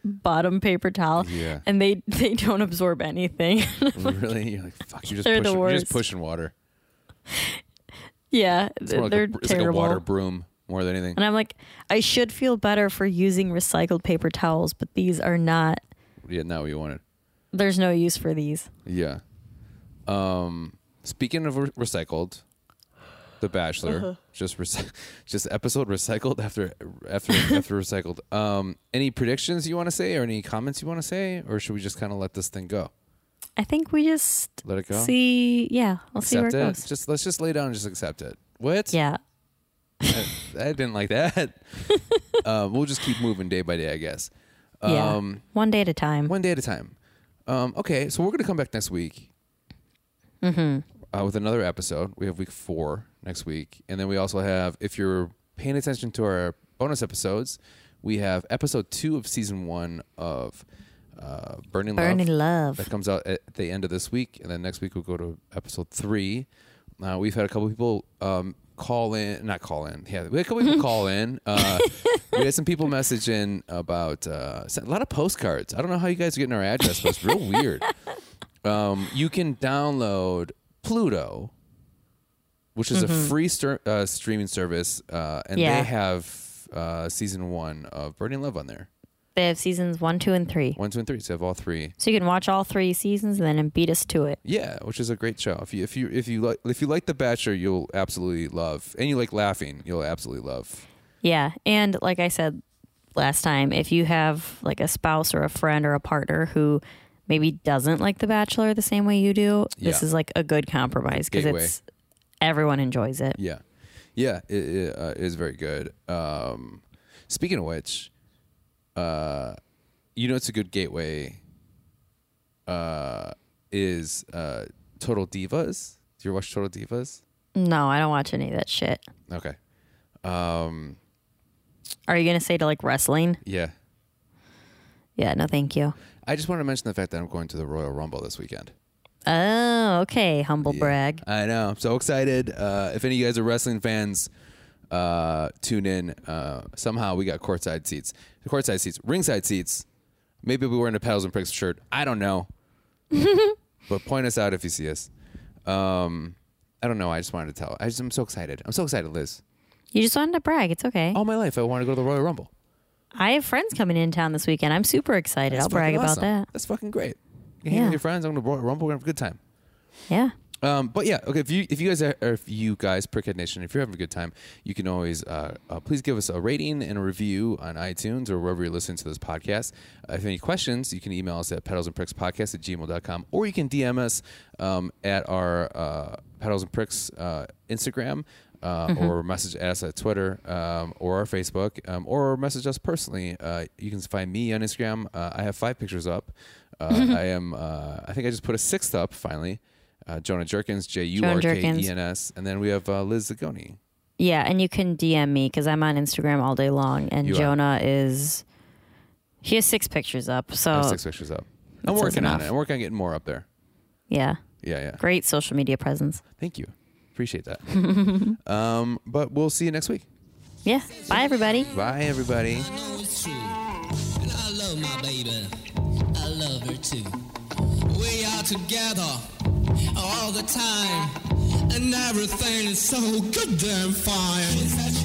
Speaker 3: bottom paper towel.
Speaker 2: Yeah.
Speaker 3: And they, they don't absorb anything.
Speaker 2: really? You're like, fuck. You're just
Speaker 3: They're
Speaker 2: pushing.
Speaker 3: the
Speaker 2: You're just
Speaker 3: worst.
Speaker 2: pushing water.
Speaker 3: yeah.
Speaker 2: It's more like,
Speaker 3: they're
Speaker 2: a, br- it's like a
Speaker 3: terrible.
Speaker 2: water broom more than anything.
Speaker 3: and I'm like, I should feel better for using recycled paper towels, but these are not,
Speaker 2: Yeah, not what you wanted.
Speaker 3: there's no use for these.
Speaker 2: Yeah. Um. Speaking of re- recycled, The Bachelor
Speaker 3: Uh-huh.
Speaker 2: just recy- just episode recycled after after after recycled. Um. Any predictions you want to say, or any comments you want to say, or should we just kind of let this thing go?
Speaker 3: I think we just
Speaker 2: Let it go.
Speaker 3: see. Yeah, I'll see where it
Speaker 2: accept it.
Speaker 3: goes.
Speaker 2: Just let's just lay down and just accept it. What?
Speaker 3: Yeah,
Speaker 2: I, I didn't like that. uh, we'll just keep moving day by day, I guess.
Speaker 3: yeah.
Speaker 2: Um,
Speaker 3: One day at a time.
Speaker 2: One day at a time. Um, okay, so we're going to come back next week
Speaker 3: Mm-hmm.
Speaker 2: uh, with another episode. We have week four next week. And then we also have, if you're paying attention to our bonus episodes, we have episode two of season one of uh, Burning,
Speaker 3: Burning
Speaker 2: Love.
Speaker 3: love.
Speaker 2: That comes out at the end of this week. And then next week we'll go to episode three. Uh, we've had a couple people um, call in, not call in. Yeah, we had a couple people call in. Uh, we had some people message in about uh, a lot of postcards. I don't know how you guys are getting our address, but it's real weird. Um, you can download Pluto, which is a free stir- uh, streaming service, uh, and
Speaker 3: Yeah.
Speaker 2: they have uh, season one of Burning Love on there.
Speaker 3: They have seasons one, two, and three.
Speaker 2: One, two, and three. So they have all three.
Speaker 3: So you can watch all three seasons and then beat us to it.
Speaker 2: Yeah, which is a great show. If you if you if you like if you like The Bachelor, you'll absolutely love, and you like laughing, you'll absolutely love.
Speaker 3: Yeah, and like I said last time, if you have like a spouse or a friend or a partner who maybe doesn't like The Bachelor the same way you do, this
Speaker 2: Yeah.
Speaker 3: is like a good compromise because
Speaker 2: Gateway.
Speaker 3: it's everyone enjoys it.
Speaker 2: Yeah, yeah, it, it uh, is very good. Um, speaking of which, uh, you know, it's a good gateway. Uh, is uh, Total Divas? Do you watch Total Divas?
Speaker 3: No, I don't watch any of that shit.
Speaker 2: Okay,
Speaker 3: Are you gonna say to like wrestling?
Speaker 2: yeah.
Speaker 3: Yeah, no, thank you.
Speaker 2: I just wanted to mention the fact that I'm going to the Royal Rumble this weekend.
Speaker 3: Oh, okay, humble brag.
Speaker 2: I know. I'm so excited. Uh, if any of you guys are wrestling fans, uh, tune in. Uh, somehow we got courtside seats. Courtside seats, ringside seats. Maybe we're wearing a Paddles and Pricks shirt. I don't know. but point us out if you see us. Um, I don't know. I just wanted to tell. I just, I'm so excited. I'm so excited, Liz.
Speaker 3: You just wanted to brag. It's okay.
Speaker 2: All my life, I wanted to go to the Royal Rumble.
Speaker 3: I have friends coming in town this weekend. I'm super excited.
Speaker 2: That's
Speaker 3: I'll brag
Speaker 2: fucking
Speaker 3: about
Speaker 2: awesome.
Speaker 3: that.
Speaker 2: That's fucking great. You hang out
Speaker 3: Yeah.
Speaker 2: with your friends. I'm gonna ro- rumble. We're gonna have a good time.
Speaker 3: Yeah.
Speaker 2: Um, but yeah, okay. If you if you guys are or if you guys per Kid Nation, if you're having a good time, you can always uh, uh, please give us a rating and a review on iTunes or wherever you're listening to this podcast. Uh, if any questions, you can email us at pedals and pricks podcast at gmail.com or you can DM us um, at our uh, pedals and pricks uh, Instagram. Uh, Or message us at Twitter um, or our Facebook um, or message us personally. Uh, you can find me on Instagram. Uh, I have five pictures up. Uh, I am. Uh, I think I just put a sixth up finally. Uh, Jonah Jerkins, J U R K E N S, and then we have uh, Liz Zagoni.
Speaker 3: Yeah. And you can DM me because I'm on Instagram all day long. And
Speaker 2: You are.
Speaker 3: Jonah is, he has six pictures up.
Speaker 2: I have
Speaker 3: So,
Speaker 2: Oh, six pictures up. I'm
Speaker 3: Oh. says
Speaker 2: working on
Speaker 3: enough.
Speaker 2: it. I'm working on getting more up there.
Speaker 3: yeah.
Speaker 2: Yeah, yeah.
Speaker 3: Great social media presence.
Speaker 2: Thank you. Appreciate that. um, but we'll see you next week.
Speaker 3: Yeah. Bye, everybody.
Speaker 2: Bye, everybody.
Speaker 4: know it's true. And I love my baby. I love her too. We are together all the time. And everything is so goddamn fine.